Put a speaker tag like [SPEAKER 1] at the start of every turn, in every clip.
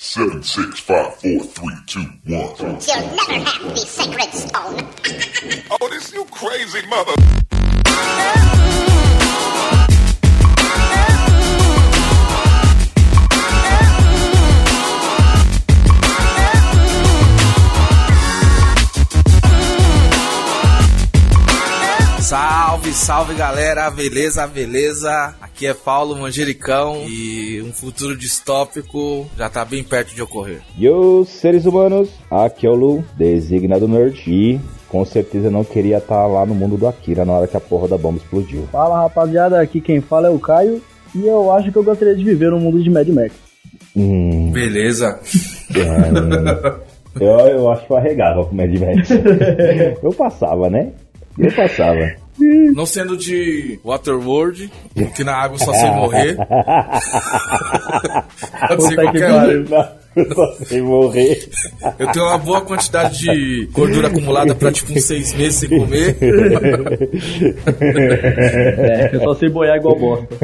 [SPEAKER 1] Seven, six, five, four, three, two, one.
[SPEAKER 2] You'll never have the sacred stone.
[SPEAKER 1] Oh, this you crazy mother.
[SPEAKER 3] Salve, salve galera, beleza, beleza? Aqui é Paulo Manjericão e um futuro distópico já tá bem perto de ocorrer.
[SPEAKER 4] E os seres humanos, aqui é o Lu, designado nerd, e com certeza não queria estar lá no mundo do Akira na hora que a porra da bomba explodiu.
[SPEAKER 5] Fala rapaziada, aqui quem fala é o Caio e eu acho que eu gostaria de viver num mundo de Mad Max.
[SPEAKER 4] Hum,
[SPEAKER 3] Beleza?
[SPEAKER 4] cara. eu, eu acho que eu arregava com o Mad Max. eu passava, né? Eu passava.
[SPEAKER 3] Não sendo de Waterworld, que na água só sei morrer. Pode ser
[SPEAKER 5] Puta que
[SPEAKER 3] qualquer
[SPEAKER 5] pariu.
[SPEAKER 3] um.
[SPEAKER 4] Não, eu só sei morrer.
[SPEAKER 3] Eu tenho uma boa quantidade de gordura acumulada pra tipo uns seis meses sem comer.
[SPEAKER 5] É, eu só sei boiar igual bosta.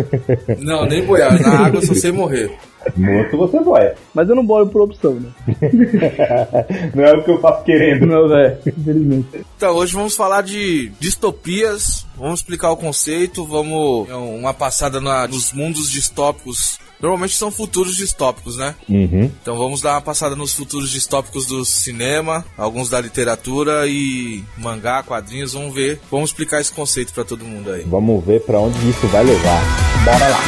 [SPEAKER 3] Não, nem boiar, na água só sei morrer.
[SPEAKER 4] Morto você vai.
[SPEAKER 5] Mas eu não boio por opção, né?
[SPEAKER 4] Não é o que eu faço querendo.
[SPEAKER 5] Não, velho, é, infelizmente.
[SPEAKER 3] Então, hoje vamos falar de distopias, vamos explicar o conceito, vamos dar uma passada na- nos mundos distópicos. Normalmente são futuros distópicos, né?
[SPEAKER 4] Uhum.
[SPEAKER 3] Então vamos dar uma passada nos futuros distópicos do cinema, alguns da literatura e mangá, quadrinhos, vamos ver. Vamos explicar esse conceito pra todo mundo aí.
[SPEAKER 4] Vamos ver pra onde isso vai levar. Bora lá.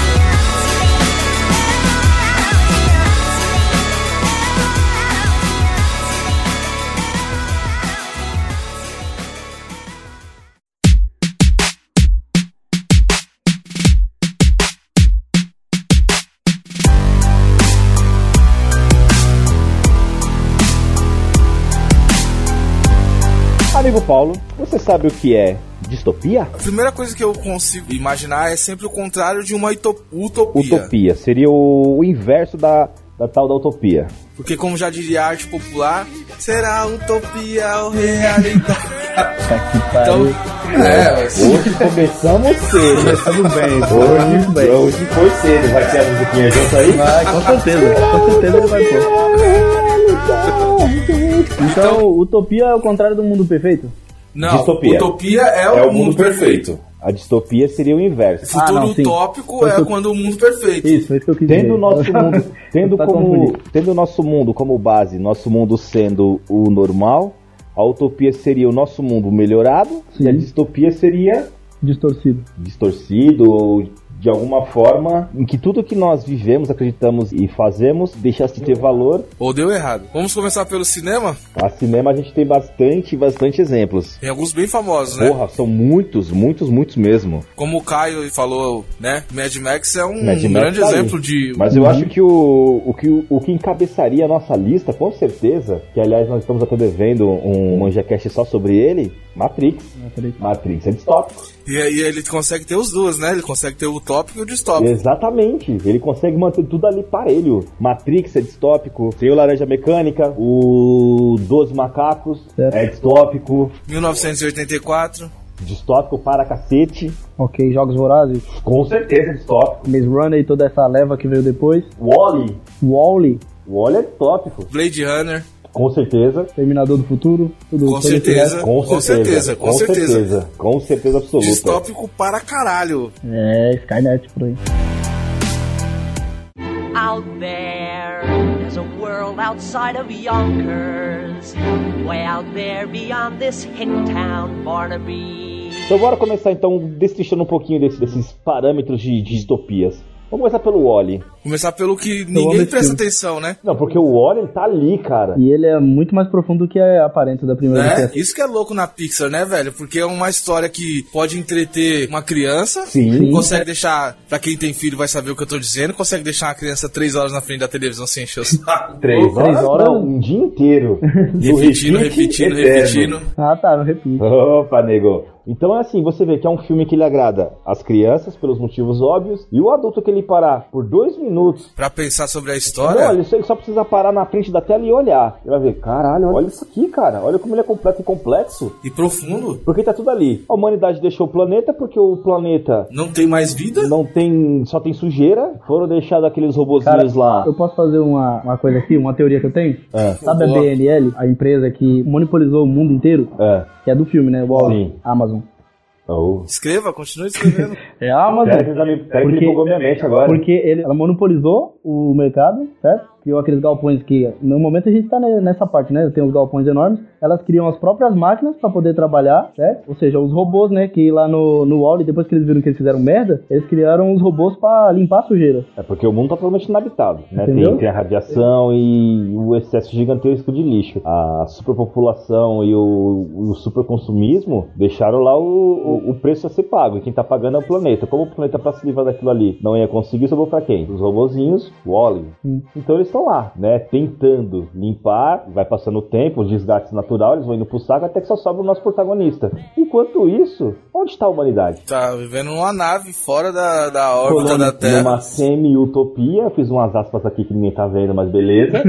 [SPEAKER 4] Amigo Paulo, você sabe o que é distopia?
[SPEAKER 3] A primeira coisa que eu consigo imaginar é sempre o contrário de uma ito- utopia.
[SPEAKER 4] Utopia. Seria o, o inverso da, da tal da utopia.
[SPEAKER 3] Porque como já diria a arte popular, será utopia ou realidade? Então, é,
[SPEAKER 4] Hoje começamos cedo.
[SPEAKER 5] Tudo bem, tudo
[SPEAKER 4] Hoje,
[SPEAKER 5] bem.
[SPEAKER 4] hoje foi cedo. Vai ter a musiquinha junto aí?
[SPEAKER 5] Vai, com certeza, com certeza ele vai pôr. Então, utopia é o contrário do mundo perfeito?
[SPEAKER 3] não,
[SPEAKER 4] Distopia.
[SPEAKER 3] utopia é o, mundo, perfeito.
[SPEAKER 4] A distopia seria o inverso.
[SPEAKER 5] Ah,
[SPEAKER 3] Futuro
[SPEAKER 5] não, sim.
[SPEAKER 3] utópico é
[SPEAKER 5] Uto-
[SPEAKER 3] quando o mundo perfeito.
[SPEAKER 5] Isso, foi isso que eu quis dizer.
[SPEAKER 4] Tendo o nosso mundo, tendo
[SPEAKER 5] Tá
[SPEAKER 4] como,
[SPEAKER 5] confundido.
[SPEAKER 4] tendo o nosso mundo como base, nosso mundo sendo o normal, a utopia seria o nosso mundo melhorado e a
[SPEAKER 5] Sim.
[SPEAKER 4] distopia seria
[SPEAKER 5] Distorcido.
[SPEAKER 4] distorcido ou de alguma forma em que tudo que nós vivemos, acreditamos e fazemos deixasse de ter valor.
[SPEAKER 3] Ou deu errado. Vamos começar pelo cinema?
[SPEAKER 4] A cinema a gente tem bastante, bastante exemplos.
[SPEAKER 3] Tem alguns bem famosos, né?
[SPEAKER 4] Porra, são muitos, muitos, muitos mesmo.
[SPEAKER 3] Como o Caio falou, né? Mad Max é um
[SPEAKER 4] Mad Max
[SPEAKER 3] grande
[SPEAKER 4] tá aí.
[SPEAKER 3] exemplo de.
[SPEAKER 4] Mas eu acho que o, o que o que encabeçaria a nossa lista, com certeza, que aliás nós estamos até devendo um manjacast só sobre ele, Matrix.
[SPEAKER 5] Ah, peraí.
[SPEAKER 4] Matrix é distópico.
[SPEAKER 3] E aí ele consegue ter os dois, né? Ele consegue ter o utópico e o distópico.
[SPEAKER 4] Exatamente. Ele consegue manter tudo ali parelho. Matrix é distópico. Tem o Laranja Mecânica, o 12 Macacos
[SPEAKER 5] Certo.
[SPEAKER 4] é distópico.
[SPEAKER 3] 1984.
[SPEAKER 4] Distópico para cacete.
[SPEAKER 5] Ok, Jogos Vorazes,
[SPEAKER 4] Com certeza é distópico.
[SPEAKER 5] Maze Runner e toda essa leva que veio depois.
[SPEAKER 4] Wally.
[SPEAKER 5] Wall-E,
[SPEAKER 4] Wally é distópico.
[SPEAKER 3] Blade Runner.
[SPEAKER 4] Com certeza.
[SPEAKER 5] Terminador do Futuro. Tudo
[SPEAKER 3] Com
[SPEAKER 5] tudo esse
[SPEAKER 3] certeza.
[SPEAKER 5] resto.
[SPEAKER 4] Com,
[SPEAKER 3] Com certeza,
[SPEAKER 4] certeza,
[SPEAKER 3] com certeza.
[SPEAKER 4] Com certeza absoluta.
[SPEAKER 3] Distópico para caralho.
[SPEAKER 5] É, Skynet por aí.
[SPEAKER 6] Out there, there's a world outside of Yonkers. Way out there beyond this Hintown, Barnaby.
[SPEAKER 4] Então bora começar então destrinchando um pouquinho desse- desses parâmetros de, de distopias. Vamos começar pelo Wally.
[SPEAKER 3] Começar pelo que
[SPEAKER 5] amo
[SPEAKER 3] ninguém
[SPEAKER 5] esse
[SPEAKER 3] presta
[SPEAKER 5] filme.
[SPEAKER 3] atenção, né?
[SPEAKER 4] Não, porque o Wally ele tá ali, cara.
[SPEAKER 5] E ele é muito mais profundo do que é aparente da primeira
[SPEAKER 3] Né?
[SPEAKER 5] vez.
[SPEAKER 3] Isso que é louco na Pixar, né, velho? Porque é uma história que pode entreter uma criança.
[SPEAKER 4] Sim.
[SPEAKER 3] Consegue deixar, pra quem tem filho vai saber o que eu tô dizendo, consegue deixar uma criança três horas na frente da televisão sem encher o saco.
[SPEAKER 4] Três
[SPEAKER 5] Três
[SPEAKER 4] horas,
[SPEAKER 5] horas?
[SPEAKER 4] não, um dia inteiro. Do
[SPEAKER 3] Repetindo,
[SPEAKER 4] repique
[SPEAKER 3] repetindo,
[SPEAKER 4] eterno.
[SPEAKER 3] repetindo.
[SPEAKER 5] Ah tá, não repito.
[SPEAKER 4] Opa, nego. Então é assim, você vê que é um filme que ele agrada as crianças pelos motivos óbvios e o adulto que ele parar por dois minutos.
[SPEAKER 3] Pra pensar sobre a
[SPEAKER 4] Olha,
[SPEAKER 3] história?
[SPEAKER 4] você só precisa parar na frente da tela e olhar. Você vai ver, caralho, olha isso aqui, cara. Olha como ele é completo e complexo.
[SPEAKER 3] E profundo?
[SPEAKER 4] Porque tá tudo ali. A humanidade deixou o planeta porque o planeta
[SPEAKER 3] Não tem mais vida?
[SPEAKER 4] não tem. só tem sujeira. Foram deixados aqueles
[SPEAKER 5] Cara,
[SPEAKER 4] robozinhos lá.
[SPEAKER 5] eu posso fazer uma, uma coisa aqui, uma teoria que eu tenho?
[SPEAKER 4] É.
[SPEAKER 5] Sabe a
[SPEAKER 3] Boa.
[SPEAKER 5] BLL, a empresa que monopolizou o mundo inteiro?
[SPEAKER 4] É.
[SPEAKER 5] Que é do filme, né? Wall,
[SPEAKER 4] Sim.
[SPEAKER 5] Amazon.
[SPEAKER 4] Oh.
[SPEAKER 3] Escreva, continue escrevendo.
[SPEAKER 5] É a Amazon.
[SPEAKER 4] Pera que já tá me, pera que
[SPEAKER 5] Porque-
[SPEAKER 4] empolgou minha mente agora.
[SPEAKER 5] Porque ele, ela monopolizou o mercado, certo? Criou aqueles galpões que, no momento, a gente tá ne- nessa parte, né? Tem os galpões enormes. Elas criam as próprias máquinas pra poder trabalhar, certo? Ou seja, os robôs, né? Que lá no, no Wall, depois que eles viram que eles fizeram merda, eles criaram os robôs pra limpar a sujeira.
[SPEAKER 4] É porque o mundo tá totalmente inabitado, né? Tem,
[SPEAKER 5] Entendeu?
[SPEAKER 4] tem a radiação e o excesso gigantesco de lixo. A superpopulação e o, o superconsumismo deixaram lá o, o, o preço a ser pago. E quem tá pagando é o planeta. Como o planeta pra se livrar daquilo ali não ia conseguir, sobrou pra quem? Os robozinhos, o óleo.
[SPEAKER 5] Hum.
[SPEAKER 4] Então eles estão lá, né? Tentando limpar, vai passando o tempo, o desgaste natural, eles vão indo pro saco até que só sobra o nosso protagonista. Enquanto isso, onde tá a humanidade?
[SPEAKER 3] tá vivendo numa nave fora da, da órbita da Terra.
[SPEAKER 4] Numa semi-utopia, fiz umas aspas aqui que ninguém tá vendo, mas beleza.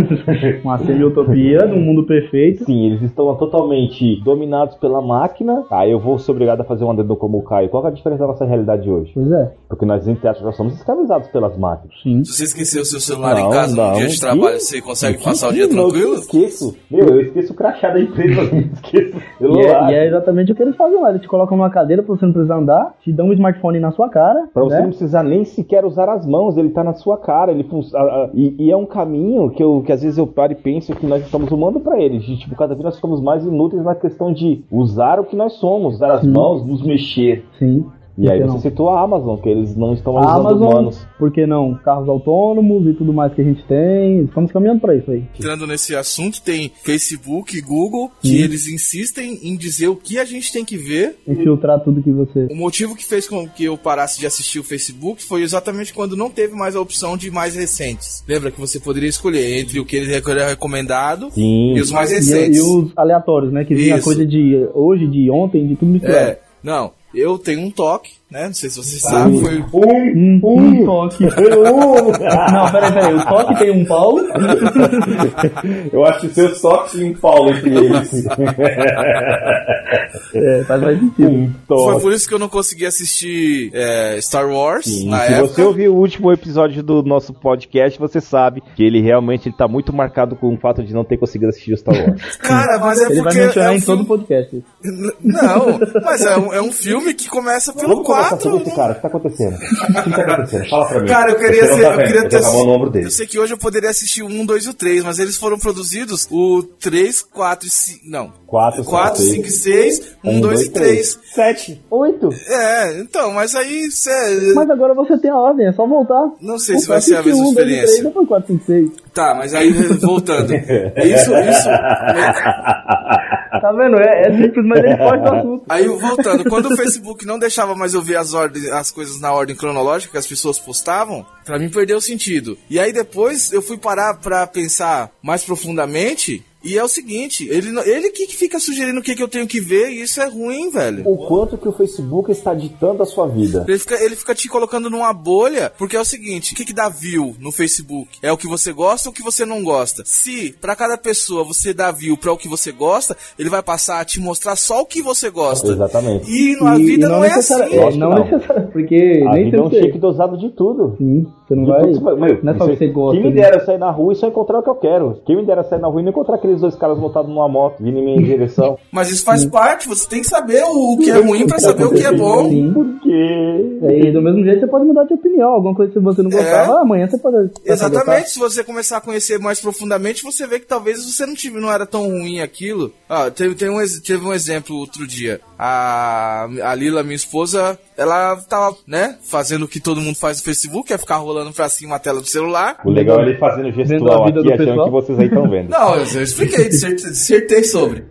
[SPEAKER 5] Uma semi-utopia num mundo perfeito.
[SPEAKER 4] Sim, eles estão totalmente dominados pela máquina. Ah, eu vou ser obrigado a fazer um adendo como o Caio. Qual que é a diferença da nossa realidade de hoje?
[SPEAKER 5] Pois é,
[SPEAKER 4] Porque nós, em teatro, já somos escravizados pelas máquinas.
[SPEAKER 5] sim.
[SPEAKER 3] Se você esquecer o seu celular em
[SPEAKER 4] Não,
[SPEAKER 3] casa
[SPEAKER 4] não.
[SPEAKER 3] no dia de trabalho,
[SPEAKER 4] Ih,
[SPEAKER 3] você consegue
[SPEAKER 4] Que-
[SPEAKER 3] passar o
[SPEAKER 4] que
[SPEAKER 3] dia
[SPEAKER 4] não, que Eu
[SPEAKER 3] tranquilo?
[SPEAKER 4] esqueço. Meu, eu esqueço o crachá da empresa. eu esqueço o
[SPEAKER 5] E
[SPEAKER 4] celular.
[SPEAKER 5] é, e é exatamente o que eles fazem lá. Eles te colocam numa cadeira pra você não precisar andar, te dão um smartphone na sua cara.
[SPEAKER 4] Pra você
[SPEAKER 5] né?
[SPEAKER 4] não precisar nem sequer usar as mãos, ele tá na sua cara, ele fun- a- a- e, e é um caminho que, eu, que às vezes eu paro e penso que nós estamos humando pra ele. De, tipo, cada vez nós ficamos mais inúteis na questão de usar o que nós somos, usar as
[SPEAKER 5] Sim.
[SPEAKER 4] mãos, nos mexer.
[SPEAKER 5] Sim.
[SPEAKER 4] E aí
[SPEAKER 5] Então,
[SPEAKER 4] você citou a Amazon, que eles não estão mais
[SPEAKER 5] A
[SPEAKER 4] usando
[SPEAKER 5] Amazon,
[SPEAKER 4] humanos.
[SPEAKER 5] por que não? Carros autônomos e tudo mais que a gente tem. Estamos caminhando pra isso aí.
[SPEAKER 3] Entrando nesse assunto, tem Facebook, Google, que
[SPEAKER 5] Sim.
[SPEAKER 3] eles insistem em dizer o que a gente tem que ver.
[SPEAKER 5] Infiltrar tudo que você.
[SPEAKER 3] O motivo que fez com que eu parasse de assistir o Facebook foi exatamente quando não teve mais a opção de mais recentes. Lembra que você poderia escolher entre o que ele era recomendado
[SPEAKER 4] Sim.
[SPEAKER 3] e os mais
[SPEAKER 5] E,
[SPEAKER 3] recentes.
[SPEAKER 5] e os aleatórios, né? Que vinha
[SPEAKER 3] Isso.
[SPEAKER 5] coisa de hoje, de ontem, de tudo misturado.
[SPEAKER 3] É, não, eu tenho um toque, né? Não sei se você sabe, foi
[SPEAKER 4] Um,
[SPEAKER 5] Um,
[SPEAKER 4] um
[SPEAKER 5] um toque. não, peraí, peraí. O toque tem um pau.
[SPEAKER 4] eu acho que seus socks em Paulo entre eles.
[SPEAKER 5] É, faz mais sentido.
[SPEAKER 4] um
[SPEAKER 3] Foi
[SPEAKER 4] toque.
[SPEAKER 3] por isso que eu não consegui assistir é, Star Wars
[SPEAKER 4] Sim,
[SPEAKER 3] na
[SPEAKER 4] assim, se
[SPEAKER 3] época.
[SPEAKER 4] você ouviu o último episódio do nosso podcast, você sabe que ele realmente ele tá muito marcado com o fato de não ter conseguido assistir o Star Wars.
[SPEAKER 3] Cara, mas é
[SPEAKER 5] Ele vai
[SPEAKER 3] porque.
[SPEAKER 5] mencionar
[SPEAKER 3] é um
[SPEAKER 5] em todo
[SPEAKER 3] filme...
[SPEAKER 5] o podcast.
[SPEAKER 3] Não, mas é um, é um filme que começa pelo
[SPEAKER 4] Vamos conversar sobre
[SPEAKER 3] 4.
[SPEAKER 4] esse cara, o que tá acontecendo? O que tá acontecendo? Fala pra mim.
[SPEAKER 3] né? Cara, eu queria
[SPEAKER 4] Você não
[SPEAKER 3] ser.
[SPEAKER 4] tá
[SPEAKER 3] eu
[SPEAKER 4] vendo,
[SPEAKER 3] queria
[SPEAKER 4] tô
[SPEAKER 3] ter.
[SPEAKER 4] com a mão no ombro dele.
[SPEAKER 3] Eu sei que hoje eu poderia assistir o 1, 2 e o 3, mas eles foram produzidos o 3, 4 e 5. Não.
[SPEAKER 4] 4,
[SPEAKER 3] 4, 5 e 6, 1, 2 e 3.
[SPEAKER 4] 7, 8.
[SPEAKER 3] É, então, mas aí você.
[SPEAKER 5] Mas agora você tem a ordem, é só voltar.
[SPEAKER 3] Não sei se vai ser a mesma
[SPEAKER 5] 1, 2 e 3,
[SPEAKER 3] experiência.
[SPEAKER 5] Depois 4, 5, 6.
[SPEAKER 3] Tá, mas aí voltando. Isso, isso.
[SPEAKER 4] Ah.
[SPEAKER 5] Tá vendo? É, é simples, mas ele pode do assunto.
[SPEAKER 3] Aí voltando, quando o Facebook não deixava mais eu ver as, ordens, as coisas na ordem cronológica que as pessoas postavam, pra mim perdeu o sentido. E aí depois eu fui parar pra pensar mais profundamente. E é o seguinte, ele, não- ele que fica sugerindo o que, que eu tenho que ver, e isso é ruim, velho.
[SPEAKER 4] O quanto que o Facebook está ditando a sua vida.
[SPEAKER 3] Ele fica, ele fica te colocando numa bolha, porque é o seguinte, o que, que dá view no Facebook? É o que você gosta ou o que você não gosta? Se pra cada pessoa você dá view pra o que você gosta, ele vai passar a te mostrar só o que você gosta.
[SPEAKER 4] Exatamente.
[SPEAKER 3] E a
[SPEAKER 5] E-
[SPEAKER 3] vida
[SPEAKER 5] e
[SPEAKER 3] não, é
[SPEAKER 5] necessari-
[SPEAKER 3] assim.
[SPEAKER 4] Eu acho que
[SPEAKER 5] não
[SPEAKER 4] não.
[SPEAKER 5] necessariamente, porque
[SPEAKER 4] A
[SPEAKER 5] nem
[SPEAKER 4] vida é um
[SPEAKER 5] sempre
[SPEAKER 4] shake dosado de tudo.
[SPEAKER 5] Sim, você não
[SPEAKER 4] De
[SPEAKER 5] vai.
[SPEAKER 4] tudo que você- meu,
[SPEAKER 5] não é só
[SPEAKER 4] você-
[SPEAKER 5] que você gosta.
[SPEAKER 4] Quem me
[SPEAKER 5] né?
[SPEAKER 4] dera eu sair na rua e só encontrar o que eu quero. Quem me dera sair na rua e não encontrar aqueles dois caras montados numa moto vindo em minha direção.
[SPEAKER 3] Mas isso faz parte, você tem que saber o, o que é ruim pra saber o que é bom.
[SPEAKER 5] Sim.
[SPEAKER 4] Por quê?
[SPEAKER 5] É, E do mesmo jeito você pode mudar de opinião. Alguma coisa que você não gostava, amanhã você pode. tá? pode gostar.
[SPEAKER 3] É. Exatamente, se você começar a conhecer mais profundamente, você vê que talvez você não tive, não era tão ruim aquilo. Ah, teve, tem um, ex- teve um exemplo outro dia. A, a Lila, minha esposa, ela tava, né, fazendo o que todo mundo faz no Facebook, é ficar rolando pra cima a tela do celular.
[SPEAKER 4] O legal é ele fazendo gestual
[SPEAKER 5] a vida
[SPEAKER 4] aqui,
[SPEAKER 5] do
[SPEAKER 4] achando
[SPEAKER 5] pessoal.
[SPEAKER 4] que vocês aí estão vendo.
[SPEAKER 3] Não, eu, eu expliquei, dissert- dissertei sobre.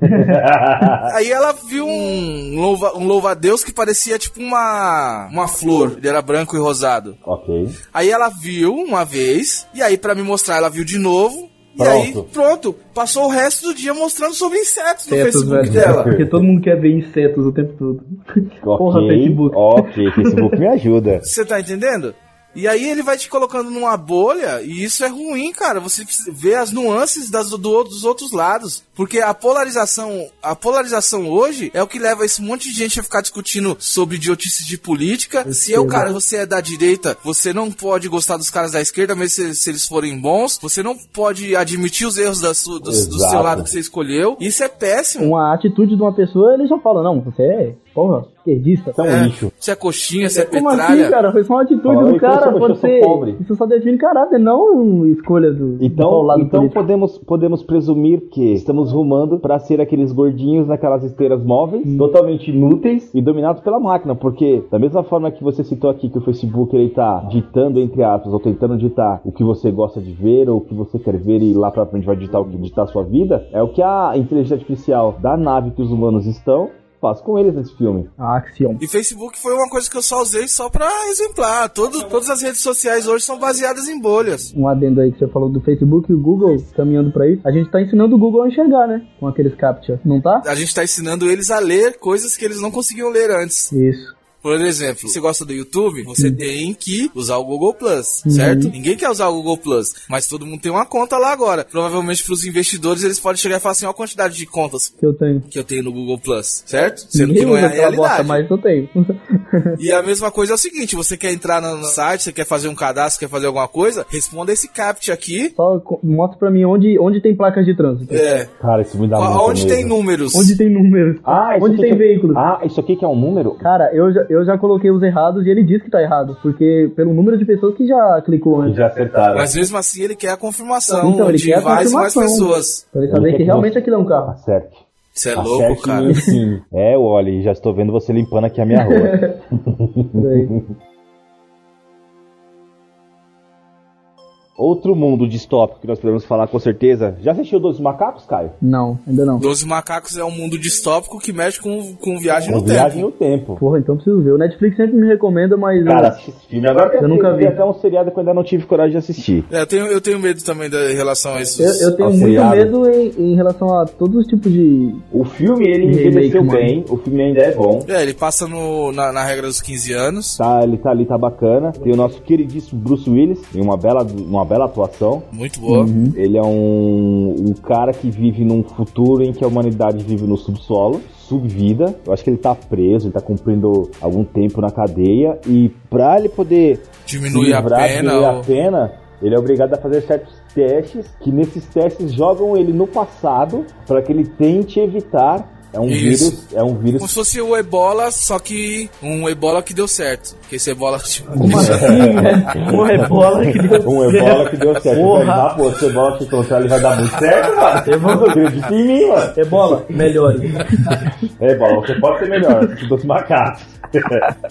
[SPEAKER 3] Aí ela viu um louva, um louva-a-Deus que parecia tipo uma, uma flor. Ele era branco e rosado.
[SPEAKER 4] ok.
[SPEAKER 3] Aí ela viu uma vez, e aí pra me mostrar ela viu de novo. E aí,
[SPEAKER 4] Pronto.
[SPEAKER 3] pronto, passou o resto do dia mostrando sobre insetos no
[SPEAKER 5] Insetos,
[SPEAKER 3] Facebook
[SPEAKER 5] velho.
[SPEAKER 3] dela.
[SPEAKER 5] Porque todo mundo quer ver insetos o tempo todo.
[SPEAKER 4] Ok,
[SPEAKER 5] Porra, Facebook.
[SPEAKER 4] Ok, Facebook me ajuda.
[SPEAKER 3] Você tá entendendo? E aí ele vai te colocando numa bolha, e isso é ruim, cara. Você precisa ver as nuances das, do, do- dos outros lados. Porque a polarização, a polarização hoje é o que leva esse monte de gente a ficar discutindo sobre idiotices de política. Se eu, cara, você é da direita, você não pode gostar dos caras da esquerda, mesmo se, se eles forem bons. Você não pode admitir os erros da su- do, do seu
[SPEAKER 4] Exato.
[SPEAKER 3] lado que você escolheu. Isso é péssimo.
[SPEAKER 5] Uma atitude de uma pessoa, eles já falam, não, você é, porra, esquerdista.
[SPEAKER 4] Você é um
[SPEAKER 3] É,
[SPEAKER 4] lixo.
[SPEAKER 3] se é coxinha, se é
[SPEAKER 5] Como
[SPEAKER 3] petralha.
[SPEAKER 5] assim, cara? Foi só uma atitude
[SPEAKER 4] Fala,
[SPEAKER 5] do
[SPEAKER 4] "Oi,
[SPEAKER 5] cara,
[SPEAKER 4] poxa, poxa, eu
[SPEAKER 5] pode
[SPEAKER 4] sou
[SPEAKER 5] ser.
[SPEAKER 4] pobre."
[SPEAKER 5] Isso só define caráter, não escolha do, do qual
[SPEAKER 4] Então,
[SPEAKER 5] lado
[SPEAKER 4] então
[SPEAKER 5] político.
[SPEAKER 4] podemos, podemos presumir que estamos rumando para ser aqueles gordinhos naquelas esteiras móveis,
[SPEAKER 5] Hum.
[SPEAKER 4] totalmente inúteis e dominados pela máquina, porque da mesma forma que você citou aqui que o Facebook ele tá ditando entre aspas ou tentando ditar o que você gosta de ver ou o que você quer ver e lá para frente vai ditar o que ditar a sua vida, é o que a inteligência artificial da nave que os humanos estão faz com eles nesse filme.
[SPEAKER 5] Axiom.
[SPEAKER 3] E Facebook foi uma coisa que eu só usei só pra exemplar. Todo, todas as redes sociais hoje são baseadas em bolhas.
[SPEAKER 5] Um adendo aí que você falou do Facebook e o Google caminhando pra isso. A gente tá ensinando o Google a enxergar, né? Com aqueles captcha, não tá?
[SPEAKER 3] A gente tá ensinando eles a ler coisas que eles não conseguiam ler antes.
[SPEAKER 5] Isso.
[SPEAKER 3] Por exemplo, se você gosta do YouTube, você tem que usar o Google Plus, certo? Ninguém quer usar o Google Plus, mas todo mundo tem uma conta lá agora. Provavelmente pros investidores eles podem chegar e falar assim: ó, a quantidade de contas
[SPEAKER 5] Que eu tenho.
[SPEAKER 3] que eu tenho no Google Plus, certo? Sendo que
[SPEAKER 5] Ninguém
[SPEAKER 3] não é
[SPEAKER 5] usa
[SPEAKER 3] a
[SPEAKER 5] aquela bosta,
[SPEAKER 3] realidade.
[SPEAKER 5] mas eu tenho.
[SPEAKER 3] E a mesma coisa é o seguinte: você quer entrar no no site, você quer fazer um cadastro, quer fazer alguma coisa, responda esse CAPT aqui.
[SPEAKER 5] só co- mostra pra mim onde, onde tem placas de trânsito.
[SPEAKER 3] É,
[SPEAKER 4] Cara, isso me dá
[SPEAKER 3] Qual-
[SPEAKER 4] muita
[SPEAKER 3] Onde
[SPEAKER 4] medo.
[SPEAKER 3] tem números?
[SPEAKER 5] Onde tem números.
[SPEAKER 4] Ah, isso
[SPEAKER 5] onde
[SPEAKER 4] aqui
[SPEAKER 5] tem
[SPEAKER 4] que-
[SPEAKER 5] veículos.
[SPEAKER 4] Ah, isso aqui que é um número?
[SPEAKER 5] Cara, eu já, eu já coloquei os errados e ele diz que tá errado. Porque pelo número de pessoas que já clicou antes.
[SPEAKER 4] Já acertaram.
[SPEAKER 3] Mas mesmo assim ele quer a confirmação
[SPEAKER 5] Então, ele
[SPEAKER 3] de
[SPEAKER 5] quer a
[SPEAKER 3] mais e mais
[SPEAKER 5] confirmação.
[SPEAKER 3] pessoas.
[SPEAKER 5] Pra ele
[SPEAKER 4] Eu
[SPEAKER 5] saber
[SPEAKER 4] quero
[SPEAKER 5] que
[SPEAKER 4] que
[SPEAKER 5] realmente
[SPEAKER 4] você-
[SPEAKER 5] aquilo é um carro.
[SPEAKER 4] Acerte.
[SPEAKER 3] Você é
[SPEAKER 4] Tá
[SPEAKER 3] louco,
[SPEAKER 4] certo,
[SPEAKER 3] cara.
[SPEAKER 4] menino, Sim. É, olha, já estou vendo você limpando aqui a minha rua.
[SPEAKER 5] Por aí.
[SPEAKER 4] Outro mundo distópico que nós podemos falar com certeza. Já assistiu Dois Macacos, Caio?
[SPEAKER 5] Não, ainda não.
[SPEAKER 3] Doze Macacos é um mundo distópico que mexe com, com viagem
[SPEAKER 4] Uma
[SPEAKER 3] no
[SPEAKER 4] viagem
[SPEAKER 3] tempo.
[SPEAKER 4] no tempo.
[SPEAKER 5] Porra, então preciso ver. O Netflix sempre me recomenda, mas.
[SPEAKER 4] Cara, assisti esse filme agora.
[SPEAKER 5] Eu nunca vi.
[SPEAKER 4] Tem até um seriado que eu ainda não tive coragem de assistir.
[SPEAKER 3] É, eu, tenho, eu tenho medo também da, em relação a isso.
[SPEAKER 5] Eu, eu tenho muito
[SPEAKER 4] Auxiliado.
[SPEAKER 5] medo em, em relação a todos os tipos de.
[SPEAKER 4] O filme, ele
[SPEAKER 5] Remake,
[SPEAKER 4] envelheceu
[SPEAKER 5] mano.
[SPEAKER 4] bem. O filme ainda é bom.
[SPEAKER 3] É, ele passa no, na, na regra dos 15 anos.
[SPEAKER 4] Tá, ele tá ali, tá bacana. Tem o nosso queridíssimo Bruce Willis, em uma bela, uma bela atuação.
[SPEAKER 3] Muito boa.
[SPEAKER 5] Uhum.
[SPEAKER 4] Ele é um, um cara que vive num futuro em que a humanidade vive no subsolo, subvida. Eu acho que ele tá preso, ele tá cumprindo algum tempo na cadeia. E pra ele poder se
[SPEAKER 3] Diminui a
[SPEAKER 4] livrar de
[SPEAKER 3] pena.
[SPEAKER 4] diminuir a
[SPEAKER 3] ou-
[SPEAKER 4] pena, ele é obrigado a fazer certos testes, que nesses testes jogam ele no passado para que ele tente evitar. É um
[SPEAKER 3] Isso.
[SPEAKER 4] vírus, é um vírus
[SPEAKER 3] Como se fosse o Ebola, só que um Ebola que deu certo. Porque esse Ebola. tipo,
[SPEAKER 5] Porra, é bola que
[SPEAKER 4] Um ebola que deu certo.
[SPEAKER 5] Porra.
[SPEAKER 4] Porra. Ah, pô, esse ebola que encontrar, ele vai dar muito certo, mano. Eu vou acreditar em mim, mano.
[SPEAKER 5] Ebola, melhore.
[SPEAKER 4] É, ebola, você pode ser melhor que dos macacos.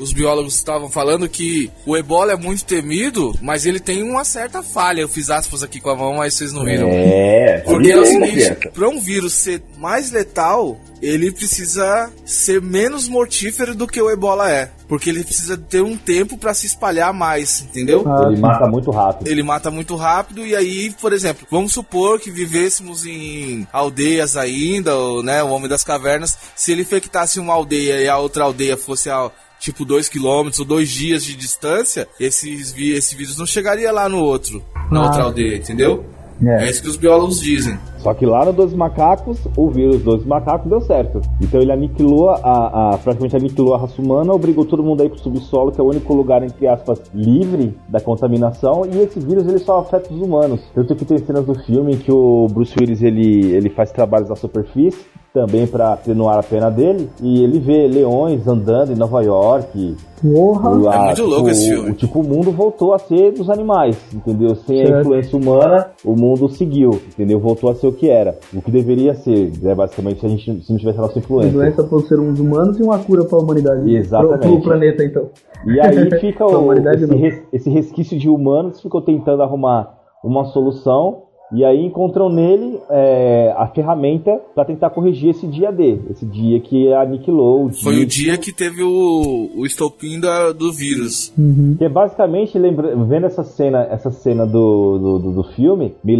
[SPEAKER 3] Os biólogos estavam falando que o ebola é muito temido, mas ele tem uma certa falha. Eu fiz aspas aqui com a mão, mas vocês não viram.
[SPEAKER 4] É,
[SPEAKER 3] Porque é o seguinte, para um vírus ser mais letal, ele precisa ser menos mortífero do que o ebola é. Porque ele precisa ter um tempo para se espalhar mais, entendeu?
[SPEAKER 4] Ele mata muito rápido.
[SPEAKER 3] Ele mata muito rápido e aí, por exemplo, vamos supor que vivêssemos em aldeias ainda, ou, né, o homem das cavernas, se ele infectasse uma aldeia e a outra aldeia fosse a tipo 2 km ou dois dias de distância, esses vi- esse vírus não chegaria lá no outro, na
[SPEAKER 5] Ah.
[SPEAKER 3] outra aldeia, entendeu?
[SPEAKER 5] É.
[SPEAKER 3] é isso que os biólogos dizem.
[SPEAKER 4] Só que lá no Dois Macacos, o vírus Dois Macacos deu certo. Então ele aniquilou, a, a- praticamente aniquilou a raça humana, obrigou todo mundo a ir pro subsolo, que é o único lugar, entre aspas, livre da contaminação. E esse vírus, ele só afeta os humanos. Tanto que tem cenas do filme em que o Bruce Willis, ele, ele faz trabalhos na superfície, também pra atenuar a pena dele. E ele vê leões andando em Nova York,
[SPEAKER 5] Porra.
[SPEAKER 4] Lá,
[SPEAKER 3] É muito louco esse filme.
[SPEAKER 4] o- Tipo, o mundo voltou a ser dos animais, entendeu? Sem
[SPEAKER 5] Certo.
[SPEAKER 4] a influência humana, o mundo seguiu, entendeu? Voltou a ser o que era. O que deveria ser, né? Basicamente, se a gente se não tivesse a nossa
[SPEAKER 5] Uma
[SPEAKER 4] influência.
[SPEAKER 5] doença para os seres humanos e uma cura para a humanidade.
[SPEAKER 4] Exatamente.
[SPEAKER 5] Pro, pro planeta, então.
[SPEAKER 4] E aí fica
[SPEAKER 5] Pra
[SPEAKER 4] o,
[SPEAKER 5] humanidade,
[SPEAKER 4] esse,
[SPEAKER 5] não.
[SPEAKER 4] res- esse resquício de humanos ficou tentando arrumar uma solução e aí encontram nele é, a ferramenta pra tentar corrigir esse dia D, esse dia que aniquilou o dia,
[SPEAKER 3] Foi o dia que teve o, o estopim da, do vírus.
[SPEAKER 4] Que é basicamente, lembra, vendo essa cena, essa cena do, do, do- do filme, me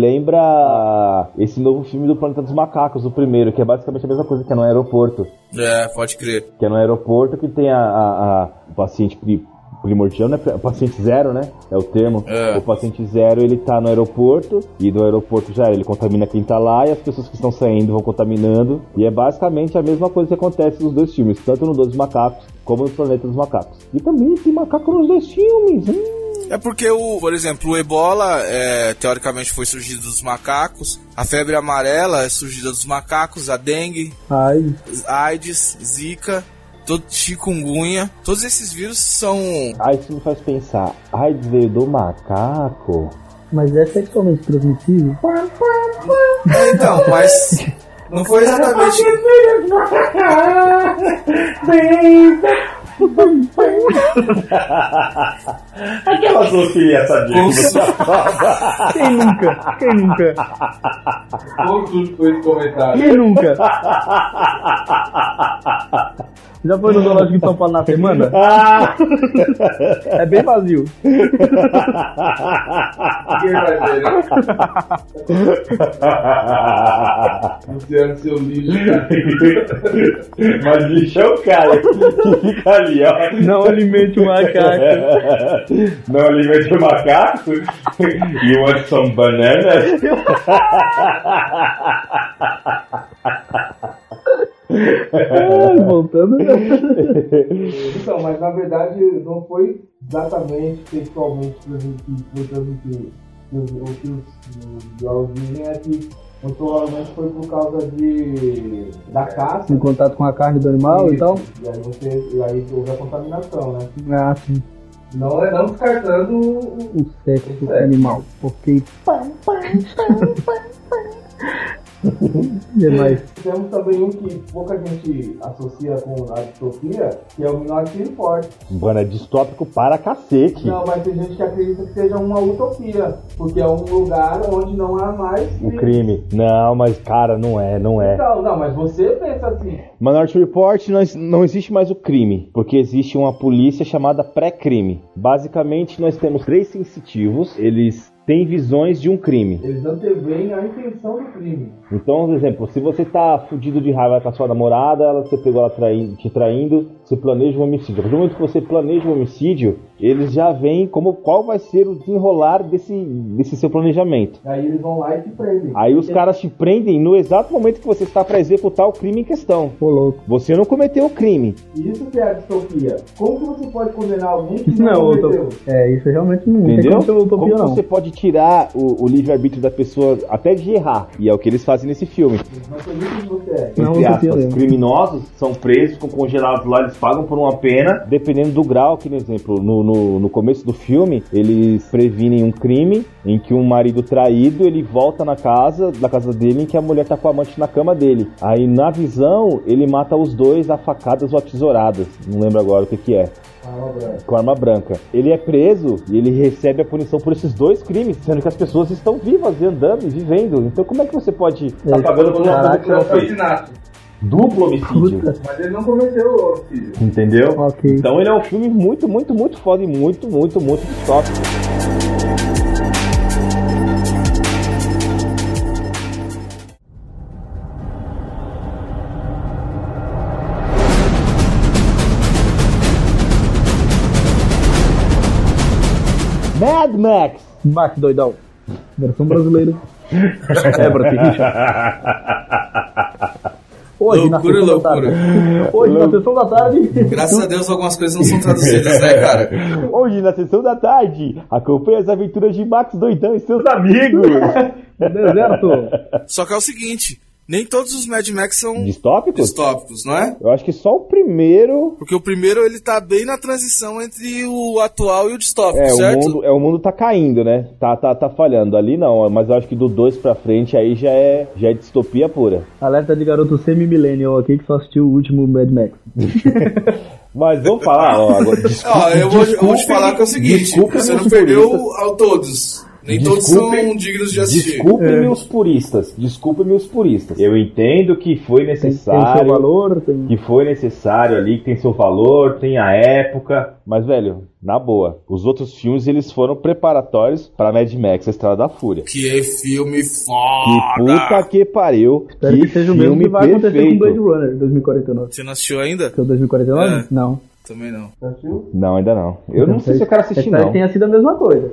[SPEAKER 4] lembra esse novo filme do Planeta dos Macacos, o primeiro, que é basicamente a mesma coisa que é no aeroporto.
[SPEAKER 3] É, pode crer.
[SPEAKER 4] Que é no aeroporto que tem a, a- a- o paciente pri- primordial, né? Paciente zero, né? É o termo.
[SPEAKER 3] É.
[SPEAKER 4] O paciente zero, ele tá no aeroporto, e do aeroporto já ele contamina quem tá lá, e as pessoas que estão saindo vão contaminando. E é basicamente a mesma coisa que acontece nos dois filmes, tanto no Dois Macacos, como no Planeta dos Macacos. E também tem macaco nos dois filmes. Hum.
[SPEAKER 3] É porque, o, por exemplo, o ebola, é, teoricamente, foi surgido dos macacos. A febre amarela é surgida dos macacos. A dengue,
[SPEAKER 5] Ai,
[SPEAKER 3] AIDS, zika, todo chikungunya. Todos esses vírus são...
[SPEAKER 4] Ah, isso me faz pensar, AIDS veio do macaco?
[SPEAKER 5] mas é sexualmente transmissível?
[SPEAKER 3] É, Então, mas... Não foi exatamente...
[SPEAKER 4] Aquela Sofia, essa
[SPEAKER 3] com su-
[SPEAKER 5] Quem nunca? Quem nunca?
[SPEAKER 7] Todos com esse comentário.
[SPEAKER 5] Quem nunca? Já foi no zoológico de São Paulo na semana? É bem vazio.
[SPEAKER 3] Ah.
[SPEAKER 7] Ninguém vai ver, né? Luciano, seu lixo.
[SPEAKER 4] Mas lixo é o cara que fica ali, ó.
[SPEAKER 5] Não alimente o macaco.
[SPEAKER 4] Não alimente o macaco? You want some bananas?
[SPEAKER 5] Ai, Voltando.
[SPEAKER 7] Então, mas na verdade não foi exatamente sexualmente transmitido, foi transmitido. O que os- o que os os biólogos dizem é que muito provavelmente foi por causa de da caça.
[SPEAKER 5] Em contato com a carne do
[SPEAKER 3] Então,
[SPEAKER 5] animal e tal.
[SPEAKER 7] E aí você. E aí houve a contaminação, né?
[SPEAKER 5] Ah, sim.
[SPEAKER 7] Não, é- não descartando o-
[SPEAKER 5] O sexo
[SPEAKER 7] É.
[SPEAKER 5] animal. Ok. E é mais?
[SPEAKER 7] Temos também um que pouca gente associa com a distopia, que é o Minority Report.
[SPEAKER 4] Mano, é distópico para cacete.
[SPEAKER 7] Não, mas tem gente que acredita que seja uma utopia, porque é um lugar onde não há mais
[SPEAKER 4] O crime. Não, mas cara, não é, não é.
[SPEAKER 7] Então, não, mas você pensa assim.
[SPEAKER 4] Minority Report nós, não existe mais o crime, porque existe uma polícia chamada pré-crime. Basicamente, nós temos três sensitivos, eles têm visões de um crime.
[SPEAKER 7] Eles antevêm a intenção do crime.
[SPEAKER 4] Então, por exemplo, se você tá fudido de raiva com a sua namorada, ela você pegou ela trai- te traindo, você planeja um homicídio. A partir do momento que você planeja um homicídio, eles já veem como qual vai ser o desenrolar desse, desse seu planejamento.
[SPEAKER 7] Aí eles vão lá e te prendem.
[SPEAKER 4] Aí os caras te prendem no exato momento que você está para executar o crime em questão.
[SPEAKER 5] Ô, louco.
[SPEAKER 4] Você não cometeu o crime.
[SPEAKER 7] Isso que é a distopia. Como que você pode condenar alguém que
[SPEAKER 5] Não,
[SPEAKER 7] não
[SPEAKER 5] utopia.
[SPEAKER 7] cometeu?
[SPEAKER 5] É, isso realmente não tem
[SPEAKER 4] Entendeu?
[SPEAKER 5] como ser utopia,
[SPEAKER 4] Como
[SPEAKER 5] não.
[SPEAKER 4] você pode tirar o, o livre-arbítrio da pessoa até de errar? E é o que eles fazem nesse filme.
[SPEAKER 7] Mas foi isso que você é.
[SPEAKER 5] Não,
[SPEAKER 4] entre
[SPEAKER 5] não
[SPEAKER 4] aspas,
[SPEAKER 5] sei se eu lembro.
[SPEAKER 4] criminosos são presos, ficam congelados lá, eles pagam por uma pena. Dependendo do grau, que, por exemplo, no, no, no começo do filme, eles previnem um crime em que um marido traído, ele volta na casa, da casa dele, em que a mulher tá com a amante na cama dele. Aí, na visão, ele mata os dois a facadas ou a tesouradas. Não lembro agora o que que é
[SPEAKER 7] Fala, Branco.
[SPEAKER 4] com arma branca. Ele é preso e ele recebe a punição por esses dois crimes, sendo que as pessoas estão vivas e andando e vivendo. Então como é que você pode estar
[SPEAKER 5] É.
[SPEAKER 4] pagando por uma coisa
[SPEAKER 5] Caraca,
[SPEAKER 4] que não fez?
[SPEAKER 7] um assassinato.
[SPEAKER 4] Duplo homicídio.
[SPEAKER 5] Puta.
[SPEAKER 7] Mas ele não cometeu o homicídio.
[SPEAKER 4] Entendeu?
[SPEAKER 5] Ok.
[SPEAKER 4] Então ele é um filme muito, muito, muito foda e muito, muito, muito top. Mad Max!
[SPEAKER 5] Bah, que doidão. Versão brasileira. Quebra, Richard. Hoje, na
[SPEAKER 3] Loucura,
[SPEAKER 5] sessão da
[SPEAKER 3] loucura.
[SPEAKER 5] tarde. Hoje, na sessão da tarde.
[SPEAKER 3] Graças a Deus algumas coisas não são traduzidas, né, cara?
[SPEAKER 4] Hoje, na sessão da tarde, acompanhe as aventuras de Max Doidão e seus amigos!
[SPEAKER 5] Deserto.
[SPEAKER 3] Só que é o seguinte, nem todos os Mad Max são
[SPEAKER 4] Distópicos?
[SPEAKER 3] distópicos, não é?
[SPEAKER 4] Eu acho que só o primeiro
[SPEAKER 3] Porque o primeiro ele tá bem na transição entre o atual e o distópico,
[SPEAKER 4] É, o
[SPEAKER 3] certo?
[SPEAKER 4] mundo, é, o mundo tá caindo, né? Tá, tá, tá falhando. Ali não, mas eu acho que do 2 pra frente aí já é, já é distopia pura.
[SPEAKER 5] Alerta de garoto semi-millennial aqui que só assistiu o último Mad Max.
[SPEAKER 4] Mas vamos falar, ó, agora.
[SPEAKER 3] Ó, Ah, eu vou, eu vou te
[SPEAKER 4] Desculpem-
[SPEAKER 3] falar que é o seguinte,
[SPEAKER 4] desculpem
[SPEAKER 3] você
[SPEAKER 4] os
[SPEAKER 3] não perdeu
[SPEAKER 4] puristas.
[SPEAKER 3] ao todos. Nem todos
[SPEAKER 4] Desculpem-
[SPEAKER 3] são dignos de assistir.
[SPEAKER 5] É.
[SPEAKER 4] Desculpe-me os puristas. Desculpe-me os puristas. Eu entendo que foi
[SPEAKER 5] Tem, tem seu
[SPEAKER 4] necessário.
[SPEAKER 5] valor, tem.
[SPEAKER 4] Que foi necessário ali, que tem seu valor, tem a época. Mas, velho, na boa, os outros filmes eles foram preparatórios pra Mad Max, a Estrada da Fúria.
[SPEAKER 3] Que é filme
[SPEAKER 4] Que
[SPEAKER 3] foda!
[SPEAKER 4] puta que pariu.
[SPEAKER 5] Espero que, seja o mesmo
[SPEAKER 4] filme
[SPEAKER 5] que vai acontecer com
[SPEAKER 4] perfeito.
[SPEAKER 5] Blade Runner 2049.
[SPEAKER 3] Você não assistiu ainda?
[SPEAKER 5] Seu 2049?
[SPEAKER 3] É.
[SPEAKER 5] Não.
[SPEAKER 3] Também não.
[SPEAKER 7] Já assistiu?
[SPEAKER 5] um.
[SPEAKER 4] Não, ainda não. Eu não sei se eu quero assistir,
[SPEAKER 5] Espero É que
[SPEAKER 4] não.
[SPEAKER 5] tenha sido a mesma coisa.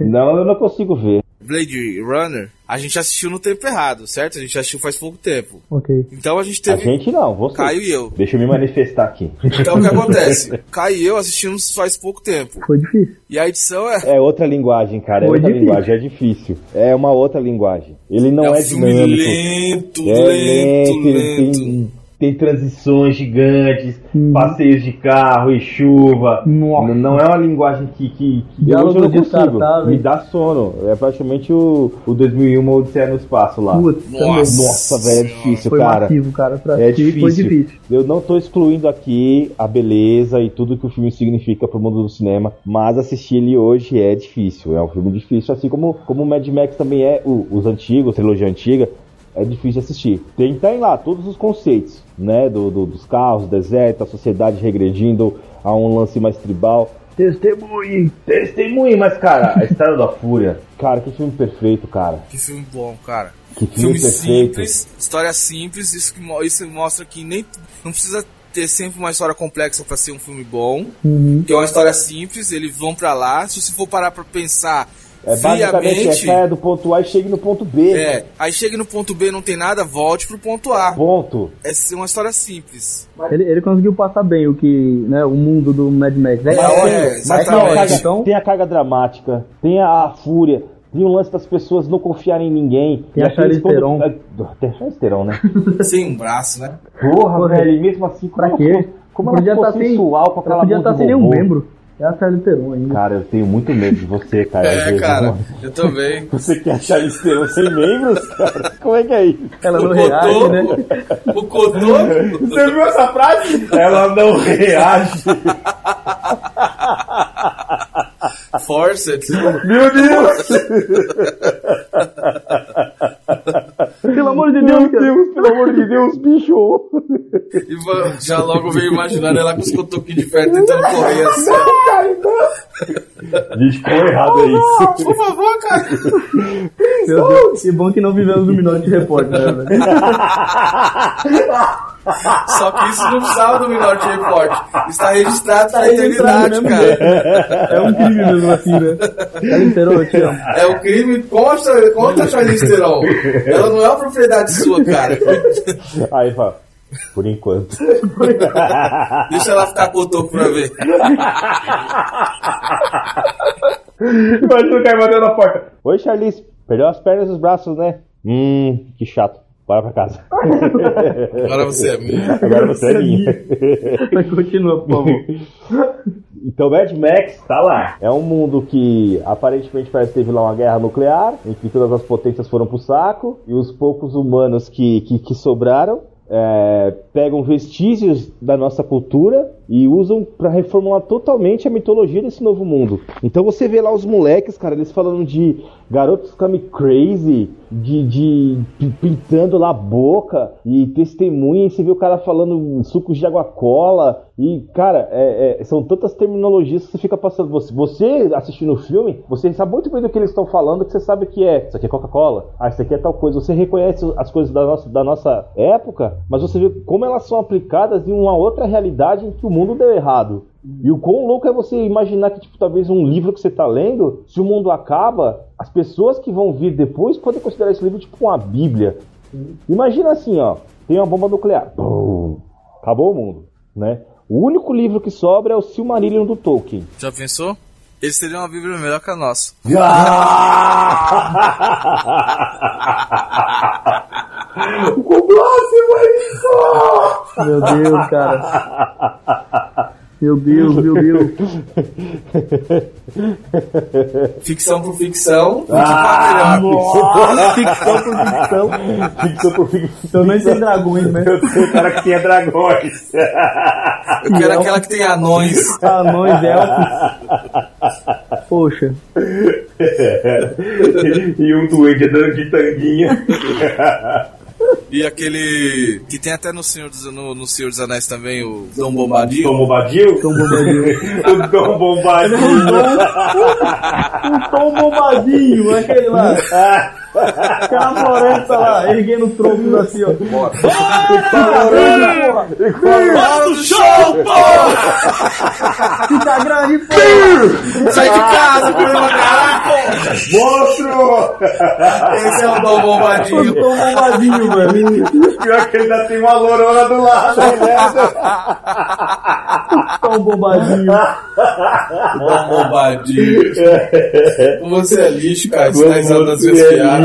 [SPEAKER 4] Não, eu não consigo ver.
[SPEAKER 3] Blade Runner, a gente assistiu no tempo errado, certo? A gente assistiu faz pouco tempo.
[SPEAKER 5] Ok.
[SPEAKER 3] Então a gente
[SPEAKER 4] A
[SPEAKER 3] teve.
[SPEAKER 4] gente não, você.
[SPEAKER 3] Caio e eu.
[SPEAKER 4] Deixa eu me manifestar aqui.
[SPEAKER 3] Então o que acontece? Caio e eu assistimos faz pouco tempo.
[SPEAKER 5] Foi difícil.
[SPEAKER 3] E a edição é.
[SPEAKER 4] É outra linguagem, cara. É
[SPEAKER 5] Foi
[SPEAKER 4] outra
[SPEAKER 5] difícil.
[SPEAKER 4] linguagem, é difícil. É uma outra linguagem. Ele não
[SPEAKER 3] um
[SPEAKER 4] é,
[SPEAKER 3] filme
[SPEAKER 4] dinâmico.
[SPEAKER 3] lento,
[SPEAKER 4] é
[SPEAKER 3] lento,
[SPEAKER 4] lento, ele
[SPEAKER 3] lento.
[SPEAKER 4] tem, tem transições gigantes,
[SPEAKER 5] Hum.
[SPEAKER 4] passeios de carro e chuva.
[SPEAKER 5] Nossa.
[SPEAKER 4] N- Não é uma linguagem que, que, que eu
[SPEAKER 5] Diálogo
[SPEAKER 4] não
[SPEAKER 5] descartável.
[SPEAKER 4] consigo. Me dá sono. É praticamente o, o 2001 Odisseia no Espaço lá.
[SPEAKER 5] Putz,
[SPEAKER 3] Nossa.
[SPEAKER 4] Nossa, velho, é difícil,
[SPEAKER 5] foi
[SPEAKER 4] cara.
[SPEAKER 5] massivo, cara. Pra
[SPEAKER 4] É
[SPEAKER 5] assistir, Foi
[SPEAKER 4] difícil.
[SPEAKER 5] difícil.
[SPEAKER 4] Eu não tô excluindo aqui a beleza e tudo que o filme significa pro mundo do cinema, mas assistir ele hoje é difícil. É um filme difícil, assim como como o Mad Max também é, o- os antigos, a trilogia antiga, é difícil de assistir. Tem, tem lá todos os conceitos, né? Do, do- dos carros, do deserto, a sociedade regredindo a um lance mais tribal.
[SPEAKER 5] Testemunho.
[SPEAKER 4] Testemunho, mas cara, a Estrada da Fúria. Cara, que filme perfeito, cara.
[SPEAKER 3] Que filme bom, cara.
[SPEAKER 4] Que filme,
[SPEAKER 3] Filme
[SPEAKER 4] perfeito.
[SPEAKER 3] simples, história simples, isso, que, mo- isso mostra que nem. Não precisa ter sempre uma história complexa pra ser um filme bom.
[SPEAKER 5] Uhum.
[SPEAKER 3] Que é uma história simples, eles vão pra lá. Se você for parar pra pensar
[SPEAKER 4] É basicamente é
[SPEAKER 3] friamente.
[SPEAKER 4] saia do ponto A e chegue no ponto B.
[SPEAKER 3] É, aí chega no ponto B, não tem nada, volte pro ponto A.
[SPEAKER 4] Ponto.
[SPEAKER 3] É uma história simples.
[SPEAKER 5] Ele, ele conseguiu passar bem o que, né, o mundo do Mad Max. É,
[SPEAKER 4] Tá,
[SPEAKER 3] É,
[SPEAKER 5] ótimo, mas
[SPEAKER 3] exatamente.
[SPEAKER 5] não,
[SPEAKER 4] Tem a,
[SPEAKER 5] cara,
[SPEAKER 4] carga,
[SPEAKER 5] então,
[SPEAKER 4] tem a carga dramática, tem a, a fúria, tem o lance das pessoas não confiarem em ninguém.
[SPEAKER 5] Tem
[SPEAKER 4] E
[SPEAKER 5] a
[SPEAKER 4] aqueles
[SPEAKER 5] Charlize
[SPEAKER 4] quando-
[SPEAKER 5] Theron.
[SPEAKER 4] Ah, Tem a Charlize Theron, né?
[SPEAKER 3] Sem um braço, né?
[SPEAKER 4] Porra,
[SPEAKER 5] Porra.
[SPEAKER 4] velho, e mesmo assim, como
[SPEAKER 5] pra
[SPEAKER 4] ela
[SPEAKER 5] quê?
[SPEAKER 4] ficou- Como
[SPEAKER 5] Não
[SPEAKER 4] ela ficou
[SPEAKER 5] tá sem-
[SPEAKER 4] sensual com
[SPEAKER 5] ela
[SPEAKER 4] aquela
[SPEAKER 5] podia
[SPEAKER 4] mão
[SPEAKER 5] estar
[SPEAKER 4] de
[SPEAKER 5] sem nenhum
[SPEAKER 4] um robô.
[SPEAKER 5] membro. É a Charlie Peron ainda.
[SPEAKER 4] Cara, eu tenho muito medo de você, cara. às
[SPEAKER 3] É,
[SPEAKER 4] vezes,
[SPEAKER 3] cara,
[SPEAKER 4] mano.
[SPEAKER 3] eu também.
[SPEAKER 4] Você quer a Charlize Theron sem membros, cara? Como é que é isso?
[SPEAKER 5] Ela não
[SPEAKER 3] o
[SPEAKER 5] reage,
[SPEAKER 3] Cotô,
[SPEAKER 5] né?
[SPEAKER 3] o Cotô,
[SPEAKER 4] Você viu essa frase? Ela não reage.
[SPEAKER 3] Forced.
[SPEAKER 4] Meu Deus!
[SPEAKER 5] Pelo amor de Deus,
[SPEAKER 4] Meu
[SPEAKER 5] cara.
[SPEAKER 4] Deus, pelo amor de Deus, bicho!
[SPEAKER 3] E va- já logo veio imaginando ela com os cotoquinhos de ferro tentando correr assim.
[SPEAKER 4] Bicho, ficou errado é isso.
[SPEAKER 3] Por favor, cara.
[SPEAKER 5] Meu Deus. Que bom que não vivemos o Minotti Report, né, velho?
[SPEAKER 3] Só que isso não precisava do Minority Report. Está registrado na eternidade,
[SPEAKER 5] registrado, né?
[SPEAKER 3] cara.
[SPEAKER 5] É um crime mesmo assim, né? Charlie Peron, eu te amo.
[SPEAKER 3] É o crime contra, contra a Charlize Theron. Ela não é uma propriedade sua, cara.
[SPEAKER 4] Aí fala, por enquanto.
[SPEAKER 3] Deixa ela ficar cotô pra ver.
[SPEAKER 4] Imagina o cara batendo na porta. Oi, Charlize. Perdeu as pernas e os braços, né? Hum, que chato. Bora pra casa.
[SPEAKER 3] Agora você é minha.
[SPEAKER 4] Agora você é minha.
[SPEAKER 5] Mas continua, por favor.
[SPEAKER 4] Então, Mad Max tá lá. É um mundo que aparentemente parece que teve lá uma guerra nuclear, em que todas as potências foram pro saco, e os poucos humanos que, que, que sobraram é, pegam vestígios da nossa cultura e usam pra reformular totalmente a mitologia desse novo mundo. Então você vê lá os moleques, cara, eles falando de garotos come crazy, de, de pi- pintando lá a boca e testemunha, e você vê o cara falando sucos de água cola. E, cara, é- é, são tantas terminologias que você fica passando. Você, você assistindo o filme, você sabe muito bem do que eles estão falando, que você sabe que é. Isso aqui é Coca-Cola, ah, isso aqui é tal coisa. Você reconhece as coisas da nossa, da nossa época, mas você vê como elas são aplicadas em uma outra realidade em que o mundo deu errado. E o quão louco é você imaginar que, tipo, talvez um livro que você tá lendo, se o mundo acaba, as pessoas que vão vir depois podem considerar esse livro tipo uma bíblia. Imagina assim, ó, tem uma bomba nuclear. Pum, acabou o mundo, né? O único livro que sobra é o Silmarillion do Tolkien.
[SPEAKER 3] Já pensou? Eles teriam uma Bíblia melhor que a nossa.
[SPEAKER 5] Meu Deus, cara. Meu Deus, meu Deus.
[SPEAKER 3] Ficção por ficção, ah, melhor.
[SPEAKER 5] Ficção por ficção.
[SPEAKER 4] Ficção Então, por ficção.
[SPEAKER 5] Pelo menos tem dragões, né?
[SPEAKER 4] Eu sou o cara que tinha dragões.
[SPEAKER 3] Eu quero aquela que tem anões.
[SPEAKER 5] Anões, elfos. Poxa.
[SPEAKER 4] e um duende andando de tanguinha.
[SPEAKER 3] E aquele. Que tem até no Senhor dos, no, no Senhor dos Anéis também, o Dom Bombadil.
[SPEAKER 4] Bombadil?
[SPEAKER 5] Tom Bombadil.
[SPEAKER 4] O Dom Bombadil.
[SPEAKER 5] Um
[SPEAKER 4] Ah!
[SPEAKER 5] Tom Bombadinho, aquele lá. Aquela floresta lá, erguendo troncos assim, ó.
[SPEAKER 3] Bora do show, porra!
[SPEAKER 5] Fica tá grande, pô.
[SPEAKER 3] Sai de casa, porra, caralho!
[SPEAKER 8] Monstro!
[SPEAKER 3] Esse é o bom bombadinho.
[SPEAKER 5] Tô bombadinho, velho.
[SPEAKER 8] Pior que ainda tem uma lorona do lado, né?
[SPEAKER 5] Tô bombadinho.
[SPEAKER 3] Bom bombadinho. Você é lixo, cara. Você tá risando das minhas
[SPEAKER 8] Você é lixo.
[SPEAKER 3] piadas.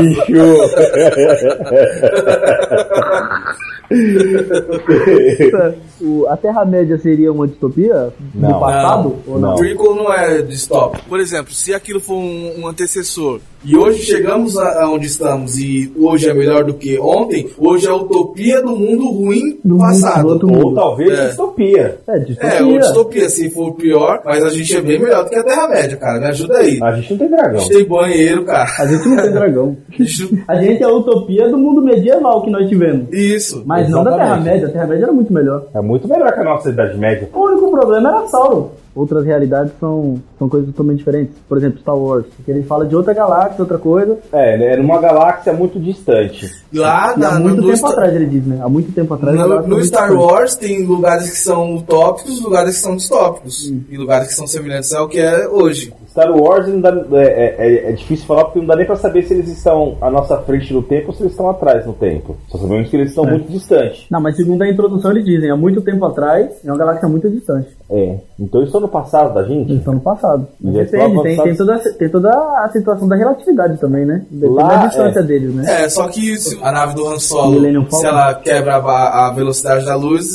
[SPEAKER 5] O- A Terra-média seria uma distopia
[SPEAKER 4] Não.
[SPEAKER 5] do passado? ou não?
[SPEAKER 4] Não.
[SPEAKER 3] Prequel não é distópico. Por exemplo, se aquilo for um, um antecessor e hoje chegamos a- aonde estamos e hoje é melhor do que ontem, hoje é a utopia do mundo ruim
[SPEAKER 5] Do mundo
[SPEAKER 3] passado.
[SPEAKER 5] do outro
[SPEAKER 8] Ou
[SPEAKER 5] mundo.
[SPEAKER 8] talvez
[SPEAKER 3] É.
[SPEAKER 8] distopia.
[SPEAKER 5] É, distopia.
[SPEAKER 3] É, ou distopia, se for pior, mas a gente é bem melhor do que a Terra-média, cara. Me ajuda aí.
[SPEAKER 5] Ah,
[SPEAKER 8] A gente não tem
[SPEAKER 3] A
[SPEAKER 8] dragão.
[SPEAKER 3] gente tem banheiro, cara.
[SPEAKER 5] A gente não tem dragão.
[SPEAKER 3] A gente-
[SPEAKER 5] A gente é a utopia do mundo medieval que nós tivemos.
[SPEAKER 3] Isso.
[SPEAKER 5] Mas não da
[SPEAKER 8] Exatamente.
[SPEAKER 5] Terra-média, a Terra-média era muito melhor.
[SPEAKER 8] É muito melhor que a nossa Idade Média.
[SPEAKER 5] O único problema era Sauron. Outras realidades são, são coisas totalmente diferentes. Por exemplo, Star Wars, que ele fala de outra galáxia, outra coisa.
[SPEAKER 4] É, é numa galáxia muito distante.
[SPEAKER 3] Lá
[SPEAKER 5] E há
[SPEAKER 3] na, Ah, no,
[SPEAKER 5] muito
[SPEAKER 3] no
[SPEAKER 5] tempo
[SPEAKER 3] Star-
[SPEAKER 5] atrás ele diz, né? Há muito tempo atrás. a
[SPEAKER 3] no-
[SPEAKER 5] galáxia
[SPEAKER 3] no
[SPEAKER 5] era
[SPEAKER 3] Star
[SPEAKER 5] muito distante.
[SPEAKER 3] Wars tem lugares que são utópicos, lugares que são distópicos.
[SPEAKER 5] Hum.
[SPEAKER 3] E lugares que são semelhantes ao que é hoje.
[SPEAKER 4] Star Wars não dá, é, é- é- é difícil falar porque não dá nem pra saber se eles estão à nossa frente no tempo ou se eles estão atrás no tempo. Só sabemos que eles estão
[SPEAKER 8] É.
[SPEAKER 4] muito distantes.
[SPEAKER 5] Não, mas segundo a introdução eles dizem, há muito tempo atrás, é uma galáxia muito distante.
[SPEAKER 4] É. Então eles estão no passado da gente?
[SPEAKER 5] Eles estão no passado. Mas
[SPEAKER 4] Já estão
[SPEAKER 5] Depende, tem,
[SPEAKER 4] avançados.
[SPEAKER 5] tem toda, a- tem toda a situação da relatividade também, né? Depende
[SPEAKER 4] Lá,
[SPEAKER 5] da distância
[SPEAKER 4] é.
[SPEAKER 5] deles, né?
[SPEAKER 3] É, só que se a nave do Han Solo,
[SPEAKER 5] Millennium
[SPEAKER 3] se
[SPEAKER 5] Falcon.
[SPEAKER 3] ela quebra a, a velocidade da luz,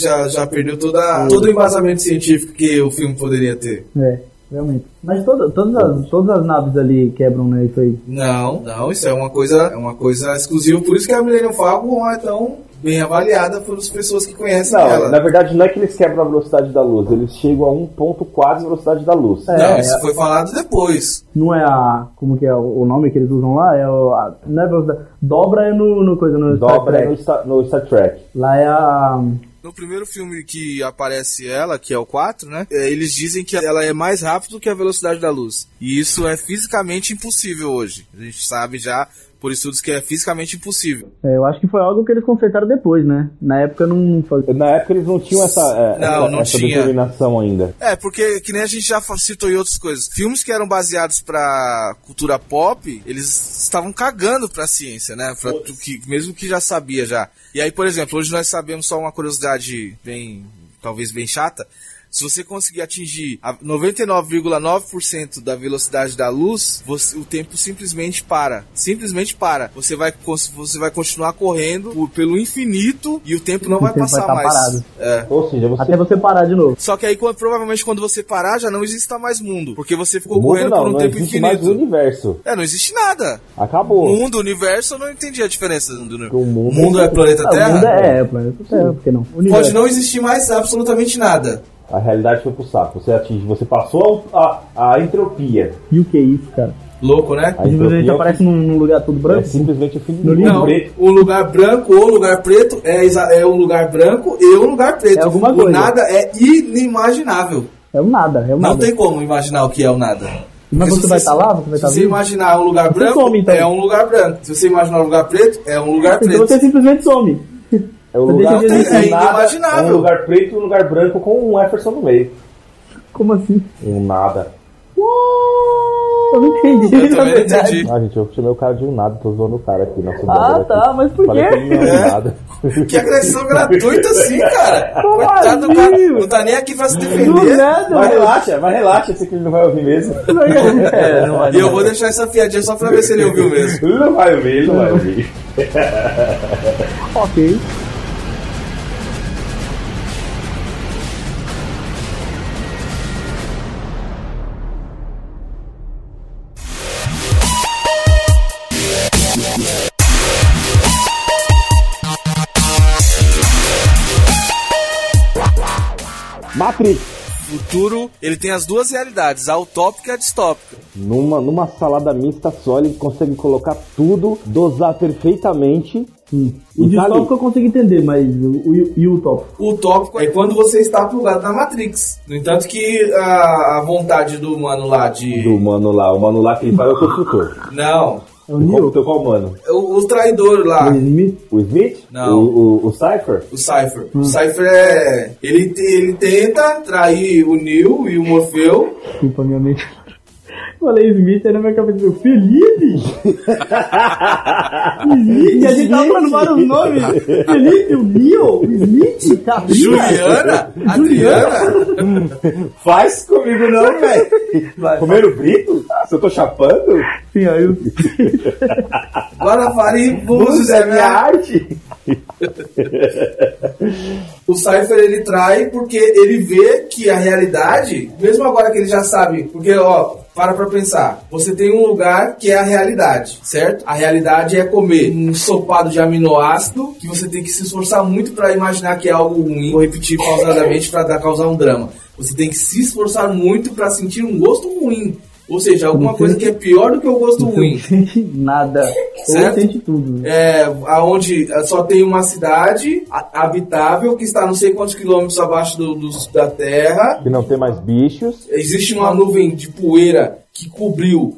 [SPEAKER 3] já, já perdeu toda, todo o embasamento científico que o filme poderia ter.
[SPEAKER 5] É, realmente. Mas toda, todas, as, todas as naves ali quebram, né? Isso aí.
[SPEAKER 3] Não, não, isso é uma coisa, é uma coisa exclusiva. Por isso que a Millennium Falcon é tão bem avaliada pelas pessoas que conhecem
[SPEAKER 4] Não,
[SPEAKER 3] ela.
[SPEAKER 4] na verdade não é que eles quebram a velocidade da luz, eles chegam a um ponto quase a velocidade da luz.
[SPEAKER 5] É.
[SPEAKER 3] Não, isso foi falado depois.
[SPEAKER 5] Não é a. Como que é o o nome que eles usam lá? É o. A, não é velocidade. Dobra é no, no coisa, no Star
[SPEAKER 4] Dobra
[SPEAKER 5] Trek.
[SPEAKER 4] no Star, no Star Trek.
[SPEAKER 5] Lá é a.
[SPEAKER 3] No primeiro filme que aparece ela, que é o 4, né? é, Eles dizem que ela é mais rápida do que a velocidade da luz. E isso é fisicamente impossível hoje. A gente sabe já por estudos que é fisicamente impossível.
[SPEAKER 5] é, eu acho que foi algo que eles consertaram depois, né? Na época não fazia.
[SPEAKER 4] Na época eles não tinham essa, é,
[SPEAKER 3] Não,
[SPEAKER 4] essa,
[SPEAKER 3] não
[SPEAKER 4] essa
[SPEAKER 3] tinha.
[SPEAKER 4] determinação ainda.
[SPEAKER 3] É, porque que nem a gente já fa- citou em outras coisas. Filmes que eram baseados pra cultura pop, eles estavam cagando pra ciência, né? Pra tu que, mesmo que já sabia já. E aí, por exemplo, hoje nós sabemos só uma curiosidade bem, talvez bem chata. Se você conseguir atingir a 99,9% da velocidade da luz, você- o tempo simplesmente para. Simplesmente para. Você vai, cons- você vai continuar correndo por- pelo infinito e o tempo não vai
[SPEAKER 5] tempo vai
[SPEAKER 3] passar
[SPEAKER 5] tá
[SPEAKER 3] mais.
[SPEAKER 5] parado.
[SPEAKER 3] É.
[SPEAKER 4] Ou seja, você
[SPEAKER 5] Até você parar de novo.
[SPEAKER 3] Só que aí, quando- provavelmente, quando você parar, já não exista mais mundo. Porque você ficou
[SPEAKER 4] muda
[SPEAKER 3] correndo
[SPEAKER 4] não,
[SPEAKER 3] por um
[SPEAKER 4] não
[SPEAKER 3] tempo
[SPEAKER 4] existe mais o
[SPEAKER 3] infinito.
[SPEAKER 4] universo.
[SPEAKER 3] é, não existe nada.
[SPEAKER 4] Acabou.
[SPEAKER 3] Mundo, universo, eu não entendi a diferença do universo.
[SPEAKER 4] O mundo-
[SPEAKER 3] é planeta
[SPEAKER 5] Ah, o mundo
[SPEAKER 3] Terra?
[SPEAKER 5] é, é, planeta Terra, por que não?
[SPEAKER 3] Pode
[SPEAKER 5] Universo.
[SPEAKER 3] não existir mais absolutamente nada.
[SPEAKER 4] A realidade foi pro saco. Você atinge, você passou a, a, a entropia.
[SPEAKER 5] E o que é isso, cara?
[SPEAKER 3] Louco, né?
[SPEAKER 4] A
[SPEAKER 5] Às vezes a gente
[SPEAKER 4] entropia
[SPEAKER 5] aparece num, num lugar tudo
[SPEAKER 4] é
[SPEAKER 5] branco.
[SPEAKER 4] simplesmente o fim
[SPEAKER 5] No
[SPEAKER 4] do
[SPEAKER 5] livro.
[SPEAKER 4] mundo
[SPEAKER 3] Não,
[SPEAKER 4] preto.
[SPEAKER 3] o lugar branco ou o lugar preto é, exa- é um lugar branco e um lugar preto.
[SPEAKER 5] É alguma
[SPEAKER 3] O
[SPEAKER 5] coisa.
[SPEAKER 3] nada é inimaginável.
[SPEAKER 5] É um nada, é um
[SPEAKER 3] Não
[SPEAKER 5] nada.
[SPEAKER 3] tem como imaginar o que é o nada.
[SPEAKER 5] Mas
[SPEAKER 3] Porque
[SPEAKER 5] você
[SPEAKER 3] se
[SPEAKER 5] vai tá lá? Você vai tá
[SPEAKER 3] Se você
[SPEAKER 5] vivo?
[SPEAKER 3] imaginar um lugar
[SPEAKER 5] Você
[SPEAKER 3] branco,
[SPEAKER 5] some, então.
[SPEAKER 3] é um lugar branco. Se você imaginar um lugar preto, é um lugar
[SPEAKER 5] Então
[SPEAKER 3] preto.
[SPEAKER 5] você simplesmente some.
[SPEAKER 4] É um
[SPEAKER 5] Você
[SPEAKER 4] lugar
[SPEAKER 5] deixa de
[SPEAKER 4] preto,
[SPEAKER 3] existir.
[SPEAKER 4] nada,
[SPEAKER 3] Inimaginável.
[SPEAKER 4] é um lugar preto e um lugar branco com um Jefferson no meio.
[SPEAKER 5] Como assim?
[SPEAKER 4] Um nada.
[SPEAKER 5] Eu não entendi.
[SPEAKER 3] Eu
[SPEAKER 5] na
[SPEAKER 3] também não
[SPEAKER 5] verdade.
[SPEAKER 3] entendi.
[SPEAKER 4] Ah, gente, eu chamei o cara de um nada, tô zoando o cara aqui. Nosso
[SPEAKER 5] Ah,
[SPEAKER 4] brother
[SPEAKER 5] tá,
[SPEAKER 4] aqui.
[SPEAKER 5] mas por
[SPEAKER 4] Falei
[SPEAKER 5] quê?
[SPEAKER 4] que ele não é um nada.
[SPEAKER 3] Que agressão gratuita assim, cara. Coitado do
[SPEAKER 5] assim,
[SPEAKER 3] cara.
[SPEAKER 5] mano?
[SPEAKER 3] Não tá nem aqui pra se
[SPEAKER 5] Do
[SPEAKER 3] defender.
[SPEAKER 5] nada,
[SPEAKER 4] Mas
[SPEAKER 5] mano.
[SPEAKER 4] relaxa, mas relaxa, eu sei que ele não vai ouvir mesmo.
[SPEAKER 5] É, não vai,
[SPEAKER 3] E
[SPEAKER 5] não
[SPEAKER 3] eu
[SPEAKER 5] vai.
[SPEAKER 3] vou deixar essa piadinha só pra ver se ele ouviu mesmo.
[SPEAKER 4] Ele não vai ouvir, ele não vai ouvir.
[SPEAKER 5] Ok.
[SPEAKER 4] Matrix,
[SPEAKER 3] Futuro, ele tem as duas realidades, a utópica e a distópica.
[SPEAKER 4] numa, numa salada mista só, ele consegue colocar tudo, dosar perfeitamente.
[SPEAKER 5] Hum. O
[SPEAKER 4] E tá ali.
[SPEAKER 5] distópico eu consigo entender, mas o, o, e o utópico?
[SPEAKER 3] O utópico é quando você está plugado na Matrix. No entanto que a, a vontade do humano lá de...
[SPEAKER 4] do mano lá, o mano lá que ele fala é o construtor.
[SPEAKER 3] Não,
[SPEAKER 5] É o
[SPEAKER 4] Qual,
[SPEAKER 5] Neo?
[SPEAKER 4] então, qual mano?
[SPEAKER 3] O, o traidor lá,
[SPEAKER 5] é O Smith?
[SPEAKER 4] O Smith?
[SPEAKER 3] Não.
[SPEAKER 4] O, o, o Cypher?
[SPEAKER 3] o Cypher. O Cypher é. Ele, te- ele tenta trair o Neil e o Morfeu.
[SPEAKER 5] Desculpa, minha mente. Falei Smith, aí na minha cabeça veio Felipe! Smith, a gente tava falando vários nomes! Felipe, o Neo, o Smith, Carlinhos!
[SPEAKER 3] Juliana? Adriana?
[SPEAKER 4] Faz comigo não, velho.
[SPEAKER 5] Vai,
[SPEAKER 4] Comeram brito? Se eu tô chapando?
[SPEAKER 5] Sim, aí eu...
[SPEAKER 3] Guarapari e Búzios é minha
[SPEAKER 4] arte?
[SPEAKER 3] O Cypher ele trai porque ele vê que a realidade, mesmo agora que ele já sabe, porque ó, para pra pensar, você tem um lugar que é a realidade, certo? A realidade é comer um sopado de aminoácido que você tem que se esforçar muito pra imaginar que é algo ruim ou repetir pausadamente pra dar causar um drama. Você tem que se esforçar muito pra sentir um gosto ruim. Ou seja, alguma coisa que é pior do que o gosto ruim.
[SPEAKER 5] sente nada. Ou
[SPEAKER 3] Certo?
[SPEAKER 5] sente tudo. né?
[SPEAKER 3] é, aonde só tem uma cidade a- habitável que está não sei quantos quilômetros abaixo do, dos- da Terra.
[SPEAKER 4] Que não tem mais bichos.
[SPEAKER 3] Existe uma nuvem de poeira que cobriu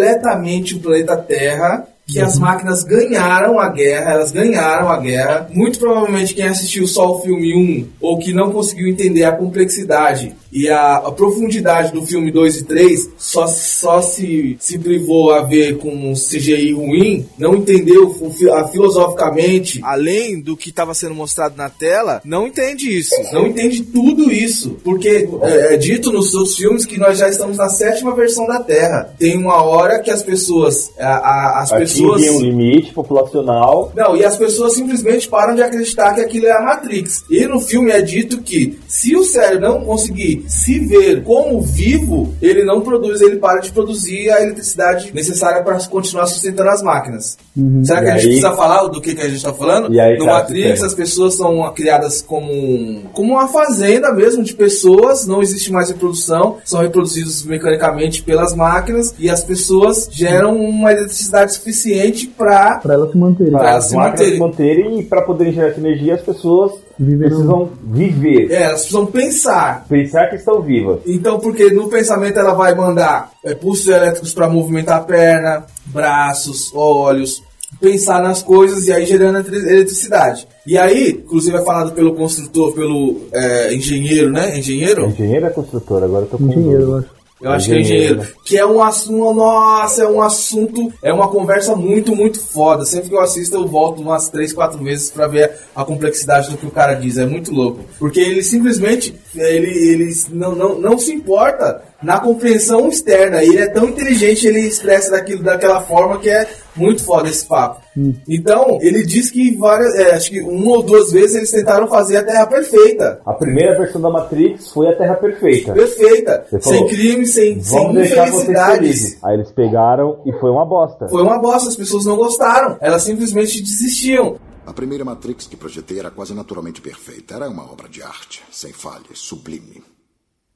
[SPEAKER 3] completamente o planeta Terra. Que as máquinas ganharam a guerra, elas ganharam a guerra. Muito provavelmente quem assistiu só o filme 1 ou que não conseguiu entender a complexidade e a, a profundidade do filme 2 e 3 só, só se, se privou a ver com um CGI ruim, não entendeu o fi- a- filosoficamente, além do que estava sendo mostrado na tela, não entende isso. Não entende tudo isso. Porque é, é dito nos seus filmes que nós já estamos na sétima versão da Terra. Tem uma hora que as pessoas. a- a- as pessoas.
[SPEAKER 4] Atingem um limite populacional.
[SPEAKER 3] Não, e as pessoas simplesmente param de acreditar que aquilo é a Matrix. E no filme é dito que se o cérebro não conseguir se ver como vivo, ele não produz, ele para de produzir a eletricidade necessária para continuar sustentando as máquinas. Será que
[SPEAKER 4] Uhum. E
[SPEAKER 3] a gente
[SPEAKER 4] aí-
[SPEAKER 3] precisa falar do que, que a gente está falando?
[SPEAKER 4] E aí,
[SPEAKER 3] no
[SPEAKER 4] cara,
[SPEAKER 3] Matrix,
[SPEAKER 4] fica aí.
[SPEAKER 3] as pessoas são criadas como, um- como uma fazenda mesmo de pessoas, não existe mais reprodução, são reproduzidos mecanicamente pelas máquinas e as pessoas geram uma eletricidade suficiente para
[SPEAKER 5] Pra ela se manter.
[SPEAKER 3] Pra-
[SPEAKER 4] Para
[SPEAKER 3] se
[SPEAKER 4] as máquinas
[SPEAKER 3] manterem.
[SPEAKER 4] se manterem e para poderem gerar essa energia, as pessoas
[SPEAKER 5] Viver
[SPEAKER 4] precisam viver.
[SPEAKER 3] É, elas precisam pensar.
[SPEAKER 4] Pensar que estão vivas.
[SPEAKER 3] Então, porque no pensamento ela vai mandar é, pulsos elétricos para movimentar a perna, braços, olhos, pensar nas coisas e aí gerando eletri- eletricidade. E aí, inclusive é falado pelo construtor, pelo é, engenheiro, né? Engenheiro?
[SPEAKER 4] Engenheiro é construtor, agora eu tô com
[SPEAKER 5] Engenheiro, eu
[SPEAKER 4] dúvida.
[SPEAKER 5] acho.
[SPEAKER 3] Eu acho que é engenheiro. Que é um assunto, nossa, é um assunto, é uma conversa muito, muito foda. Sempre que eu assisto, eu volto umas três, quatro vezes pra ver a complexidade do que o cara diz. É muito louco. Porque ele simplesmente, ele, ele não, não, não se importa na compreensão externa. Ele é tão inteligente, ele expressa daquilo, daquela forma que é muito foda esse papo.
[SPEAKER 4] Hum.
[SPEAKER 3] Então, ele diz que várias, é, acho que uma ou duas vezes eles tentaram fazer a Terra perfeita.
[SPEAKER 4] A primeira versão da Matrix foi a Terra Perfeita.
[SPEAKER 3] Perfeita.
[SPEAKER 4] É. Você
[SPEAKER 3] Sem
[SPEAKER 4] falou,
[SPEAKER 3] crime, sem, sem
[SPEAKER 4] Vamos deixar vocês
[SPEAKER 3] infelicidades.
[SPEAKER 4] felizes. Aí eles pegaram e foi uma bosta.
[SPEAKER 3] Foi uma bosta, as pessoas não gostaram, elas simplesmente desistiam.
[SPEAKER 9] A primeira Matrix que projetei era quase naturalmente perfeita. Era uma obra de arte, sem falhas, sublime.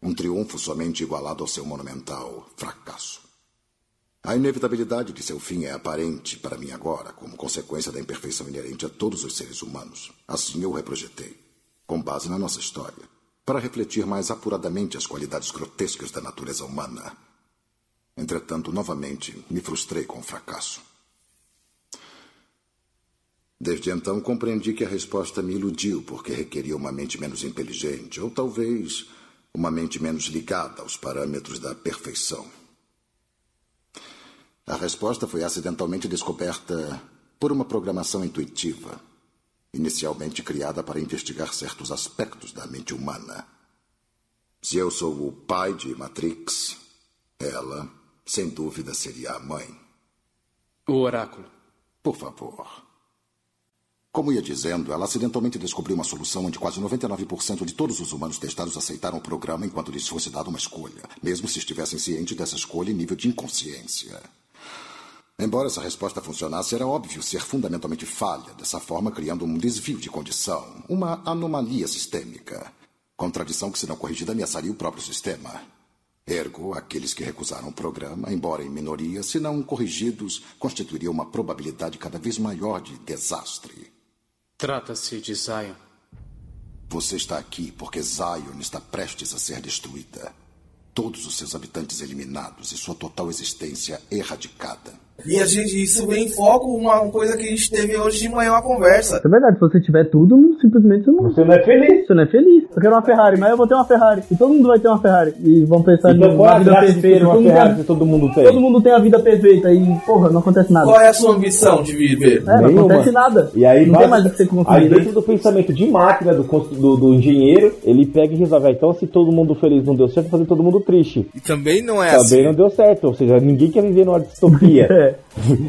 [SPEAKER 9] Um triunfo somente igualado ao seu monumental fracasso. A inevitabilidade de seu fim é aparente para mim agora, como consequência da imperfeição inerente a todos os seres humanos. Assim eu o reprojetei, com base na nossa história, para refletir mais apuradamente as qualidades grotescas da natureza humana. Entretanto, novamente, me frustrei com o fracasso. Desde então compreendi que a resposta me iludiu porque requeria uma mente menos inteligente, ou talvez uma mente menos ligada aos parâmetros da perfeição. A resposta foi acidentalmente descoberta por uma programação intuitiva, inicialmente criada para investigar certos aspectos da mente humana. Se eu sou o pai de Matrix, ela, sem dúvida, seria a mãe.
[SPEAKER 10] O oráculo.
[SPEAKER 9] Por favor. Como ia dizendo, ela acidentalmente descobriu uma solução onde quase 99% de todos os humanos testados aceitaram o programa enquanto lhes fosse dada uma escolha, mesmo se estivessem cientes dessa escolha em nível de inconsciência. Embora essa resposta funcionasse, era óbvio ser fundamentalmente falha, dessa forma criando um desvio de condição, uma anomalia sistêmica. Contradição que, se não corrigida, ameaçaria o próprio sistema. Ergo, aqueles que recusaram o programa, embora em minoria, se não corrigidos, constituiria uma probabilidade cada vez maior de desastre.
[SPEAKER 10] Trata-se de Zion.
[SPEAKER 9] Você está aqui porque Zion está prestes a ser destruída. Todos os seus habitantes eliminados e sua total existência erradicada.
[SPEAKER 3] E a gente, isso vem em foco uma uma coisa que a gente teve hoje de manhã uma conversa.
[SPEAKER 5] É verdade, se você tiver tudo, não- simplesmente você não.
[SPEAKER 4] Você não é feliz.
[SPEAKER 5] Você não é feliz. Eu quero uma Ferrari, mas eu vou ter uma Ferrari. E todo mundo vai ter uma Ferrari. E vão pensar
[SPEAKER 4] Então
[SPEAKER 5] numa
[SPEAKER 4] qual a
[SPEAKER 5] vida
[SPEAKER 4] graça de ter
[SPEAKER 5] perfeita.
[SPEAKER 4] uma
[SPEAKER 5] Todo mundo,
[SPEAKER 4] Ferrari
[SPEAKER 5] tem,
[SPEAKER 4] se todo mundo
[SPEAKER 5] todo
[SPEAKER 4] tem?
[SPEAKER 5] mundo tem a vida perfeita. E, porra, não acontece nada.
[SPEAKER 3] Qual é a sua ambição de viver?
[SPEAKER 5] É, não
[SPEAKER 4] Nenhuma.
[SPEAKER 5] acontece nada.
[SPEAKER 4] E aí,
[SPEAKER 5] não tem
[SPEAKER 4] base-
[SPEAKER 5] mais o que você
[SPEAKER 4] aí
[SPEAKER 5] consumir. né?
[SPEAKER 4] dentro do pensamento de máquina do, constru- do, do engenheiro, ele pega e resolve. "Ah, Então, se todo mundo feliz não deu certo, vou fazer todo mundo triste.
[SPEAKER 3] E também não é
[SPEAKER 4] Também
[SPEAKER 3] assim.
[SPEAKER 4] não deu certo. Ou seja, ninguém quer viver numa distopia.
[SPEAKER 5] É.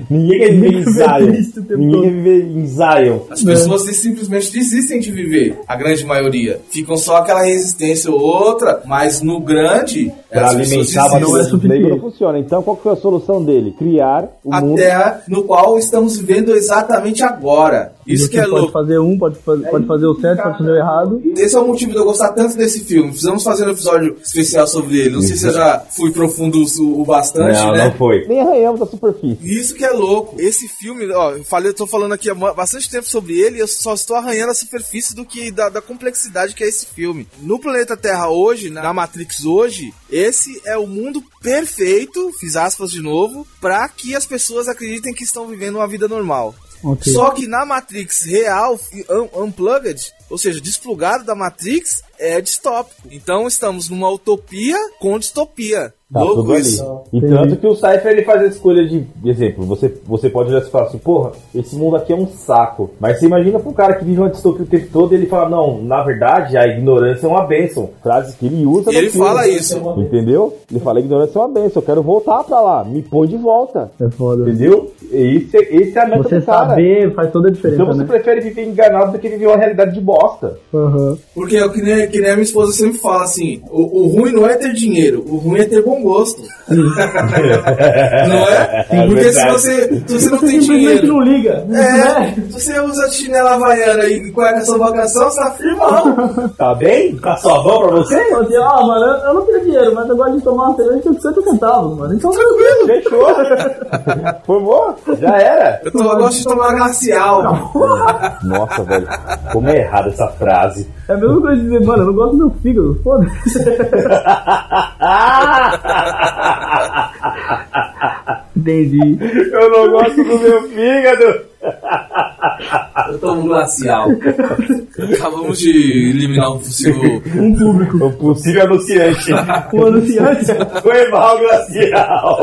[SPEAKER 4] Ninguém quer viver em
[SPEAKER 5] Ninguém quer viver triste
[SPEAKER 4] Zion.
[SPEAKER 5] o tempo
[SPEAKER 4] Ninguém
[SPEAKER 5] todo.
[SPEAKER 4] quer viver em Zion.
[SPEAKER 3] As pessoas simplesmente desistem de viver, a grande maioria. Ficam só aquela resistência ou outra, mas no grande,
[SPEAKER 4] Pra
[SPEAKER 3] as pessoas
[SPEAKER 4] alimentar a
[SPEAKER 3] desistem.
[SPEAKER 5] não é
[SPEAKER 4] vacina do
[SPEAKER 5] suficiente.
[SPEAKER 4] negro não funciona. Então, qual que foi a solução dele? Criar o
[SPEAKER 3] a
[SPEAKER 4] mundo.
[SPEAKER 3] terra no qual estamos vivendo exatamente agora. Isso
[SPEAKER 5] Você
[SPEAKER 3] que é
[SPEAKER 5] pode
[SPEAKER 3] louco.
[SPEAKER 5] fazer um, pode, fa- pode fazer o certo, pode fazer o errado.
[SPEAKER 3] Esse é o motivo de eu gostar tanto desse filme. Precisamos fazer um episódio especial sobre ele. Não sei se eu já fui profundo o o bastante, né?
[SPEAKER 4] foi. Nem arranhamos a superfície.
[SPEAKER 3] Isso que é louco. Esse filme, ó, eu falei, eu tô falando aqui há ma- bastante tempo sobre ele, e eu só estou arranhando a superfície do que da, da complexidade que é esse filme. No planeta Terra hoje, na Matrix hoje, esse é o mundo perfeito, fiz aspas de novo, pra que as pessoas acreditem que estão vivendo uma vida normal.
[SPEAKER 5] Ok.
[SPEAKER 3] Só que na Matrix real, fi- un- unplugged, ou seja, desplugado da Matrix, é distópico. Então estamos numa utopia com distopia.
[SPEAKER 4] Tá tudo
[SPEAKER 3] Louco
[SPEAKER 4] ali.
[SPEAKER 3] isso.
[SPEAKER 4] E tanto que o Cypher ele faz a escolha de, de exemplo, você, você pode olhar e falar assim, porra, esse mundo aqui é um saco. Mas você imagina pro cara que vive uma distopia o tempo todo e ele fala, não, na verdade a ignorância é uma bênção. Frase que ele usa
[SPEAKER 3] E
[SPEAKER 4] no
[SPEAKER 3] ele
[SPEAKER 4] filme.
[SPEAKER 3] fala isso.
[SPEAKER 4] Entendeu? Ele fala, a ignorância é uma bênção, eu quero voltar pra lá, me põe de volta.
[SPEAKER 5] É foda.
[SPEAKER 4] Entendeu? E Esse, esse é a meta
[SPEAKER 5] Você
[SPEAKER 4] do cara.
[SPEAKER 5] saber faz toda a diferença,
[SPEAKER 4] Então você tá-
[SPEAKER 5] né?
[SPEAKER 4] prefere viver enganado do que viver uma realidade de bosta.
[SPEAKER 5] Aham.
[SPEAKER 3] Porque é o que nem, que nem a minha esposa sempre fala assim: o, o ruim não é ter dinheiro, o ruim é ter bom gosto. não é?
[SPEAKER 4] É
[SPEAKER 3] Porque se
[SPEAKER 4] verdade.
[SPEAKER 3] você, se você não tem
[SPEAKER 5] Você simplesmente
[SPEAKER 3] dinheiro.
[SPEAKER 5] não né? liga.
[SPEAKER 3] É, se você usa chinela havaiana e cueca sovacação, você tá firmão.
[SPEAKER 4] Tá bem? Tá sovão pra você?
[SPEAKER 5] Você fala assim, ó, mano, eu, eu não tenho dinheiro, mas eu gosto de tomar uma cerveja por 50 centavos, mano. Então tranquilo.
[SPEAKER 4] Fechou. Formou? Já era.
[SPEAKER 3] Eu, tô, eu gosto de tomar glacial.
[SPEAKER 4] Nossa, velho. Como é errada essa frase.
[SPEAKER 5] É a mesma coisa de dizer, mano, eu não gosto do meu fígado, foda-se. Entendi.
[SPEAKER 4] Eu não gosto do meu fígado.
[SPEAKER 3] Eu tomo glacial. Acabamos de eliminar um possível.
[SPEAKER 4] O possível é anunciante.
[SPEAKER 5] O anunciante
[SPEAKER 4] Foi mal, Glacial.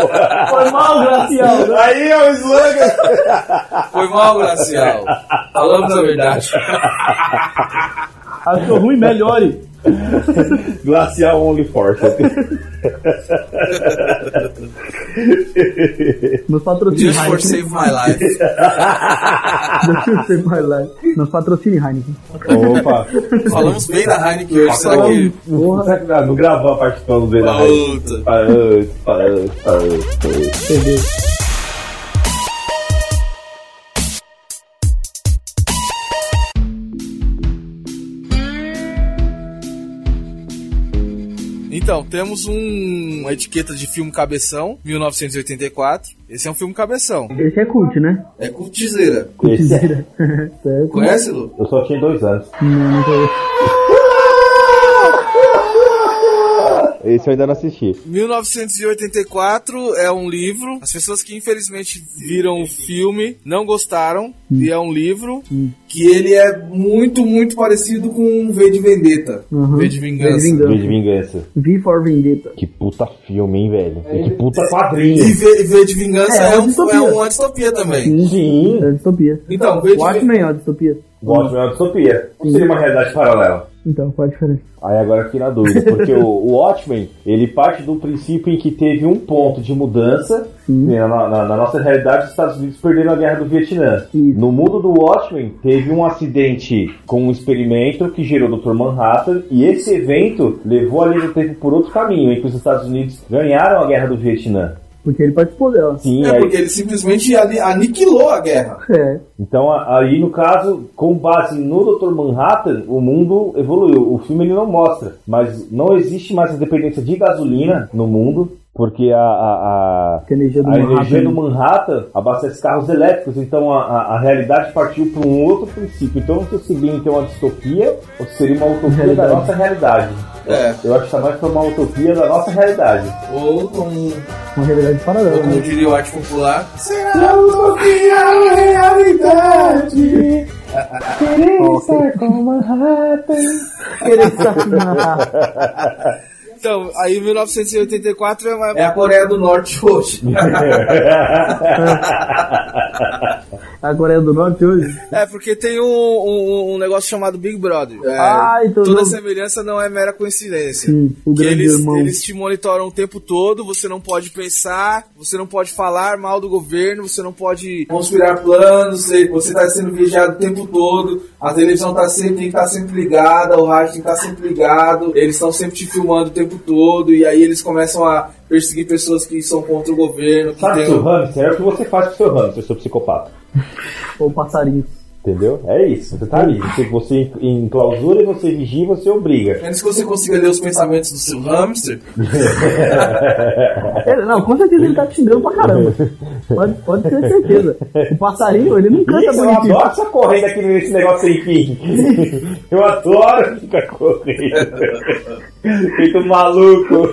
[SPEAKER 5] foi mal, Gracial. né?
[SPEAKER 4] Aí é o slogan.
[SPEAKER 3] Foi mal, glacial. Falamos a verdade.
[SPEAKER 5] Achou ruim, melhore.
[SPEAKER 4] Glacial Only Force.
[SPEAKER 5] Nos patrocine
[SPEAKER 3] Just for
[SPEAKER 5] Heineken.
[SPEAKER 3] save my life.
[SPEAKER 5] Just for my life. Nos patrocine Heineken.
[SPEAKER 4] Opa. é
[SPEAKER 3] Falamos bem da Heineken hoje, será que.
[SPEAKER 5] Porra,
[SPEAKER 4] Não, não gravou a parte que falamos dele.
[SPEAKER 3] Puta.
[SPEAKER 4] Parou, parou, parou.
[SPEAKER 5] entendeu?
[SPEAKER 3] Então, temos um, uma etiqueta de filme cabeção, 1984. Esse é um filme cabeção.
[SPEAKER 5] Esse é cult, né?
[SPEAKER 3] É cultizeira.
[SPEAKER 4] Esse é-
[SPEAKER 5] certo.
[SPEAKER 3] Conhece, Lu?
[SPEAKER 4] Eu só tinha dois anos. Esse eu ainda não assisti.
[SPEAKER 3] 1984 é um livro. As pessoas que infelizmente viram o filme não gostaram. E é um livro que ele é muito, muito parecido com um V de Vendetta.
[SPEAKER 5] Uhum.
[SPEAKER 3] V de Vingança.
[SPEAKER 5] V de Vingança.
[SPEAKER 4] V de Vingança.
[SPEAKER 5] V for Vendetta.
[SPEAKER 4] Que puta filme, hein, velho? E que puta quadrinho.
[SPEAKER 3] E V, V de Vingança
[SPEAKER 5] É,
[SPEAKER 3] é,
[SPEAKER 5] é uma
[SPEAKER 3] um,
[SPEAKER 5] distopia.
[SPEAKER 3] é uma distopia também.
[SPEAKER 4] Sim.
[SPEAKER 5] É distopia.
[SPEAKER 3] Então, V de
[SPEAKER 5] Watchmen é uma distopia.
[SPEAKER 4] Watchmen é uma distopia. Não seria uma realidade paralela.
[SPEAKER 5] Então, qual a diferença?
[SPEAKER 4] Aí agora fiquei na dúvida, porque o, o Watchmen, ele parte do princípio em que teve um ponto de mudança. né,
[SPEAKER 5] Sim.
[SPEAKER 4] Na, na- na nossa realidade, os Estados Unidos perderam a guerra do Vietnã.
[SPEAKER 5] Isso.
[SPEAKER 4] No mundo do Watchmen, teve um acidente com um experimento que gerou o Dr. Manhattan, e esse evento levou a linha do tempo por outro caminho, em que os Estados Unidos ganharam a guerra do Vietnã.
[SPEAKER 5] Porque ele participou dela.
[SPEAKER 4] Sim,
[SPEAKER 3] É
[SPEAKER 4] aí-
[SPEAKER 3] porque ele simplesmente ani- aniquilou a guerra.
[SPEAKER 5] É.
[SPEAKER 4] Então, a- aí no caso, com base no Dr. Manhattan, o mundo evoluiu. O filme ele não mostra, mas não existe mais a dependência de gasolina no mundo. Porque a, a, a,
[SPEAKER 5] a energia do
[SPEAKER 4] a
[SPEAKER 5] Manhattan-
[SPEAKER 4] energia do Manhattan abastece carros elétricos, então a, a, a realidade partiu para um outro princípio. Então não sei se seria então uma distopia ou se seria uma utopia da nossa realidade.
[SPEAKER 3] É.
[SPEAKER 4] Eu acho que tá mais para uma utopia da nossa realidade.
[SPEAKER 3] Ou, como,
[SPEAKER 5] é Uma realidade paralela.
[SPEAKER 3] ou como
[SPEAKER 5] né?
[SPEAKER 3] diria o arte popular, será? Então, aí 1984 é mais.
[SPEAKER 8] É a Coreia do Norte hoje.
[SPEAKER 5] A Coreia do Norte hoje.
[SPEAKER 3] É, porque tem um, um, um negócio chamado Big Brother. É,
[SPEAKER 5] Ah, então
[SPEAKER 3] toda
[SPEAKER 5] não-
[SPEAKER 3] semelhança não é mera coincidência.
[SPEAKER 5] Sim, o
[SPEAKER 3] que
[SPEAKER 5] grande
[SPEAKER 3] eles,
[SPEAKER 5] irmão.
[SPEAKER 3] eles te monitoram o tempo todo, você não pode pensar, você não pode falar mal do governo, você não pode
[SPEAKER 8] Conspirar planos, você- você tá sendo vigiado o tempo todo, a televisão tá sempre, tem que estar sempre ligada, o rádio tem que estar sempre ligado,
[SPEAKER 3] tá Eles estão sempre te filmando o tempo todo, e aí eles começam a perseguir pessoas que são contra o governo. Que
[SPEAKER 4] Sabe,
[SPEAKER 3] tem- um
[SPEAKER 4] seu hamster, é o que você faz com seu hamster, seu psicopata.
[SPEAKER 5] Ou passarinho.
[SPEAKER 4] Entendeu? É isso, você tá ali. Você, você enclausura, você vigia, você obriga.
[SPEAKER 3] Menos que você consiga ler os pensamentos do seu hamster.
[SPEAKER 5] Ele- não, com certeza ele tá te xingando pra caramba. Pode, pode ter certeza. O passarinho, ele não canta
[SPEAKER 4] Isso, eu
[SPEAKER 5] bonitinho.
[SPEAKER 4] adoro essa corrida aqui nesse negócio sem fim. Eu adoro ficar correndo. Feito maluco.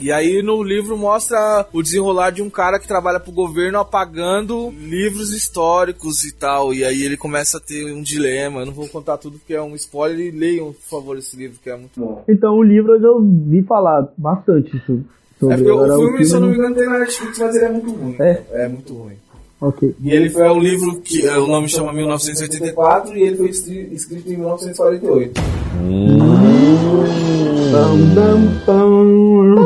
[SPEAKER 3] E aí no livro mostra o desenrolar de um cara que trabalha pro governo apagando livros históricos e tal. E aí ele começa a ter um dilema. Eu não vou contar tudo porque é um spoiler. E leiam, por favor, esse livro que é muito bom.
[SPEAKER 5] Então o livro eu já ouvi falar bastante isso- sobre.
[SPEAKER 3] É porque
[SPEAKER 5] Agora,
[SPEAKER 3] o filme, se eu não me
[SPEAKER 5] não-
[SPEAKER 3] engano, tem na Netflix, mas ele é muito ruim.
[SPEAKER 5] É?
[SPEAKER 3] é muito ruim.
[SPEAKER 5] Ok.
[SPEAKER 3] E ele foi é um livro que é, o nome chama 1984 e ele foi escri- escrito em 1948.
[SPEAKER 5] Pam, pam,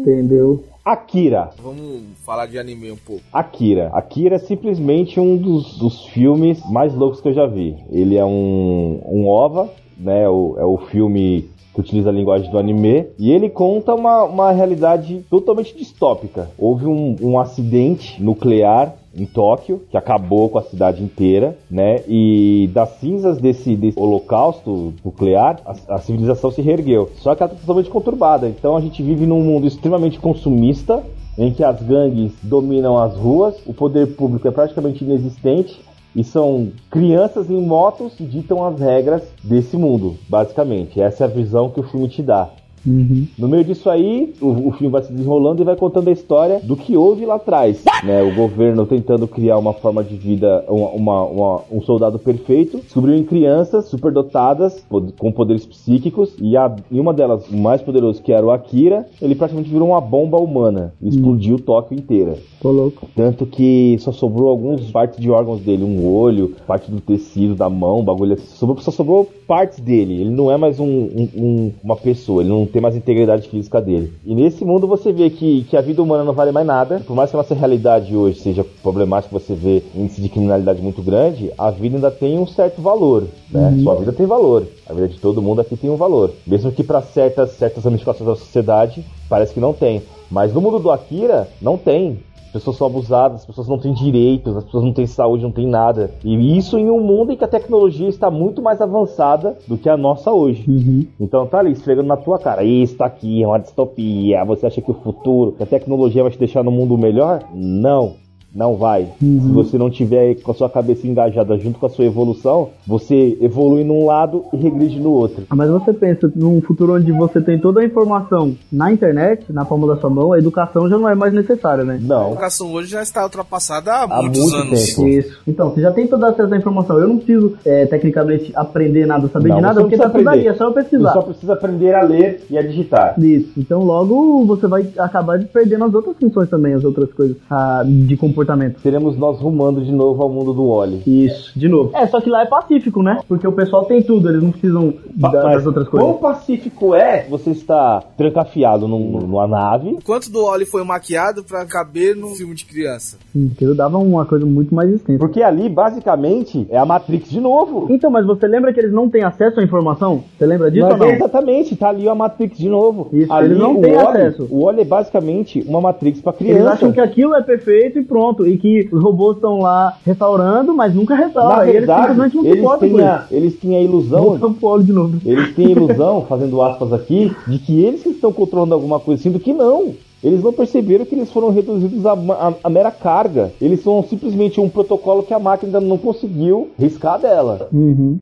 [SPEAKER 5] pam. Entendeu?
[SPEAKER 4] Akira.
[SPEAKER 3] Vamos falar de anime um pouco.
[SPEAKER 4] Akira. Akira é simplesmente um dos, dos filmes mais loucos que eu já vi. Ele é um, um OVA, né? O- é o filme que utiliza a linguagem do anime. E ele conta uma, uma realidade totalmente distópica. Houve um, um acidente nuclear em Tóquio, que acabou com a cidade inteira, né? E das cinzas desse, desse holocausto nuclear, a, a civilização se reergueu. Só que ela está totalmente conturbada. Então a gente vive num mundo extremamente consumista, em que as gangues dominam as ruas, o poder público é praticamente inexistente e são crianças em motos que ditam as regras desse mundo, basicamente. Essa é a visão que o filme te dá.
[SPEAKER 5] Uhum.
[SPEAKER 4] No meio disso aí, o, o filme vai se desenrolando e vai contando a história do que houve lá atrás. Né? O governo tentando criar uma forma de vida, uma- uma- uma- um soldado perfeito, descobriu em crianças superdotadas, pod- com poderes psíquicos, e, a- e uma delas, o mais poderoso, que era o Akira, ele praticamente virou uma bomba humana e explodiu Tóquio inteira.
[SPEAKER 5] Tô louco.
[SPEAKER 4] Tanto que só sobrou algumas partes de órgãos dele, um olho, parte do tecido, da mão, bagulho. assim. Sobrou, só sobrou partes dele. Ele não é mais um, um- um- uma pessoa, ele não tem mais a integridade física dele. E nesse mundo você vê que, que a vida humana não vale mais nada. Por mais que a nossa realidade hoje seja problemática, você vê índice de criminalidade muito grande, a vida ainda tem um certo valor. Né? Sua vida tem valor. A vida de todo mundo aqui tem um valor. Mesmo que para certas, certas ramificações da sociedade, parece que não tem. Mas no mundo do Akira, não tem. As pessoas são abusadas, as pessoas não têm direitos, as pessoas não têm saúde, não têm nada. E isso em um mundo em que a tecnologia está muito mais avançada do que a nossa hoje.
[SPEAKER 5] Uhum.
[SPEAKER 4] Então tá ali esfregando na tua cara, isso aqui é uma distopia, você acha que o futuro, que a tecnologia vai te deixar no mundo melhor? Não. Não vai. Se você não tiver com a sua cabeça engajada junto com a sua evolução, você evolui num lado e regride no outro.
[SPEAKER 5] Ah, Mas você pensa num futuro onde você tem toda a informação na internet, na palma da sua mão, a educação já não é mais necessária, né?
[SPEAKER 3] A
[SPEAKER 4] Não.
[SPEAKER 3] educação hoje já está ultrapassada há,
[SPEAKER 4] Há
[SPEAKER 3] muitos
[SPEAKER 4] muito
[SPEAKER 3] anos.
[SPEAKER 4] tempo. Sim.
[SPEAKER 5] Isso. Então, você já tem toda essa informação. Eu não preciso, é, tecnicamente, aprender nada, saber
[SPEAKER 4] Não,
[SPEAKER 5] de
[SPEAKER 4] você
[SPEAKER 5] nada,
[SPEAKER 4] não
[SPEAKER 5] porque tá
[SPEAKER 4] precisa
[SPEAKER 5] tudo ali,
[SPEAKER 4] aprender.
[SPEAKER 5] é só eu
[SPEAKER 4] Você
[SPEAKER 5] pesquisar.
[SPEAKER 4] só precisa aprender a ler e a digitar.
[SPEAKER 5] Isso. Então, logo, você vai acabar perdendo as outras funções também, as outras coisas ah, de comportamento.
[SPEAKER 4] Seremos nós rumando de novo ao mundo do óleo.
[SPEAKER 5] Isso, de novo. É, só que lá é pacífico, né? Porque o pessoal tem tudo, eles não precisam
[SPEAKER 4] Pa-
[SPEAKER 5] da-
[SPEAKER 4] mas
[SPEAKER 5] das outras coisas.
[SPEAKER 4] Quão pacífico é você estar trancafiado num- numa nave?
[SPEAKER 3] Quanto do Oli foi maquiado pra caber num filme de criança?
[SPEAKER 5] Sim, Porque eu Hum, dava uma coisa muito mais extensa.
[SPEAKER 4] Porque ali, basicamente, é a Matrix de novo.
[SPEAKER 5] Então, mas você lembra que eles não têm acesso à informação? Você lembra disso ou
[SPEAKER 4] Mas
[SPEAKER 5] não?
[SPEAKER 4] é exatamente, tá ali a Matrix de novo.
[SPEAKER 5] Isso,
[SPEAKER 4] ali
[SPEAKER 5] eles não
[SPEAKER 4] o
[SPEAKER 5] têm
[SPEAKER 4] Wall-E-
[SPEAKER 5] acesso.
[SPEAKER 4] O óleo é basicamente uma Matrix pra
[SPEAKER 5] Eles
[SPEAKER 4] criança.
[SPEAKER 5] acham que aquilo é perfeito e pronto. ponto e que os robôs estão lá restaurando, mas nunca restauram.
[SPEAKER 4] Na
[SPEAKER 5] e é eles
[SPEAKER 4] verdade,
[SPEAKER 5] simplesmente não
[SPEAKER 4] eles
[SPEAKER 5] suportam
[SPEAKER 4] têm,
[SPEAKER 5] por isso.
[SPEAKER 4] a, eles têm a ilusão
[SPEAKER 5] Voltamos pro óleo um de novo.
[SPEAKER 4] Eles têm a ilusão, fazendo aspas aqui, de que eles que estão controlando alguma coisa, sendo que não. Eles não perceberam que eles foram reduzidos a, ma- a- a mera carga. Eles são simplesmente um protocolo que a máquina ainda não conseguiu riscar dela.
[SPEAKER 5] Uhum.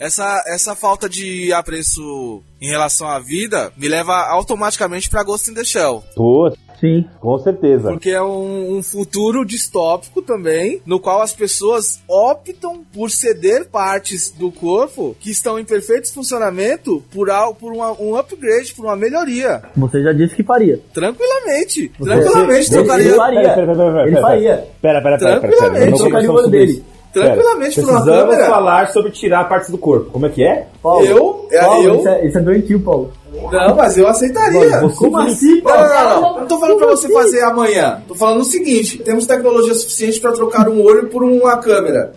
[SPEAKER 3] Essa, essa falta de apreço em relação à vida me leva automaticamente pra Ghost in the Shell.
[SPEAKER 4] Pô,
[SPEAKER 5] Sim.
[SPEAKER 4] com certeza.
[SPEAKER 3] Porque é um, um futuro distópico também, no qual as pessoas optam por ceder partes do corpo que estão em perfeito funcionamento por, al- por uma- um upgrade, por uma melhoria.
[SPEAKER 5] Você já disse que faria.
[SPEAKER 3] Tranquilamente.
[SPEAKER 5] Você-
[SPEAKER 3] Tranquilamente
[SPEAKER 5] você-
[SPEAKER 3] trocaria.
[SPEAKER 5] ele faria. Ele faria.
[SPEAKER 4] Pera, pera, pera, pera, pera.
[SPEAKER 3] Tranquilamente,
[SPEAKER 4] Não
[SPEAKER 5] trocaria o
[SPEAKER 4] começamos
[SPEAKER 5] olho
[SPEAKER 4] sobre
[SPEAKER 5] dele.
[SPEAKER 4] isso. Pera,
[SPEAKER 3] Tranquilamente por uma
[SPEAKER 4] Precisamos
[SPEAKER 3] câmera.
[SPEAKER 4] falar sobre tirar partes do corpo. Como é que é?
[SPEAKER 5] Paulo,
[SPEAKER 3] Eu? É,
[SPEAKER 5] Paulo,
[SPEAKER 3] eu?
[SPEAKER 5] Isso, é, isso é doentio, Paulo.
[SPEAKER 3] Não, mas eu aceitaria.
[SPEAKER 5] Como assim,
[SPEAKER 3] Não, não, não, não. Não tô falando pra você fazer amanhã. Tô falando o seguinte: temos tecnologia suficiente pra trocar um olho por uma câmera.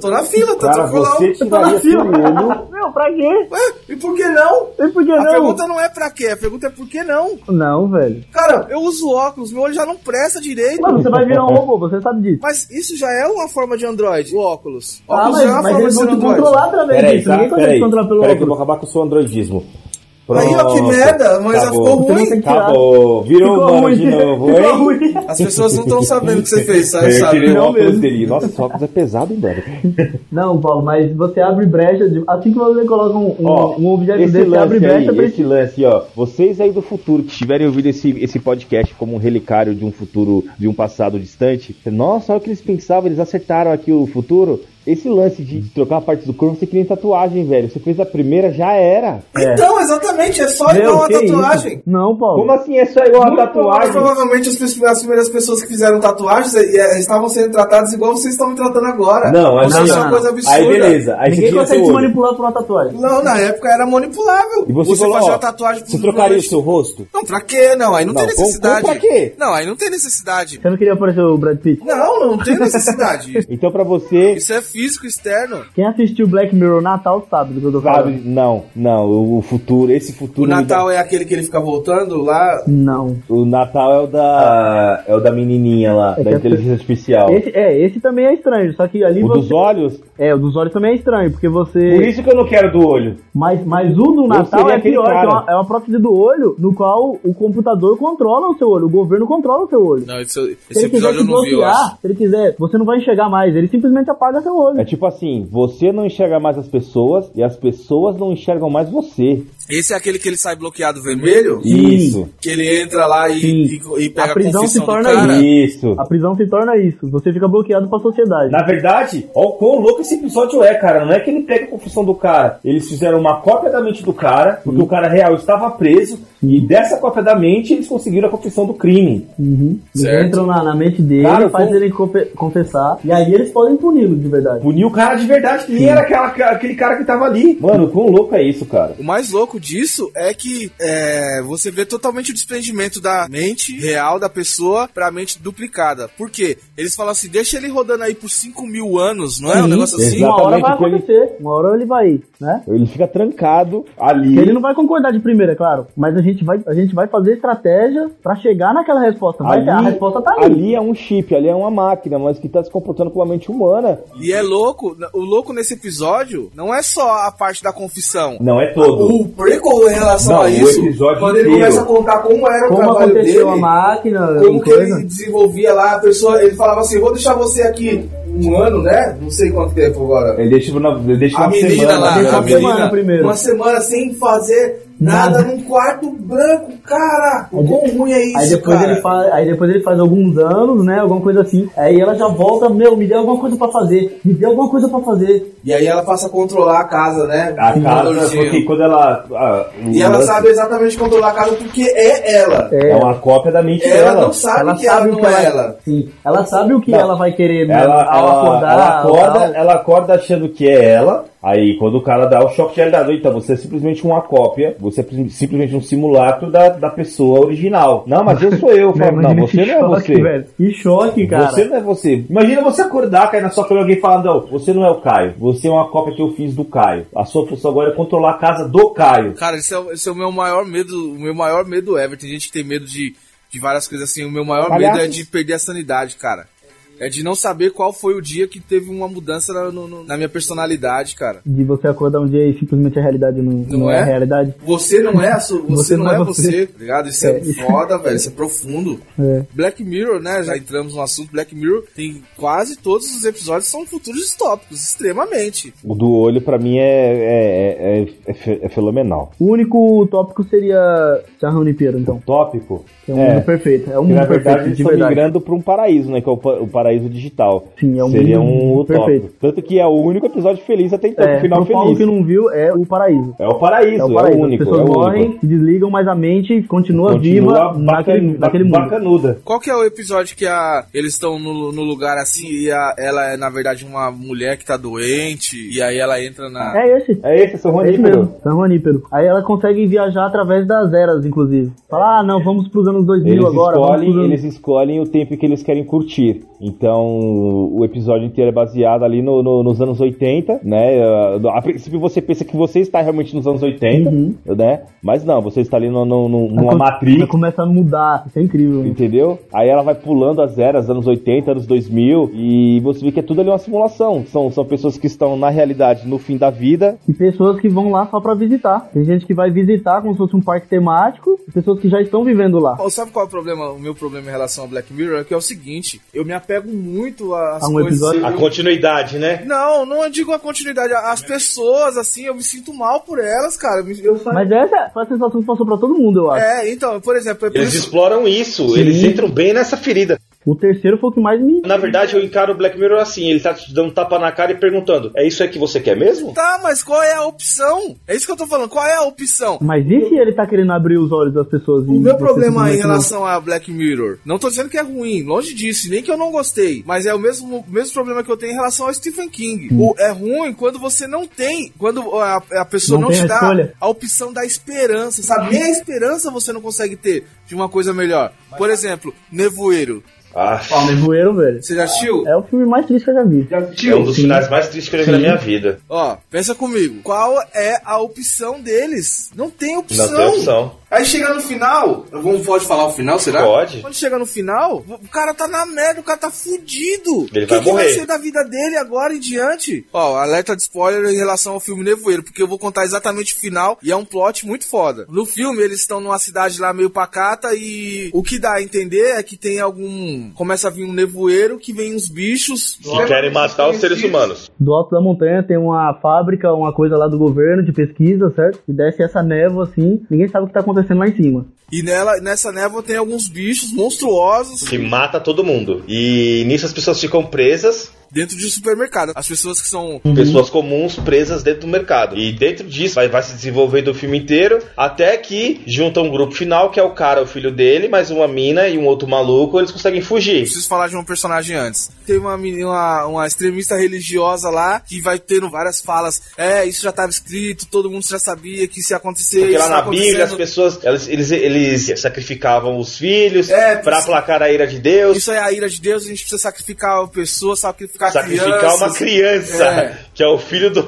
[SPEAKER 3] Tô na fila, tá
[SPEAKER 4] Cara,
[SPEAKER 3] tranquilo.
[SPEAKER 4] você tiraria seu olho.
[SPEAKER 5] Não, pra quê?
[SPEAKER 3] Ué, e por que não?
[SPEAKER 5] E por que
[SPEAKER 3] A
[SPEAKER 5] não?
[SPEAKER 3] pergunta não é pra quê, a pergunta é por que não.
[SPEAKER 5] Não, velho.
[SPEAKER 3] Cara, eu uso óculos, meu olho já não presta direito.
[SPEAKER 5] Mano, você vai virar um robô, você sabe disso.
[SPEAKER 3] Mas isso já é uma forma de Android, o óculos.
[SPEAKER 5] Ah,
[SPEAKER 3] Óculos já é uma
[SPEAKER 5] mas, mas
[SPEAKER 3] forma de
[SPEAKER 5] eles
[SPEAKER 3] ser
[SPEAKER 5] vão te
[SPEAKER 3] Android.
[SPEAKER 5] controlar através
[SPEAKER 4] Peraí,
[SPEAKER 5] disso.
[SPEAKER 4] tá?
[SPEAKER 5] Ninguém consegue
[SPEAKER 4] Peraí.
[SPEAKER 5] controlar pelo
[SPEAKER 4] Peraí que eu vou
[SPEAKER 5] óculos.
[SPEAKER 4] acabar com o seu androidismo.
[SPEAKER 3] Aí, ó, que
[SPEAKER 4] Pronto.
[SPEAKER 3] merda, mas já ficou
[SPEAKER 4] Acabou.
[SPEAKER 3] ruim.
[SPEAKER 5] Então Você tem que tirar.
[SPEAKER 4] Acabou. Virou
[SPEAKER 5] Ficou
[SPEAKER 4] humano
[SPEAKER 5] ruim.
[SPEAKER 4] de novo,
[SPEAKER 5] Ficou
[SPEAKER 4] hein?
[SPEAKER 5] ruim.
[SPEAKER 3] As pessoas não estão sabendo o que você fez,
[SPEAKER 5] É,
[SPEAKER 3] sabe?
[SPEAKER 4] Eu
[SPEAKER 3] sabe?
[SPEAKER 4] tirei o
[SPEAKER 5] Não
[SPEAKER 4] óculos
[SPEAKER 5] mesmo.
[SPEAKER 4] dele. Nossa, esse óculos é pesado, hein, velho?
[SPEAKER 5] Não, Paulo, mas você abre brecha. de- Assim que você coloca um, um,
[SPEAKER 4] Ó,
[SPEAKER 5] um objeto
[SPEAKER 4] esse
[SPEAKER 5] desse, você abre
[SPEAKER 4] lance aí,
[SPEAKER 5] brecha pra
[SPEAKER 4] esse lance, ó. Vocês aí do futuro que estiverem ouvindo esse, esse podcast como um relicário de um futuro, de um passado distante, nossa, olha o que eles pensavam, eles acertaram aqui o futuro. Esse lance de trocar partes do corpo, você cria em tatuagem, velho. Você fez a primeira, já era.
[SPEAKER 3] Então, exatamente, é só
[SPEAKER 5] Meu,
[SPEAKER 3] igual uma
[SPEAKER 5] que isso?
[SPEAKER 3] tatuagem.
[SPEAKER 5] Não, Paulo.
[SPEAKER 4] Como assim é só igual a
[SPEAKER 3] Mas
[SPEAKER 4] tatuagem?
[SPEAKER 3] provavelmente as, pe- as primeiras pessoas que fizeram tatuagens eh, eh, estavam sendo tratadas igual vocês estão me tratando agora.
[SPEAKER 4] Não,
[SPEAKER 3] Ou
[SPEAKER 4] mas
[SPEAKER 3] seja,
[SPEAKER 5] não,
[SPEAKER 3] é uma
[SPEAKER 5] não.
[SPEAKER 3] coisa absurda.
[SPEAKER 4] Aí beleza, aí você
[SPEAKER 5] Ninguém
[SPEAKER 4] tira
[SPEAKER 5] consegue
[SPEAKER 4] seu
[SPEAKER 5] te
[SPEAKER 4] olho.
[SPEAKER 5] manipular por uma tatuagem.
[SPEAKER 3] Não, na época era manipulável.
[SPEAKER 4] E você, falou,
[SPEAKER 3] fazia
[SPEAKER 4] ó,
[SPEAKER 3] uma tatuagem
[SPEAKER 4] você
[SPEAKER 3] pro-
[SPEAKER 4] trocaria o
[SPEAKER 3] pro-
[SPEAKER 4] seu rosto?
[SPEAKER 3] Não, pra quê? Não, aí não,
[SPEAKER 4] Não,
[SPEAKER 3] tem
[SPEAKER 4] com-
[SPEAKER 3] necessidade.
[SPEAKER 4] com pra quê?
[SPEAKER 3] Não, aí não tem necessidade.
[SPEAKER 5] Você não queria aparecer o Brad Pitt?
[SPEAKER 3] Não, não tem necessidade.
[SPEAKER 4] Então pra você,
[SPEAKER 3] Isso é físico externo.
[SPEAKER 5] Quem assistiu Black Mirror Natal sabe do que eu tô
[SPEAKER 4] sabe,
[SPEAKER 5] falando.
[SPEAKER 4] não, não, o- o futuro, esse
[SPEAKER 3] é O
[SPEAKER 4] futuro... me dá-
[SPEAKER 3] Natal é aquele que ele fica voltando lá.
[SPEAKER 5] Não.
[SPEAKER 4] O Natal é o da. É o da menininha lá,
[SPEAKER 5] É
[SPEAKER 4] da
[SPEAKER 5] que a-
[SPEAKER 4] inteligência artificial.
[SPEAKER 5] Esse, é, esse também é estranho, só que ali
[SPEAKER 4] O
[SPEAKER 5] você...
[SPEAKER 4] dos olhos?
[SPEAKER 5] É, o dos olhos também é estranho, porque
[SPEAKER 4] Por
[SPEAKER 5] você...
[SPEAKER 4] isso que eu não quero do olho.
[SPEAKER 5] Mas, mas o do Natal
[SPEAKER 4] seria
[SPEAKER 5] é
[SPEAKER 4] aquele
[SPEAKER 5] pior, que é
[SPEAKER 4] cara.
[SPEAKER 5] uma, é uma prótese do olho, no qual o computador controla o seu olho, o governo controla o seu olho.
[SPEAKER 3] Não, esse,
[SPEAKER 5] Se ele quiser te bloquear, se ele quiser, você não vai enxergar mais, ele simplesmente apaga seu olho.
[SPEAKER 4] É tipo assim, você não enxerga mais as pessoas e as pessoas não enxergam mais você.
[SPEAKER 3] Esse é aquele que ele sai bloqueado vermelho?
[SPEAKER 5] Sim.
[SPEAKER 4] Isso.
[SPEAKER 3] Que ele entra lá e,
[SPEAKER 5] Sim.
[SPEAKER 3] e, e pega
[SPEAKER 5] A
[SPEAKER 3] a,
[SPEAKER 5] prisão
[SPEAKER 3] confissão
[SPEAKER 5] se torna
[SPEAKER 3] do cara.
[SPEAKER 5] isso.
[SPEAKER 4] Isso.
[SPEAKER 5] A prisão se torna isso, você fica bloqueado pra sociedade.
[SPEAKER 4] Na verdade, ó o quão louco esse episódio é, cara. Não é que ele pega a confusão do cara. Eles fizeram uma cópia da mente do cara, porque o cara real estava preso, e dessa cópia da mente eles conseguiram a confissão do crime.
[SPEAKER 5] Uhum. Eles
[SPEAKER 3] Certo.
[SPEAKER 5] entram na, na mente dele,
[SPEAKER 4] Cara,
[SPEAKER 5] faz
[SPEAKER 4] como-
[SPEAKER 5] ele confe- confessar, e aí eles podem puni-lo de verdade.
[SPEAKER 4] Puniu o cara de verdade, que nem era aquela- aquele cara que tava ali. Mano, quão louco é isso, cara?
[SPEAKER 3] O mais louco disso é que é, você vê totalmente o desprendimento da mente real da pessoa pra mente duplicada. Por quê? Eles falam assim, deixa ele rodando aí por 5 mil anos, não é? Um
[SPEAKER 5] Sim,
[SPEAKER 3] negócio assim.
[SPEAKER 4] exato.
[SPEAKER 5] Uma hora vai
[SPEAKER 4] Exatamente,
[SPEAKER 5] acontecer, uma hora ele vai, né?
[SPEAKER 4] Ele fica trancado ali.
[SPEAKER 5] Que Ele não vai concordar de primeira, é claro, mas a gente vai, a gente vai fazer estratégia pra chegar naquela resposta. Vai ter- a resposta tá ali.
[SPEAKER 4] ali é um chip, ali é uma máquina, mas que tá se comportando com a mente humana.
[SPEAKER 3] E é louco, o louco nesse episódio não é só a parte da confissão.
[SPEAKER 4] Não é todo.
[SPEAKER 3] O prequel em relação
[SPEAKER 4] Não,
[SPEAKER 3] a
[SPEAKER 4] o
[SPEAKER 3] isso,
[SPEAKER 4] episódio
[SPEAKER 3] quando ele
[SPEAKER 4] inteiro.
[SPEAKER 3] começa a contar como era é o
[SPEAKER 5] Como
[SPEAKER 3] trabalho
[SPEAKER 5] aconteceu a
[SPEAKER 3] dele,
[SPEAKER 5] máquina,
[SPEAKER 3] como
[SPEAKER 5] alguma
[SPEAKER 3] que ele
[SPEAKER 5] coisa.
[SPEAKER 3] desenvolvia lá, a pessoa, ele falava assim, vou deixar você aqui um ano, né? Não sei quanto tempo agora.
[SPEAKER 4] Ele deixa, na, ele deixa
[SPEAKER 3] a
[SPEAKER 4] uma
[SPEAKER 3] menina
[SPEAKER 4] semana.
[SPEAKER 3] lá,
[SPEAKER 5] deixa
[SPEAKER 4] né?
[SPEAKER 3] a
[SPEAKER 5] uma semana
[SPEAKER 3] menina,
[SPEAKER 5] primeiro.
[SPEAKER 3] uma semana sem fazer nada,
[SPEAKER 5] Nada.
[SPEAKER 3] num quarto branco, cara, o
[SPEAKER 5] Aí
[SPEAKER 3] quão ruim é isso,
[SPEAKER 5] Aí depois,
[SPEAKER 3] cara?
[SPEAKER 5] ele faz, aí depois ele faz alguns anos, né? Alguma coisa assim. Aí ela já volta, meu, me deu alguma coisa pra fazer, me deu alguma coisa pra fazer.
[SPEAKER 3] E aí ela passa a controlar a casa, né?
[SPEAKER 4] A
[SPEAKER 3] Com
[SPEAKER 4] casa,
[SPEAKER 3] tecnologia.
[SPEAKER 4] porque quando ela. ah, o
[SPEAKER 3] E ela
[SPEAKER 4] lance
[SPEAKER 3] sabe exatamente controlar a casa porque é ela.
[SPEAKER 4] É uma cópia da mente
[SPEAKER 3] Ela,
[SPEAKER 4] dela.
[SPEAKER 3] não sabe que ela não é ela.
[SPEAKER 5] Sim, ela sabe o que
[SPEAKER 4] Não.
[SPEAKER 5] ela vai querer né,
[SPEAKER 4] Ela,
[SPEAKER 5] ao
[SPEAKER 4] ela-
[SPEAKER 5] acordar. um-
[SPEAKER 4] ela acorda,
[SPEAKER 5] tal.
[SPEAKER 4] ela acorda achando que é ela. Aí quando o cara dá o choque de realidade, então você é simplesmente uma cópia, você é prim- simplesmente um simulacro da, da pessoa original. Não, mas eu sou eu. Eu falo,
[SPEAKER 5] Meu,
[SPEAKER 4] não,
[SPEAKER 5] imagina
[SPEAKER 4] você
[SPEAKER 5] que
[SPEAKER 4] não é
[SPEAKER 5] choque,
[SPEAKER 4] você.
[SPEAKER 5] velho. Que choque, cara.
[SPEAKER 4] Você não é você. Imagina você acordar, cair na sua cama e alguém falando, não, você não é o Caio. Você é uma cópia que eu fiz do Caio. A sua função agora é controlar a casa do Caio.
[SPEAKER 3] Cara, esse é, o- esse é o meu maior medo, o meu maior medo ever. Tem gente que tem medo de, de várias coisas assim. O meu maior medo é
[SPEAKER 4] Palhaços.
[SPEAKER 3] de perder a sanidade, cara. É de não saber qual foi o dia que teve uma mudança na, no- no- na minha personalidade, cara.
[SPEAKER 5] De você acordar um dia e simplesmente a realidade não, não, é?
[SPEAKER 3] é?
[SPEAKER 5] a realidade.
[SPEAKER 3] Você não é a sua, você,
[SPEAKER 5] Você
[SPEAKER 3] não,
[SPEAKER 5] não é
[SPEAKER 3] é
[SPEAKER 5] você.
[SPEAKER 3] você, tá ligado? Isso é,
[SPEAKER 5] É.
[SPEAKER 3] foda, velho, isso é profundo.
[SPEAKER 5] É.
[SPEAKER 3] Black Mirror, né? Já entramos no assunto. Black Mirror tem quase todos os episódios são futuros distópicos, extremamente.
[SPEAKER 4] O do olho, pra mim, é, é, é, é, é fe- é fenomenal.
[SPEAKER 5] O único tópico seria Charrão Limpiro, então.
[SPEAKER 4] Tópico.
[SPEAKER 5] Que é um mundo perfeito. É um
[SPEAKER 4] Que, na
[SPEAKER 5] mundo
[SPEAKER 4] verdade,
[SPEAKER 5] perfeito,
[SPEAKER 4] eles
[SPEAKER 5] de
[SPEAKER 4] estão
[SPEAKER 5] verdade.
[SPEAKER 4] migrando para um paraíso, né? Que é o, pa- o paraíso digital.
[SPEAKER 5] Sim, é um
[SPEAKER 4] Seria um
[SPEAKER 5] mundo
[SPEAKER 4] utópico.
[SPEAKER 5] perfeito.
[SPEAKER 4] Tanto que é o único episódio feliz até então,
[SPEAKER 5] É,
[SPEAKER 4] o final
[SPEAKER 5] pro Paulo
[SPEAKER 4] feliz.
[SPEAKER 5] que não viu, é o paraíso.
[SPEAKER 4] É o paraíso, é o, único.
[SPEAKER 5] As
[SPEAKER 4] É
[SPEAKER 5] pessoas
[SPEAKER 4] o
[SPEAKER 5] morrem,
[SPEAKER 4] único.
[SPEAKER 5] se desligam, mas a mente continua, viva
[SPEAKER 4] bacan-
[SPEAKER 5] naquele,
[SPEAKER 4] ba-
[SPEAKER 5] naquele mundo.
[SPEAKER 4] bacanuda.
[SPEAKER 3] Qual que é o episódio que a, eles estão no, no lugar assim e a- ela é, na verdade, uma mulher que tá doente e aí ela entra na...
[SPEAKER 5] É esse.
[SPEAKER 4] É esse, seu
[SPEAKER 5] É esse
[SPEAKER 4] Ronífero.
[SPEAKER 5] mesmo, São Juanípero. Aí ela consegue viajar através das eras, inclusive. Fala, ah, não, vamos pros anos 2000
[SPEAKER 4] Eles
[SPEAKER 5] agora. vamos um- pros
[SPEAKER 4] escolhem,
[SPEAKER 5] anos...
[SPEAKER 4] eles escolhem o tempo que eles querem curtir. Então, o episódio inteiro é baseado ali no- no- nos anos 80, né? A, a princípio você pensa que você está realmente nos anos 80,
[SPEAKER 5] Uhum.
[SPEAKER 4] né? Mas não, você está ali no, no- no- numa
[SPEAKER 5] Aí come-
[SPEAKER 4] matriz.
[SPEAKER 5] aí começa a mudar. Isso é incrível. né?
[SPEAKER 4] Entendeu? Aí ela vai pulando as eras, anos 80, anos 2000, e você vê que é tudo ali uma simulação. São, são pessoas que estão, na realidade, no fim da vida.
[SPEAKER 5] E pessoas que vão lá só pra visitar. Tem gente que vai visitar como se fosse um parque temático e pessoas que já estão vivendo lá.
[SPEAKER 3] Ô, Sabe qual é o problema, o meu problema em relação a Black Mirror? É que é o seguinte, eu me apego muito às
[SPEAKER 5] A um
[SPEAKER 3] coisas...
[SPEAKER 5] episódio?
[SPEAKER 3] Eu-
[SPEAKER 4] continuidade, né?
[SPEAKER 3] Não, não digo a continuidade. As pessoas, assim, eu me sinto mal por elas, cara. Eu me- eu saio-
[SPEAKER 5] Mas essa foi a sensação que passou pra todo mundo, eu acho.
[SPEAKER 3] É, então, por exemplo, é por isso-
[SPEAKER 4] exploram isso,
[SPEAKER 5] eles
[SPEAKER 4] entram bem nessa ferida.
[SPEAKER 5] O terceiro foi o que mais me.
[SPEAKER 4] Na verdade, eu encaro o Black Mirror assim, ele tá te dando tapa na cara e perguntando, é isso aí que você quer mesmo?
[SPEAKER 3] Tá, mas qual é a opção? É isso que eu tô falando, qual é a opção?
[SPEAKER 5] Mas e se ele tá querendo abrir os olhos das pessoas?
[SPEAKER 3] O meu problema
[SPEAKER 5] é
[SPEAKER 3] em relação a Black Mirror, não tô dizendo que é ruim, longe disso, nem que eu não gostei, mas é o mesmo, mesmo problema que eu tenho em relação ao Stephen King.
[SPEAKER 5] Hum.
[SPEAKER 3] O, é ruim quando você não tem, quando a, a pessoa
[SPEAKER 5] Não
[SPEAKER 3] não,
[SPEAKER 5] tem
[SPEAKER 3] te
[SPEAKER 5] a
[SPEAKER 3] dá
[SPEAKER 5] escolha.
[SPEAKER 3] a opção da esperança, sabe? Nem a esperança você não consegue ter de uma coisa melhor. Por exemplo, Nevoeiro.
[SPEAKER 4] Ah,
[SPEAKER 5] a. Nevoeiro, É velho.
[SPEAKER 3] Você já assistiu?
[SPEAKER 5] É o filme mais triste que eu já vi.
[SPEAKER 7] Já assistiu?
[SPEAKER 4] um É dos finais mais tristes que eu já vi na minha vida.
[SPEAKER 3] Ó, pensa comigo. Qual é a opção deles? Não tem opção. Aí chega no final. Vamos pode falar o final, será?
[SPEAKER 4] Pode.
[SPEAKER 3] Quando chega no final, o cara tá na merda, o cara tá fudido.
[SPEAKER 4] Ele
[SPEAKER 3] o que,
[SPEAKER 4] vai
[SPEAKER 3] que vai
[SPEAKER 4] morrer.
[SPEAKER 3] ser da vida dele agora em diante? Ó, alerta de spoiler em relação ao filme Nevoeiro, porque eu vou contar exatamente o final e é um plot muito foda. No filme, eles estão numa cidade lá meio pacata e o que dá a entender é que tem algum. Começa a vir um nevoeiro que vem uns bichos.
[SPEAKER 7] Que querem matar os seres humanos.
[SPEAKER 5] Do alto da montanha tem uma fábrica, uma coisa lá do governo de pesquisa, certo? E desce essa névoa assim, ninguém sabe o que tá acontecendo lá em cima.
[SPEAKER 3] E nela, nessa névoa tem alguns bichos monstruosos.
[SPEAKER 4] Que mata todo mundo. E nisso as pessoas ficam presas,
[SPEAKER 3] dentro de um supermercado. As pessoas que são.
[SPEAKER 4] pessoas comuns presas dentro do mercado. E dentro disso vai, vai se desenvolvendo o filme inteiro, até que junta um grupo final, que é o cara, o filho dele, mais uma mina e um outro maluco, eles conseguem fugir.
[SPEAKER 3] Preciso falar de um personagem antes. Tem uma menina, uma, uma extremista religiosa lá que vai tendo várias falas. É, isso já estava escrito, todo mundo já sabia que isso ia acontecer.
[SPEAKER 4] Porque
[SPEAKER 3] isso
[SPEAKER 4] lá
[SPEAKER 3] tá
[SPEAKER 4] na Bíblia as
[SPEAKER 3] acontecendo.
[SPEAKER 4] pessoas, elas- eles, eles sacrificavam os filhos
[SPEAKER 3] É,
[SPEAKER 4] pra
[SPEAKER 3] isso-
[SPEAKER 4] aplacar a ira de Deus.
[SPEAKER 3] Isso é a ira de Deus, a gente precisa sacrificar a pessoa, sacrificar,
[SPEAKER 4] Sacrificar
[SPEAKER 3] crianças.
[SPEAKER 4] uma criança,
[SPEAKER 3] É.
[SPEAKER 4] que é o filho do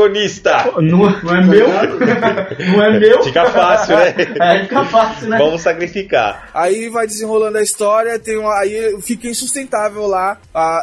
[SPEAKER 4] protagonista.
[SPEAKER 5] Não, é meu? Não é meu?
[SPEAKER 4] Fica fácil, né?
[SPEAKER 5] É, fica fácil, né?
[SPEAKER 4] Vamos sacrificar.
[SPEAKER 3] Aí vai desenrolando a história, tem uma, aí fica insustentável lá a,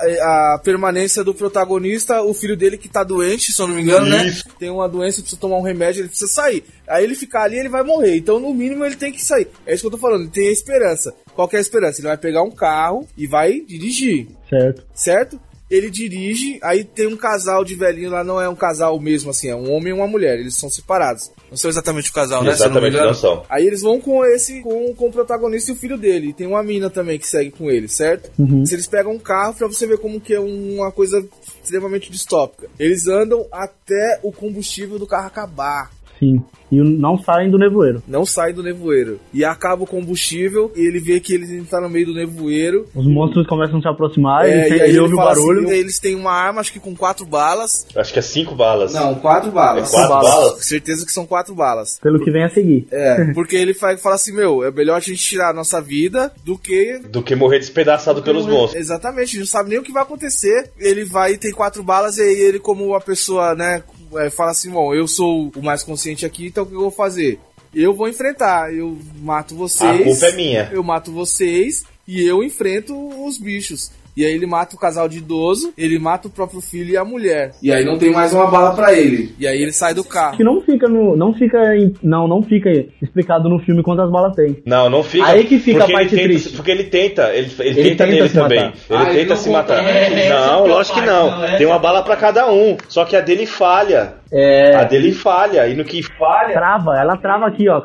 [SPEAKER 3] a permanência do protagonista, o filho dele que tá doente, se eu não me engano,
[SPEAKER 4] Isso.
[SPEAKER 3] né? Tem uma doença, precisa tomar um remédio, ele precisa sair. Aí ele ficar ali, ele vai morrer. Então, no mínimo, ele tem que sair. É isso que eu tô falando, ele tem a esperança. Qual que é a esperança? Ele vai pegar um carro e vai dirigir
[SPEAKER 5] Certo.
[SPEAKER 3] certo? Ele dirige, aí tem um casal de velhinho lá, não é um casal mesmo, assim, é um homem e uma mulher, eles são separados. Não são exatamente o casal, né? se eu me
[SPEAKER 4] Exatamente,
[SPEAKER 3] engano.
[SPEAKER 4] não são.
[SPEAKER 3] Aí eles vão com esse, com, com o protagonista e o filho dele. E tem uma mina também que segue com ele, certo?
[SPEAKER 5] Uhum.
[SPEAKER 3] Se eles pegam um carro pra você ver como que é uma coisa extremamente distópica. Eles andam até o combustível do carro acabar.
[SPEAKER 5] Sim. E não saem do nevoeiro.
[SPEAKER 3] Não sai do nevoeiro. E acaba o combustível, e ele vê que ele ainda tá no meio do nevoeiro.
[SPEAKER 5] Os monstros começam a se aproximar,
[SPEAKER 3] É,
[SPEAKER 5] ele,
[SPEAKER 3] e
[SPEAKER 5] ele,
[SPEAKER 3] aí
[SPEAKER 5] ouve o
[SPEAKER 3] fala assim,
[SPEAKER 5] barulho.
[SPEAKER 3] eles têm uma arma, acho que com quatro balas.
[SPEAKER 4] Acho que é cinco balas.
[SPEAKER 3] Não, quatro balas.
[SPEAKER 4] É quatro balas?
[SPEAKER 3] Certeza que são quatro balas.
[SPEAKER 5] Pelo que vem a seguir.
[SPEAKER 3] É, porque ele fa- fala assim, meu, é melhor a gente tirar a nossa vida do que...
[SPEAKER 4] Do que morrer despedaçado pelos monstros.
[SPEAKER 3] Exatamente, a gente não sabe nem o que vai acontecer. Ele vai e tem quatro balas e aí ele, como a pessoa, né, é, fala assim, bom, eu sou o mais consciente aqui, então o que eu vou fazer? Eu vou enfrentar, eu mato vocês...
[SPEAKER 4] A culpa é minha.
[SPEAKER 3] Eu mato vocês e eu enfrento os bichos. E aí ele mata o casal de idoso, ele mata o próprio filho e a mulher. E aí não tem mais uma bala pra ele. E aí ele sai do
[SPEAKER 5] Que
[SPEAKER 3] carro.
[SPEAKER 5] não fica no. Não fica. em- Não, não fica explicado no filme quantas balas tem.
[SPEAKER 4] Não, não fica.
[SPEAKER 5] Aí que fica a
[SPEAKER 4] porque ele
[SPEAKER 5] parte
[SPEAKER 4] tenta-
[SPEAKER 5] triste.
[SPEAKER 4] Porque ele tenta, ele, ele
[SPEAKER 5] Ele
[SPEAKER 4] tenta,
[SPEAKER 5] tenta
[SPEAKER 4] nele
[SPEAKER 5] se
[SPEAKER 4] também.
[SPEAKER 5] matar.
[SPEAKER 4] Ele
[SPEAKER 11] Ah, ele
[SPEAKER 4] tenta
[SPEAKER 11] não
[SPEAKER 4] se matar.
[SPEAKER 11] consegue. É, essa é a
[SPEAKER 4] não, lógico que
[SPEAKER 11] parte,
[SPEAKER 4] não.
[SPEAKER 11] não, essa
[SPEAKER 4] Tem
[SPEAKER 11] é
[SPEAKER 4] uma
[SPEAKER 11] a
[SPEAKER 4] bala pra cada um. Só que a dele falha.
[SPEAKER 5] É.
[SPEAKER 4] A dele falha. E no que falha,
[SPEAKER 5] Trava, ela trava aqui, ó.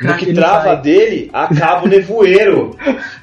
[SPEAKER 4] no que
[SPEAKER 5] Ele
[SPEAKER 4] trava a
[SPEAKER 5] sai.
[SPEAKER 4] dele, acaba o nevoeiro.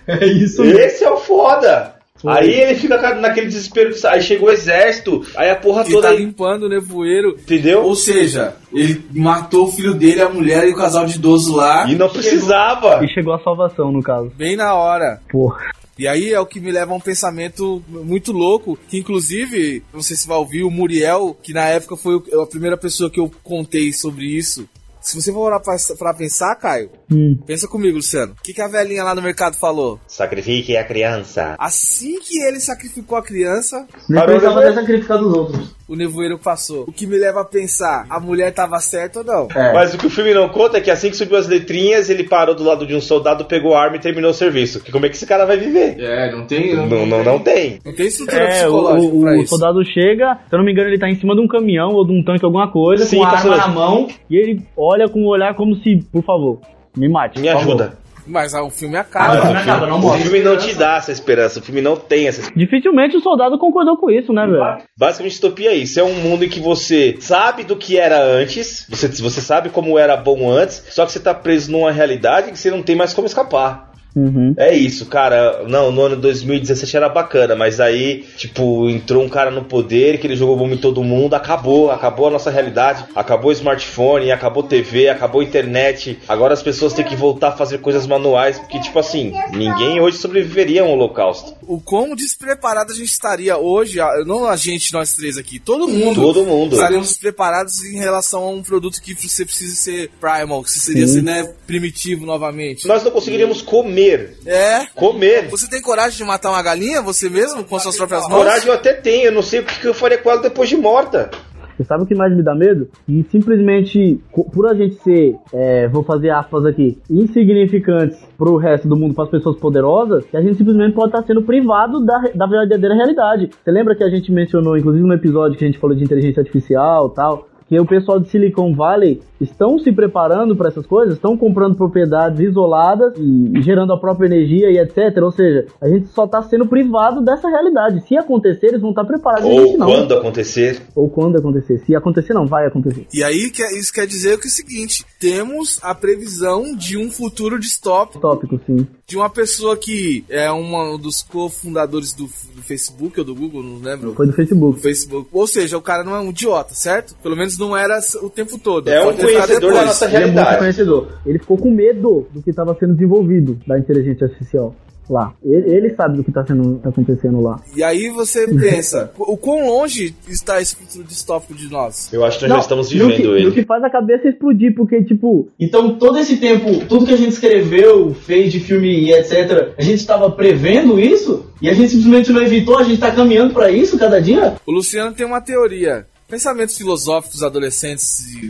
[SPEAKER 5] É isso mesmo.
[SPEAKER 4] Esse é o foda. Aí ele fica ca- naquele desespero. que sa- Aí chega o exército, aí a porra
[SPEAKER 3] E
[SPEAKER 4] toda.
[SPEAKER 3] tá
[SPEAKER 4] aí,
[SPEAKER 3] limpando o nevoeiro.
[SPEAKER 4] Entendeu?
[SPEAKER 11] Ou seja, ele matou o filho dele, a mulher e o casal de idoso lá.
[SPEAKER 4] E não precisava.
[SPEAKER 5] E chegou a salvação, no caso.
[SPEAKER 3] Bem na hora.
[SPEAKER 5] Pô.
[SPEAKER 3] E aí é o que me leva a um pensamento muito louco, que inclusive, não sei se vai ouvir, o Muriel, que na época foi o- a primeira pessoa que eu contei sobre isso. Se você for parar pra, pra pensar, Caio,
[SPEAKER 5] Hum.
[SPEAKER 3] pensa comigo, Luciano. O que, que a velhinha lá no mercado falou?
[SPEAKER 4] Sacrifique a criança.
[SPEAKER 3] Assim que ele sacrificou a criança,
[SPEAKER 5] Nem
[SPEAKER 4] Parou
[SPEAKER 5] precisava
[SPEAKER 4] de ver?
[SPEAKER 5] nem sacrificar dos outros.
[SPEAKER 3] o nevoeiro passou. O que me leva a pensar, a mulher tava certa ou não?
[SPEAKER 5] É.
[SPEAKER 4] Mas o que o filme não conta é que assim que subiu as letrinhas, ele parou do lado de um soldado, pegou a arma e terminou o serviço. Que como é que esse cara vai viver?
[SPEAKER 11] É, não tem.
[SPEAKER 4] Não, não, não tem.
[SPEAKER 3] Não tem estrutura
[SPEAKER 5] É,
[SPEAKER 3] psicológica
[SPEAKER 5] o, o-
[SPEAKER 3] pra
[SPEAKER 5] o
[SPEAKER 3] isso.
[SPEAKER 5] soldado chega, se eu não me engano, ele tá em cima de um caminhão ou de um tanque, alguma coisa,
[SPEAKER 4] Sim,
[SPEAKER 5] com a
[SPEAKER 4] tá
[SPEAKER 5] arma
[SPEAKER 4] sendo-
[SPEAKER 5] na mão, e ele olha com um olhar como se, por favor, me mate.
[SPEAKER 4] Me
[SPEAKER 5] por favor.
[SPEAKER 4] ajuda.
[SPEAKER 3] Mas ah, o filme
[SPEAKER 5] Ah,
[SPEAKER 3] acaba.
[SPEAKER 5] não acaba, não
[SPEAKER 4] O
[SPEAKER 5] morre.
[SPEAKER 4] filme não te dá essa esperança, o filme não tem essa esperança.
[SPEAKER 5] Dificilmente o soldado concordou com isso, né, velho?
[SPEAKER 4] Basicamente, utopia é isso. É um mundo em que você sabe do que era antes, você, você sabe como era bom antes, só que você tá preso numa realidade que você não tem mais como escapar.
[SPEAKER 5] Uhum.
[SPEAKER 4] É isso, cara. Não, no ano 2017 era bacana, mas aí, tipo, entrou um cara no poder que ele jogou bomba em todo mundo, acabou, acabou a nossa realidade, acabou o smartphone, acabou TV, acabou a internet. Agora as pessoas têm que voltar a fazer coisas manuais, porque, tipo assim, ninguém hoje sobreviveria a um holocausto.
[SPEAKER 3] O quão despreparado a gente estaria hoje, a- não a gente, nós três aqui, todo mundo.
[SPEAKER 4] Todo mundo.
[SPEAKER 3] Estaremos despreparados em relação a um produto que você precisa ser primal, que seria ser, né, primitivo novamente.
[SPEAKER 4] Nós não conseguiríamos comer.
[SPEAKER 3] É.
[SPEAKER 4] Comer.
[SPEAKER 3] Você tem coragem de matar uma galinha, você mesmo, com suas próprias mãos?
[SPEAKER 4] Coragem eu até tenho, eu não sei o que que eu faria com ela depois de morta.
[SPEAKER 5] Você sabe o que mais me dá medo? E simplesmente, co- por a gente ser, é, vou fazer aspas aqui, insignificantes pro resto do mundo, pras pessoas poderosas, que a gente simplesmente pode estar sendo privado da, re- da verdadeira realidade. Você lembra que a gente mencionou, inclusive, no episódio que a gente falou de inteligência artificial e tal? Que o pessoal de Silicon Valley estão se preparando para essas coisas, estão comprando propriedades isoladas e gerando a própria energia e etc. Ou seja, a gente só está sendo privado dessa realidade. Se acontecer, eles vão estar preparados. e a
[SPEAKER 4] Ou
[SPEAKER 5] gente não.
[SPEAKER 4] quando acontecer.
[SPEAKER 5] Ou quando acontecer. Se acontecer, não, vai acontecer.
[SPEAKER 3] E aí, que- isso quer dizer que é o seguinte: temos a previsão de um futuro distópico,
[SPEAKER 5] Tópico, sim.
[SPEAKER 3] de uma pessoa que é uma- um dos cofundadores do, do Facebook ou do Google, não lembro.
[SPEAKER 5] Foi do
[SPEAKER 3] do
[SPEAKER 5] Facebook.
[SPEAKER 3] Facebook. Ou seja, o cara não é um idiota, certo? Pelo menos não era o tempo todo.
[SPEAKER 4] É um
[SPEAKER 3] Pode ter ficado
[SPEAKER 4] conhecedor da
[SPEAKER 3] depois.
[SPEAKER 4] nossa
[SPEAKER 5] Ele é muito
[SPEAKER 4] realidade.
[SPEAKER 5] conhecedor. Ele ficou com medo do que estava sendo desenvolvido da inteligência artificial lá. Ele, ele sabe do que está sendo tá acontecendo lá.
[SPEAKER 3] E aí você pensa, o quão longe está esse futuro distópico de nós?
[SPEAKER 4] Eu acho que nós já estamos
[SPEAKER 5] no que,
[SPEAKER 4] vivendo ele.
[SPEAKER 5] no que faz a cabeça explodir, porque, tipo,
[SPEAKER 12] Então, todo esse tempo, tudo que a gente escreveu, fez de filme e etc., a gente estava prevendo isso? E a gente simplesmente não evitou, a gente tá caminhando pra isso cada dia?
[SPEAKER 3] O Luciano tem uma teoria. Pensamentos filosóficos adolescentes e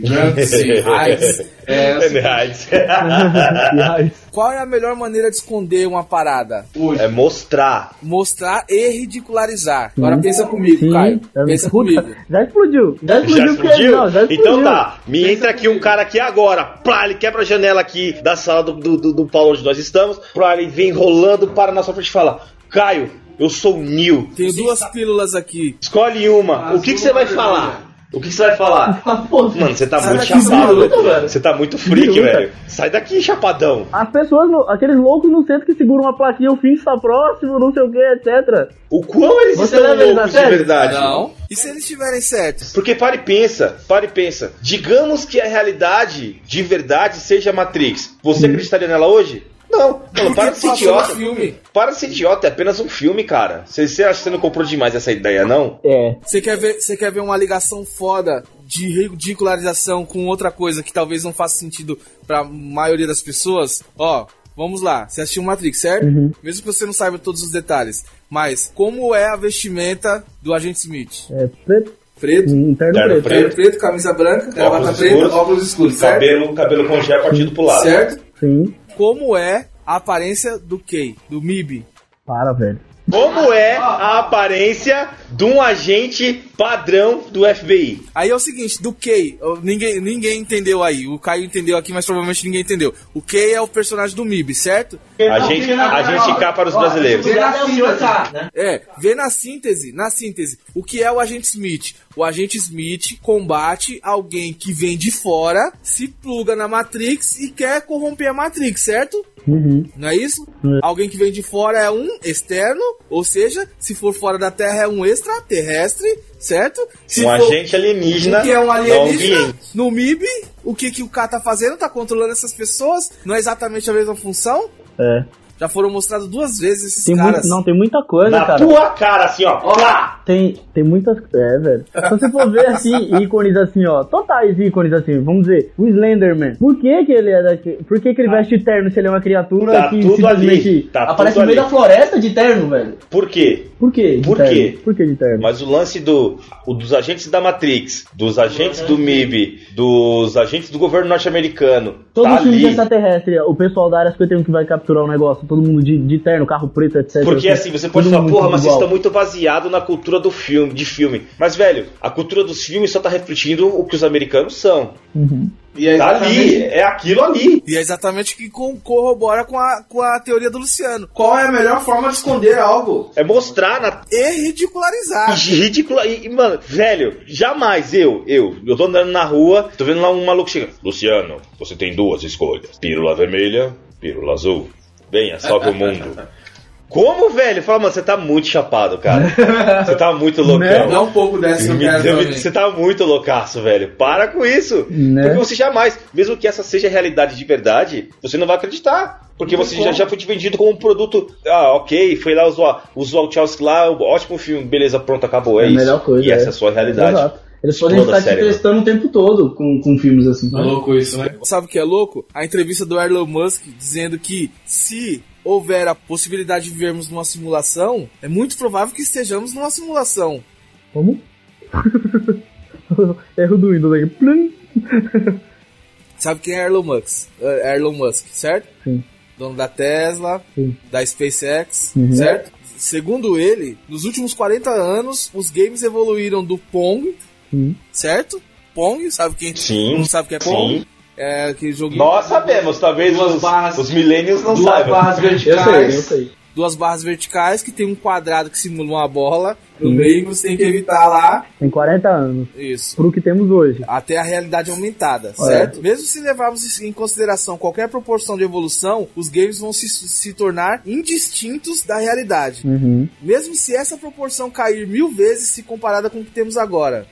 [SPEAKER 3] grandes e raios.
[SPEAKER 4] É verdade.
[SPEAKER 12] Ah,
[SPEAKER 3] Qual é a melhor maneira de esconder uma parada?
[SPEAKER 4] É mostrar.
[SPEAKER 3] Mostrar e ridicularizar. Agora
[SPEAKER 5] Sim.
[SPEAKER 3] pensa comigo,
[SPEAKER 5] sim,
[SPEAKER 3] Caio.
[SPEAKER 5] é-
[SPEAKER 3] Pensa
[SPEAKER 5] puta,
[SPEAKER 3] comigo.
[SPEAKER 5] já explodiu. Já
[SPEAKER 4] Já
[SPEAKER 5] explodiu, porque-
[SPEAKER 4] explodiu?
[SPEAKER 5] não, já explodiu.
[SPEAKER 4] Então tá, me entra aqui um cara aqui agora. Plá, ele quebra a janela aqui da sala do, do, do, do Paulo onde nós estamos. Plá, ele vem rolando, para na sua frente e fala: Caio, eu sou o Nil.
[SPEAKER 3] Tenho duas pílulas aqui.
[SPEAKER 4] Escolhe uma. O que, que você vai falar? O que, que você vai falar?
[SPEAKER 12] Ah, pô,
[SPEAKER 4] Mano, você tá
[SPEAKER 12] Sai
[SPEAKER 4] muito
[SPEAKER 12] daqui,
[SPEAKER 4] chapado.
[SPEAKER 12] biruta, velho.
[SPEAKER 4] Você tá muito freak,
[SPEAKER 5] Biruta.
[SPEAKER 4] velho. Sai daqui, chapadão.
[SPEAKER 5] As pessoas, no- aqueles loucos no centro que seguram uma plaquinha, o fim está próximo, não sei o que, etc.
[SPEAKER 4] O quão eles
[SPEAKER 12] Você
[SPEAKER 4] estão
[SPEAKER 12] leva eles a
[SPEAKER 4] loucos de
[SPEAKER 12] sério?
[SPEAKER 4] verdade?
[SPEAKER 3] Não. E se eles estiverem certos?
[SPEAKER 4] Porque para e pensa, para e pensa. Digamos que a realidade de verdade seja a Matrix. Você acreditaria nela hoje? Não. Mano, para de ser
[SPEAKER 3] Passou no
[SPEAKER 4] idiota.
[SPEAKER 3] filme.
[SPEAKER 4] Para de ser idiota, é apenas um filme, cara. Você, você acha que você não comprou demais essa ideia, não?
[SPEAKER 5] É,
[SPEAKER 3] Você quer ver, você quer ver uma ligação foda de ridicularização com outra coisa que talvez não faça sentido pra maioria das pessoas? Ó, vamos lá. Você assistiu Matrix, certo? Mesmo que você não saiba todos os detalhes, mas como é a vestimenta do agente Smith?
[SPEAKER 5] é preto,
[SPEAKER 3] Preto,
[SPEAKER 5] um
[SPEAKER 4] Terno
[SPEAKER 5] terno preto.
[SPEAKER 4] preto.
[SPEAKER 3] terno preto, camisa branca, gravata
[SPEAKER 4] Óculos
[SPEAKER 3] preta,
[SPEAKER 4] escuros.
[SPEAKER 3] óculos escuros, certo?
[SPEAKER 4] Cabelo, cabelo com gel partido pro lado.
[SPEAKER 3] Certo?
[SPEAKER 5] Sim,
[SPEAKER 3] Como é a aparência do Kay, do Mib?
[SPEAKER 5] para, velho.
[SPEAKER 4] Como é a aparência de um agente padrão do FBI?
[SPEAKER 3] Aí é o seguinte, do Kay, eu- ninguém, ninguém entendeu aí. O Caio entendeu aqui, mas provavelmente ninguém entendeu. O Kay é o personagem do MIB, certo?
[SPEAKER 4] A gente, a gente cá para os brasileiros. Um
[SPEAKER 3] É, vê na síntese, na síntese, o que é o agente Smith? O agente Smith combate alguém que vem de fora, se pluga na Matrix e quer corromper a Matrix, certo?
[SPEAKER 5] Uhum.
[SPEAKER 3] Não é isso? Alguém que vem de fora é um externo, ou seja, se for fora da Terra é um extraterrestre, certo? Se
[SPEAKER 4] Um
[SPEAKER 3] for-
[SPEAKER 4] agente alienígena
[SPEAKER 3] O que é um
[SPEAKER 4] no
[SPEAKER 3] alienígena
[SPEAKER 4] ambiente.
[SPEAKER 3] no MIB, o que, que o cara tá fazendo? Tá controlando essas pessoas? Não é exatamente a mesma função?
[SPEAKER 5] É.
[SPEAKER 3] Já foram mostrados duas vezes esses
[SPEAKER 5] Tem
[SPEAKER 3] caras.
[SPEAKER 5] muito, não, tem muita coisa,
[SPEAKER 4] Na
[SPEAKER 5] cara.
[SPEAKER 4] tua cara, assim, ó. Plá!
[SPEAKER 5] Tem, tem muitas. É, velho. Se você for ver assim, ícones assim, ó. Totais ícones assim, vamos dizer. O Slenderman. Por que, que ele é daqui? Por que, que ele veste terno se ele é uma criatura
[SPEAKER 4] Ah. Tá
[SPEAKER 5] que
[SPEAKER 4] tudo ali,
[SPEAKER 5] simplesmente
[SPEAKER 4] tá tudo
[SPEAKER 5] aparece no meio
[SPEAKER 4] ali.
[SPEAKER 5] da floresta de terno, velho?
[SPEAKER 4] Por quê?
[SPEAKER 5] Por quê? de
[SPEAKER 4] Por
[SPEAKER 5] terno?
[SPEAKER 4] quê?
[SPEAKER 5] Por que de terno?
[SPEAKER 4] Mas o lance do, o dos agentes da Matrix, dos agentes do MIB, dos agentes do governo norte-americano,
[SPEAKER 5] Todo
[SPEAKER 4] tá
[SPEAKER 5] filme de
[SPEAKER 4] ali.
[SPEAKER 5] extraterrestre, o pessoal da área 51 que vai capturar o negócio, todo mundo de, de terno, carro preto, etc.
[SPEAKER 4] Porque assim, você pode
[SPEAKER 5] todo
[SPEAKER 4] falar,
[SPEAKER 5] mundo
[SPEAKER 4] porra,
[SPEAKER 5] tudo
[SPEAKER 4] mas tá vocês
[SPEAKER 5] igual.
[SPEAKER 4] estão muito baseados na cultura do filme, de filme. Mas, velho, a cultura dos filmes só tá refletindo o que os americanos são.
[SPEAKER 5] Uhum.
[SPEAKER 13] E é
[SPEAKER 4] Tá
[SPEAKER 13] exatamente-
[SPEAKER 4] ali, é aquilo ali.
[SPEAKER 3] E é exatamente o que co- corrobora com a, com a teoria do Luciano.
[SPEAKER 13] Qual é a melhor forma de esconder algo?
[SPEAKER 4] É mostrar na
[SPEAKER 3] E ridicularizar.
[SPEAKER 4] Ridícula. E, e, mano, velho, jamais eu, eu, eu tô andando na rua, tô vendo lá um maluco chegando. Luciano, você tem duas escolhas: pílula vermelha, pílula azul. Venha, salve o mundo. Como, velho? Fala, mano, você tá muito chapado, cara. Você tá muito
[SPEAKER 3] é
[SPEAKER 4] loucão.
[SPEAKER 13] Dá um pouco dessa
[SPEAKER 4] Me-
[SPEAKER 13] cara
[SPEAKER 4] me-
[SPEAKER 13] também.
[SPEAKER 4] Você tá muito loucaço, velho. Para com isso.
[SPEAKER 5] Né?
[SPEAKER 4] Porque você jamais, mesmo que essa seja a realidade de verdade, você não vai acreditar. Porque
[SPEAKER 13] Não tem
[SPEAKER 4] você
[SPEAKER 13] como.
[SPEAKER 4] já, já foi te vendido como um produto. Ah, ok, foi lá usou, usou o Chelsea lá, ótimo filme, beleza, pronto, acabou. É,
[SPEAKER 5] É a
[SPEAKER 4] isso.
[SPEAKER 5] melhor coisa,
[SPEAKER 4] E essa
[SPEAKER 5] é.
[SPEAKER 4] é a sua realidade.
[SPEAKER 5] Exato. Eles podem
[SPEAKER 4] Exploda
[SPEAKER 5] estar te
[SPEAKER 4] sério, mano.
[SPEAKER 5] testando o tempo todo com, com filmes assim.
[SPEAKER 3] Tá
[SPEAKER 13] É louco isso, né?
[SPEAKER 3] Sabe o que é louco? A entrevista do Elon Musk dizendo que se houver a possibilidade de vivermos numa simulação, é muito provável que estejamos numa simulação.
[SPEAKER 5] Como? Erro do Windows aqui. Plim.
[SPEAKER 3] Sabe quem é Elon Musk? Eh, Elon Musk, certo?
[SPEAKER 5] Sim.
[SPEAKER 3] Dono da Tesla,
[SPEAKER 5] Sim.
[SPEAKER 3] da SpaceX,
[SPEAKER 5] Uhum.
[SPEAKER 3] certo? Segundo ele, nos últimos 40 anos, os games evoluíram do Pong,
[SPEAKER 5] Sim.
[SPEAKER 3] certo? Pong, sabe quem
[SPEAKER 4] Sim.
[SPEAKER 3] não sabe o que é Pong?
[SPEAKER 4] Sim.
[SPEAKER 3] É aquele jogo
[SPEAKER 4] Nós sabemos, talvez
[SPEAKER 13] Duas
[SPEAKER 4] os,
[SPEAKER 13] barras-
[SPEAKER 4] os millennials não
[SPEAKER 13] Duas
[SPEAKER 4] saibam.
[SPEAKER 13] barras
[SPEAKER 5] Eu sei, eu
[SPEAKER 13] verticais.
[SPEAKER 5] sei.
[SPEAKER 3] duas barras verticais que tem um quadrado que simula uma bola.
[SPEAKER 13] No meio você tem que evitar lá.
[SPEAKER 5] Tem 40 anos.
[SPEAKER 3] Isso.
[SPEAKER 5] Pro que temos hoje.
[SPEAKER 3] Até a realidade aumentada, certo? Mesmo se levarmos isso em consideração qualquer proporção de evolução, os games vão se, se tornar indistintos da realidade.
[SPEAKER 5] Uhum.
[SPEAKER 3] Mesmo se essa proporção cair mil vezes se comparada com o que temos agora.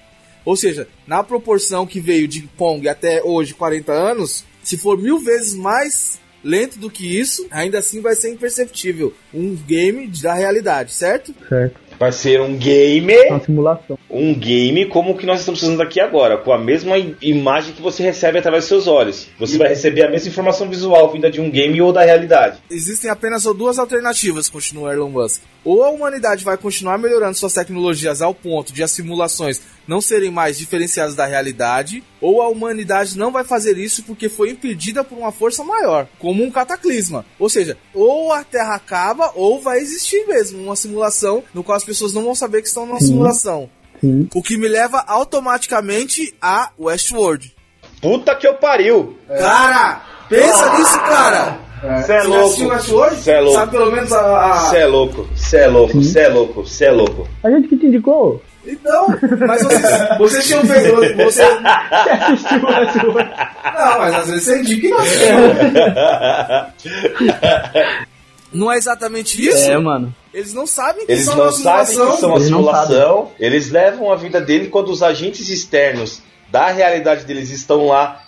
[SPEAKER 3] Ou seja, na proporção que veio de Pong até hoje, 40 anos, se for mil vezes mais lento do que isso, ainda assim vai ser imperceptível. Um game da realidade, certo?
[SPEAKER 5] Certo. É
[SPEAKER 4] Vai ser um game,
[SPEAKER 5] Uma simulação.
[SPEAKER 4] um game como o que nós estamos fazendo aqui agora, com a mesma i- imagem que você recebe através dos seus olhos. Você vai receber a mesma informação visual vinda de um game ou da realidade.
[SPEAKER 3] Existem apenas duas alternativas, continua Elon Musk. Ou a humanidade vai continuar melhorando suas tecnologias ao ponto de as simulações não serem mais diferenciadas da realidade, ou a humanidade não vai fazer isso porque foi impedida por uma força maior, como um cataclisma. Ou seja, ou a Terra acaba, ou vai existir mesmo uma simulação no qual as pessoas não vão saber que estão numa simulação.
[SPEAKER 5] Sim.
[SPEAKER 3] O que me leva automaticamente a Westworld.
[SPEAKER 4] Puta que eu pariu!
[SPEAKER 3] Cara, pensa nisso, cara!
[SPEAKER 4] Cê é louco. Cê é louco.
[SPEAKER 13] pelo menos a. a-
[SPEAKER 4] Cê é louco, cê é louco, cê é louco, cê é louco.
[SPEAKER 5] A gente que te indicou.
[SPEAKER 3] Então, mas vocês, vocês tinham feito. um Você,
[SPEAKER 5] Você assistiu mas eu-
[SPEAKER 13] Não, mas às vezes você indica e não
[SPEAKER 3] não é exatamente isso?
[SPEAKER 5] É, mano.
[SPEAKER 3] Eles não sabem que
[SPEAKER 4] Eles
[SPEAKER 13] é
[SPEAKER 3] são
[SPEAKER 4] não
[SPEAKER 3] uma
[SPEAKER 4] sabem
[SPEAKER 3] simulação.
[SPEAKER 4] que são uma
[SPEAKER 5] Eles não
[SPEAKER 4] simulação, eles levam a vida dele quando os agentes externos da realidade deles estão lá.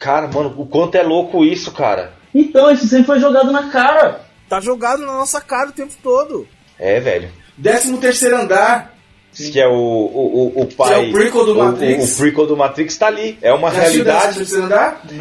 [SPEAKER 4] Cara, mano, o quanto é louco isso, cara.
[SPEAKER 14] Então, isso sempre foi jogado na cara.
[SPEAKER 3] Tá jogado na nossa cara o tempo todo.
[SPEAKER 4] É, velho.
[SPEAKER 13] Décimo terceiro andar.
[SPEAKER 4] Diz Que é o, o, o, o pai.
[SPEAKER 13] Que é o prequel do
[SPEAKER 4] o-
[SPEAKER 13] Matrix.
[SPEAKER 4] O, o prequel do Matrix tá ali. É uma
[SPEAKER 13] Já assistiu Décimo
[SPEAKER 4] realidade.
[SPEAKER 13] terceiro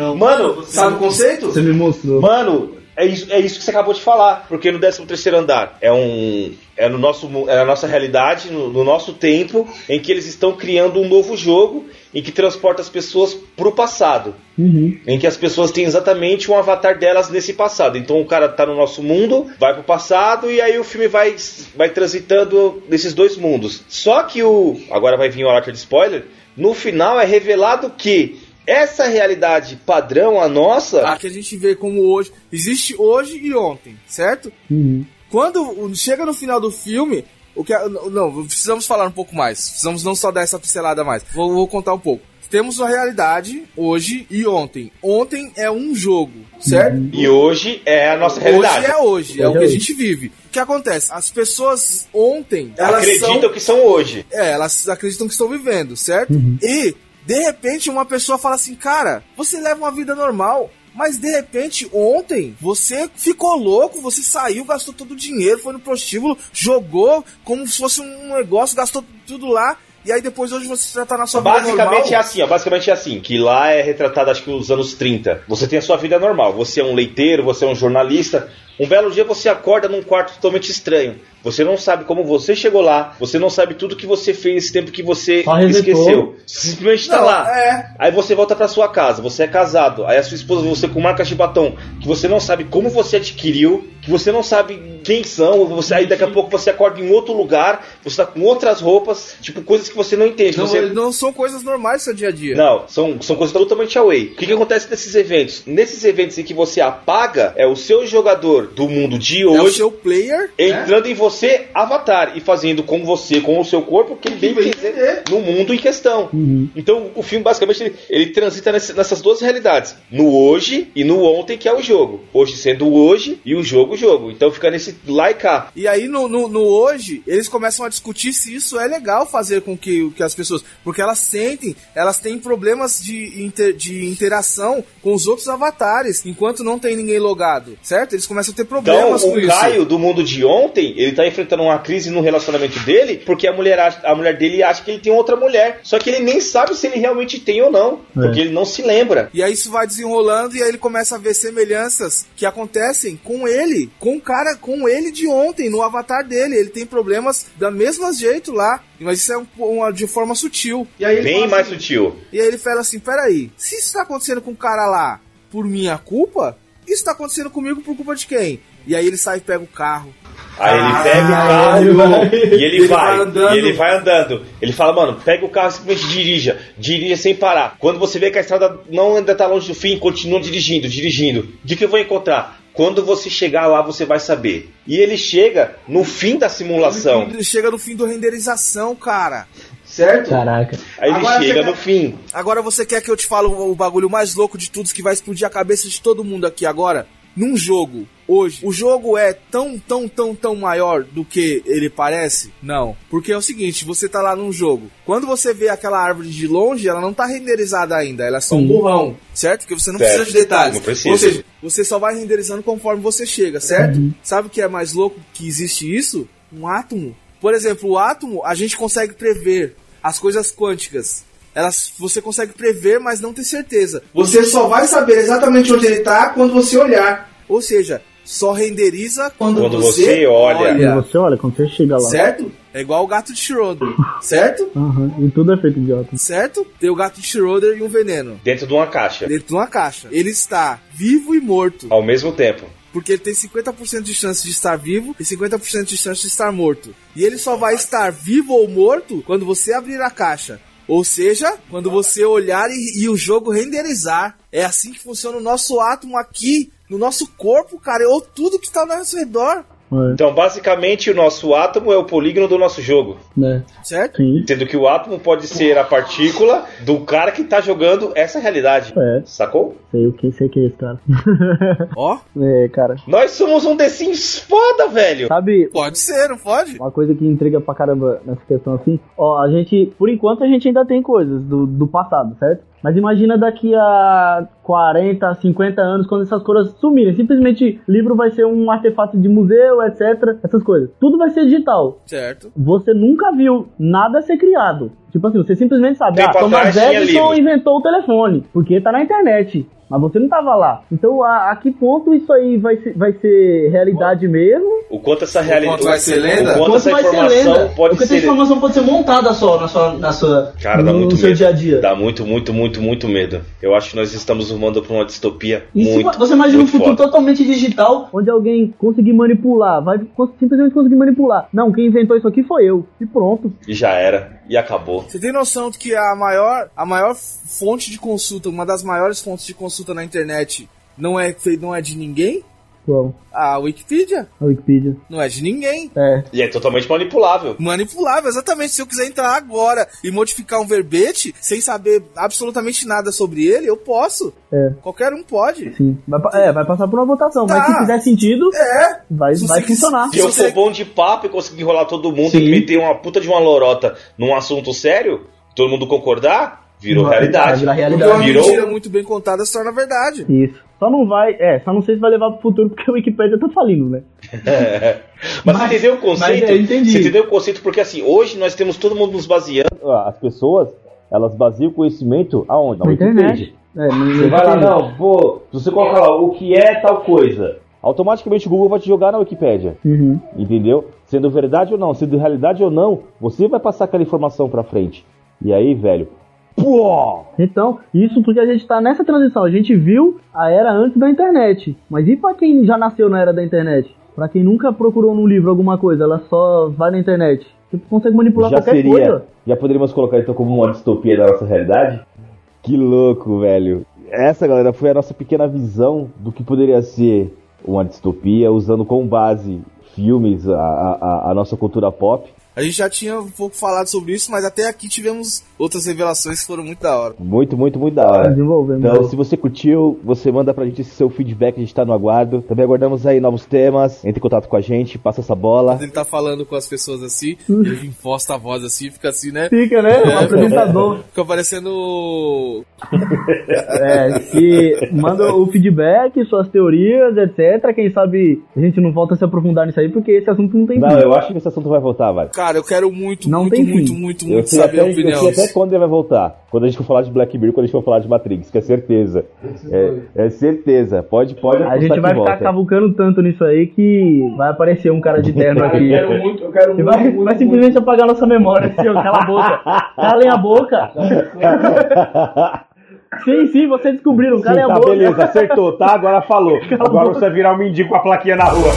[SPEAKER 13] andar?
[SPEAKER 4] Mano,
[SPEAKER 13] Sabe o conceito?
[SPEAKER 5] Você me mostrou.
[SPEAKER 4] mano, É isso, é isso que você acabou de falar, porque no 13 terceiro andar é um é no nosso mu- é a nossa realidade, no, no nosso tempo em que eles estão criando um novo jogo em que transporta as pessoas pro passado,
[SPEAKER 5] Uhum.
[SPEAKER 4] em que as pessoas têm exatamente um avatar delas nesse passado. Então o cara tá no nosso mundo, vai pro passado e aí o filme vai vai transitando nesses dois mundos. Só que o agora vai vir o alerta de spoiler, no final é revelado que essa realidade padrão a nossa
[SPEAKER 3] A que a gente vê como hoje. Existe hoje e ontem, certo?
[SPEAKER 5] Uhum.
[SPEAKER 3] Quando o- chega no final do filme, o que a- não, não, precisamos falar um pouco mais. Precisamos não só dar essa pincelada a mais. Vou, vou contar um pouco. Temos uma realidade hoje e ontem. Ontem é um jogo, certo?
[SPEAKER 4] E hoje é a nossa Uhum. realidade.
[SPEAKER 3] Hoje é hoje, é
[SPEAKER 4] Hoje é
[SPEAKER 3] o que a
[SPEAKER 4] hoje.
[SPEAKER 3] gente vive. O que acontece? As pessoas ontem, elas
[SPEAKER 4] Acreditam
[SPEAKER 3] são-
[SPEAKER 4] que são hoje.
[SPEAKER 3] É, elas acreditam que estão vivendo, certo? E, de repente, uma pessoa fala assim, cara, você leva uma vida normal. Mas de repente, ontem, você ficou louco, você saiu, gastou todo o dinheiro, foi no prostíbulo, jogou como se fosse um negócio, gastou tudo lá, e aí depois hoje você já tá na sua vida normal.
[SPEAKER 4] Basicamente é assim, ó. Basicamente é assim, que lá é retratado acho que os anos 30. Você tem a sua vida normal, você é um leiteiro, você é um jornalista. Um belo dia você acorda num quarto totalmente estranho. Você não sabe como você chegou lá, você não sabe tudo que você fez esse tempo que você
[SPEAKER 15] Só resetou.
[SPEAKER 4] esqueceu. Simplesmente tá
[SPEAKER 15] Não,
[SPEAKER 4] lá.
[SPEAKER 15] é.
[SPEAKER 4] Aí você volta pra sua casa, você é casado, aí a sua esposa você com marca de batom, que você não sabe como você adquiriu, que você não sabe quem são, você, aí daqui a pouco você acorda em outro lugar, você tá com outras roupas, tipo coisas que você não entende.
[SPEAKER 3] Não,
[SPEAKER 4] você...
[SPEAKER 3] não são coisas normais do seu dia a dia.
[SPEAKER 4] Não, são, são coisas totalmente away. O que, que acontece nesses eventos? Nesses eventos em que você apaga, é o seu jogador do mundo de hoje.
[SPEAKER 3] É o seu player.
[SPEAKER 4] Entrando em você, avatar, e fazendo com você, com o seu corpo, o que ele bem quiser no mundo em questão.
[SPEAKER 3] Uhum.
[SPEAKER 4] Então o filme basicamente ele, ele transita nesse- nessas duas realidades. No hoje e no ontem, que é o jogo. Hoje sendo o hoje e o jogo o jogo. Então fica nesse lá e cá.
[SPEAKER 3] E aí, no, no, no hoje, eles começam a discutir se isso é legal fazer com que, que as pessoas. Porque elas sentem, elas têm problemas de, inter- de interação com os outros avatares, enquanto não tem ninguém logado, certo? Eles começam a ter
[SPEAKER 4] Então,
[SPEAKER 3] problemas com
[SPEAKER 4] o
[SPEAKER 3] isso.
[SPEAKER 4] Caio do mundo de ontem, ele tá enfrentando uma crise no relacionamento dele, porque a mulher, acha- a mulher dele acha que ele tem outra mulher. Só que ele nem sabe se ele realmente tem ou não,
[SPEAKER 3] É.
[SPEAKER 4] porque ele não se lembra.
[SPEAKER 3] E aí isso vai desenrolando e aí ele começa a ver semelhanças que acontecem com ele, com o cara, com ele de ontem, no avatar dele. Ele tem problemas da mesma jeito lá, mas isso é um- uma, de forma sutil.
[SPEAKER 4] Bem mais sutil.
[SPEAKER 3] E aí ele fala assim: peraí, se isso tá acontecendo com o cara lá por minha culpa, isso tá acontecendo comigo por culpa de quem? E aí ele sai e pega o carro.
[SPEAKER 4] Aí ele pega o
[SPEAKER 3] Caralho,
[SPEAKER 4] carro
[SPEAKER 3] velho.
[SPEAKER 4] e ele,
[SPEAKER 3] Ele
[SPEAKER 4] vai.
[SPEAKER 3] vai andando.
[SPEAKER 4] e ele vai andando. Ele fala, mano, pega o carro e simplesmente dirija. Dirija sem parar. Quando você vê que a estrada não ainda tá longe do fim, continua dirigindo, dirigindo. De que eu vou encontrar? Quando você chegar lá, você vai saber. E ele chega no fim da simulação.
[SPEAKER 3] Ele chega no fim do renderização, cara.
[SPEAKER 4] Certo?
[SPEAKER 15] Caraca.
[SPEAKER 4] Aí ele
[SPEAKER 3] Agora
[SPEAKER 4] chega
[SPEAKER 3] você-
[SPEAKER 4] no fim.
[SPEAKER 3] Agora você quer que eu te fale o, o bagulho mais louco de tudo que vai explodir a cabeça de todo mundo aqui agora? Num jogo, hoje, o jogo é tão, tão, tão, tão maior do que ele parece? Não. Porque é o seguinte, você tá lá num jogo. Quando você vê aquela árvore de longe, ela não tá renderizada ainda, ela é só um
[SPEAKER 15] Sim.
[SPEAKER 3] borrão, certo? Porque você não
[SPEAKER 4] Certo.
[SPEAKER 3] precisa de detalhes.
[SPEAKER 4] Não precisa.
[SPEAKER 3] Ou seja, você só vai renderizando conforme você chega, certo? Sabe o que é mais louco que existe isso? Um átomo. Por exemplo, o átomo a gente consegue prever as coisas quânticas. Elas, você consegue prever, mas não ter certeza. Você só vai saber exatamente onde ele está quando você olhar. Ou seja, só renderiza quando,
[SPEAKER 4] Quando você olha.
[SPEAKER 5] Quando você olha, quando você chega lá.
[SPEAKER 3] Certo? É igual o gato de Schroeder, certo?
[SPEAKER 5] Aham, E tudo é feito idiota.
[SPEAKER 3] Certo? Tem o gato de Schroeder e um veneno
[SPEAKER 4] Dentro de uma caixa.
[SPEAKER 3] dentro de uma caixa. Ele está vivo e morto.
[SPEAKER 4] Ao mesmo tempo.
[SPEAKER 3] Porque ele tem 50% de chance de estar vivo e 50% de chance de estar morto. E ele só vai estar vivo ou morto quando você abrir a caixa. Ou seja, quando você olhar e, e o jogo renderizar. É assim que funciona o nosso átomo aqui, no nosso corpo, cara, ou tudo que está ao nosso redor,
[SPEAKER 5] né?
[SPEAKER 4] Então, basicamente, o nosso átomo é o polígono do nosso jogo.
[SPEAKER 5] Né?
[SPEAKER 3] certo?
[SPEAKER 5] Sim.
[SPEAKER 4] Sendo que o átomo pode ser a partícula do cara que tá jogando essa realidade.
[SPEAKER 5] É.
[SPEAKER 4] Sacou?
[SPEAKER 5] Sei o que sei que é esse cara.
[SPEAKER 3] Ó,
[SPEAKER 5] É, cara.
[SPEAKER 4] Nós somos um The Sims foda, velho!
[SPEAKER 5] Sabe,
[SPEAKER 3] pode ser, não pode?
[SPEAKER 5] Uma coisa que intriga pra caramba nessa questão assim. Ó, a gente, por enquanto, a gente ainda tem coisas do, do passado, certo? Mas imagina daqui a 40, 50 anos, quando essas coisas sumirem. Simplesmente livro vai ser um artefato de museu, etc. Essas coisas. Tudo vai ser digital.
[SPEAKER 3] Certo.
[SPEAKER 5] Você nunca viu nada ser criado. Tipo assim, você simplesmente sabe, ah,
[SPEAKER 16] Tempo
[SPEAKER 5] Thomas
[SPEAKER 16] atrás tinha
[SPEAKER 5] Edison
[SPEAKER 16] livro.
[SPEAKER 5] inventou o telefone, porque tá na internet. Mas você não tava lá. Então, a, a que ponto isso aí vai ser, vai ser realidade mesmo?
[SPEAKER 16] O quanto essa realidade.
[SPEAKER 8] quanto vai ser lenda?
[SPEAKER 16] O quanto,
[SPEAKER 8] Quanto
[SPEAKER 16] essa
[SPEAKER 8] vai ser
[SPEAKER 16] informação
[SPEAKER 8] lenda?
[SPEAKER 5] é
[SPEAKER 16] pode
[SPEAKER 8] O quanto
[SPEAKER 16] ser.
[SPEAKER 8] essa
[SPEAKER 17] informação pode ser montada só na sua. Na sua
[SPEAKER 16] Cara, dá
[SPEAKER 17] no
[SPEAKER 16] muito
[SPEAKER 17] seu
[SPEAKER 16] medo.
[SPEAKER 17] dia a dia.
[SPEAKER 16] Dá muito, muito, muito, muito medo. Eu acho que nós estamos rumando pra uma distopia
[SPEAKER 17] E se
[SPEAKER 16] muito.
[SPEAKER 17] você imagina um
[SPEAKER 16] muito
[SPEAKER 17] futuro
[SPEAKER 16] foda.
[SPEAKER 17] totalmente digital,
[SPEAKER 5] Onde alguém conseguir manipular, vai cons- simplesmente conseguir manipular. Não, quem inventou isso aqui foi eu. E pronto.
[SPEAKER 16] E já era. E acabou.
[SPEAKER 3] Você tem noção de que a maior, a maior fonte de consulta, uma das maiores fontes de consulta na internet, não é, fe- não é de ninguém?
[SPEAKER 5] Qual?
[SPEAKER 3] A Wikipedia.
[SPEAKER 5] A Wikipedia.
[SPEAKER 3] Não é de ninguém.
[SPEAKER 5] É.
[SPEAKER 16] E é totalmente manipulável.
[SPEAKER 3] Manipulável, exatamente. Se eu quiser entrar agora e modificar um verbete sem saber absolutamente nada sobre ele, eu posso.
[SPEAKER 5] É.
[SPEAKER 3] Qualquer um pode.
[SPEAKER 5] Sim. Vai, pa- é, vai passar por uma votação.
[SPEAKER 3] Tá.
[SPEAKER 5] Mas se fizer sentido,
[SPEAKER 3] É.
[SPEAKER 5] vai,
[SPEAKER 3] Se
[SPEAKER 5] vai
[SPEAKER 3] você-
[SPEAKER 5] funcionar.
[SPEAKER 16] Se eu
[SPEAKER 3] você-
[SPEAKER 16] for bom de papo e conseguir enrolar todo mundo
[SPEAKER 17] Sim.
[SPEAKER 16] e meter uma puta de uma lorota num assunto sério, todo mundo concordar, virou
[SPEAKER 17] Vai, vai
[SPEAKER 16] realidade.
[SPEAKER 17] virar
[SPEAKER 3] Porque
[SPEAKER 17] realidade.
[SPEAKER 3] uma mentira
[SPEAKER 16] Virou.
[SPEAKER 3] muito bem contada se torna verdade.
[SPEAKER 5] Isso. Só não vai. É, só não sei se vai levar pro futuro porque a Wikipedia tá falindo, né?
[SPEAKER 16] É. Mas, você
[SPEAKER 17] Mas-
[SPEAKER 16] entendeu o conceito?
[SPEAKER 17] mas eu entendi.
[SPEAKER 16] Você entendeu o conceito? Porque assim, hoje nós temos todo mundo nos baseando.
[SPEAKER 4] Ah, As pessoas, elas baseiam o conhecimento aonde? Na
[SPEAKER 5] Na
[SPEAKER 4] Wikipedia.
[SPEAKER 5] internet. É, não-
[SPEAKER 4] Você vai lá, não, pô, se você colocar lá o que é tal coisa, automaticamente o Google vai te jogar na Wikipédia,
[SPEAKER 5] Uhum.
[SPEAKER 4] entendeu? Sendo verdade ou não, sendo realidade ou não, você vai passar aquela informação pra frente. E aí, velho, pô,
[SPEAKER 5] Então, isso porque a gente tá nessa transição. A gente viu a era antes da internet. Mas e pra quem já nasceu na era da internet? Pra quem nunca procurou num livro alguma coisa, ela só vai na internet. Você consegue manipular
[SPEAKER 4] já
[SPEAKER 5] qualquer
[SPEAKER 4] seria,
[SPEAKER 5] coisa.
[SPEAKER 4] já poderíamos colocar então como uma distopia da nossa realidade? Que louco, velho. Essa, galera, foi a nossa pequena visão do que poderia ser uma distopia, usando como base filmes, a- a- a- a nossa cultura pop.
[SPEAKER 3] A gente já tinha um pouco falado sobre isso, mas até aqui tivemos outras revelações que foram muito da hora.
[SPEAKER 4] Muito, muito, muito da hora.
[SPEAKER 5] Desenvolvendo.
[SPEAKER 4] Então, se você curtiu, você manda pra gente esse seu feedback, a gente tá no aguardo. Também aguardamos aí novos temas, entre em contato com a gente, passa essa bola.
[SPEAKER 3] Ele tá falando com as pessoas assim,
[SPEAKER 5] Uhum.
[SPEAKER 3] ele imposta a voz assim, fica assim, né?
[SPEAKER 5] Fica, né? O apresentador.
[SPEAKER 3] Fica parecendo
[SPEAKER 5] É, que manda o feedback, suas teorias, etc. Quem sabe a gente não volta a se aprofundar nisso aí, porque esse assunto não tem
[SPEAKER 4] Não,
[SPEAKER 5] fim.
[SPEAKER 4] eu acho que esse assunto vai voltar, vai.
[SPEAKER 3] Cara, eu quero muito,
[SPEAKER 5] Não
[SPEAKER 3] muito,
[SPEAKER 5] tem
[SPEAKER 3] muito,
[SPEAKER 5] fim.
[SPEAKER 3] muito,
[SPEAKER 4] Eu
[SPEAKER 3] muito
[SPEAKER 4] sei,
[SPEAKER 3] saber
[SPEAKER 4] até,
[SPEAKER 3] a
[SPEAKER 4] eu sei
[SPEAKER 3] opinião.
[SPEAKER 4] até quando ele vai voltar. Quando a gente for falar de Black Mirror, quando a gente for falar de Matrix, que é certeza. É, é certeza. Pode, pode
[SPEAKER 5] A
[SPEAKER 4] apostar
[SPEAKER 5] gente
[SPEAKER 4] que tá
[SPEAKER 5] vai
[SPEAKER 4] volta.
[SPEAKER 5] ficar cavucando tanto nisso aí que vai aparecer um cara de terno
[SPEAKER 7] Cara, eu
[SPEAKER 5] aqui.
[SPEAKER 7] quero muito, eu quero
[SPEAKER 5] E
[SPEAKER 7] muito.
[SPEAKER 5] vai,
[SPEAKER 7] muito,
[SPEAKER 5] vai simplesmente apagar nossa memória, assim, ó, cala a boca. Calem a boca. Sim, sim, vocês descobriram,
[SPEAKER 4] Sim,
[SPEAKER 5] calem a
[SPEAKER 4] tá,
[SPEAKER 5] boca.
[SPEAKER 4] beleza, acertou, tá? Agora falou. Agora você vai virar um mendigo com a plaquinha na rua.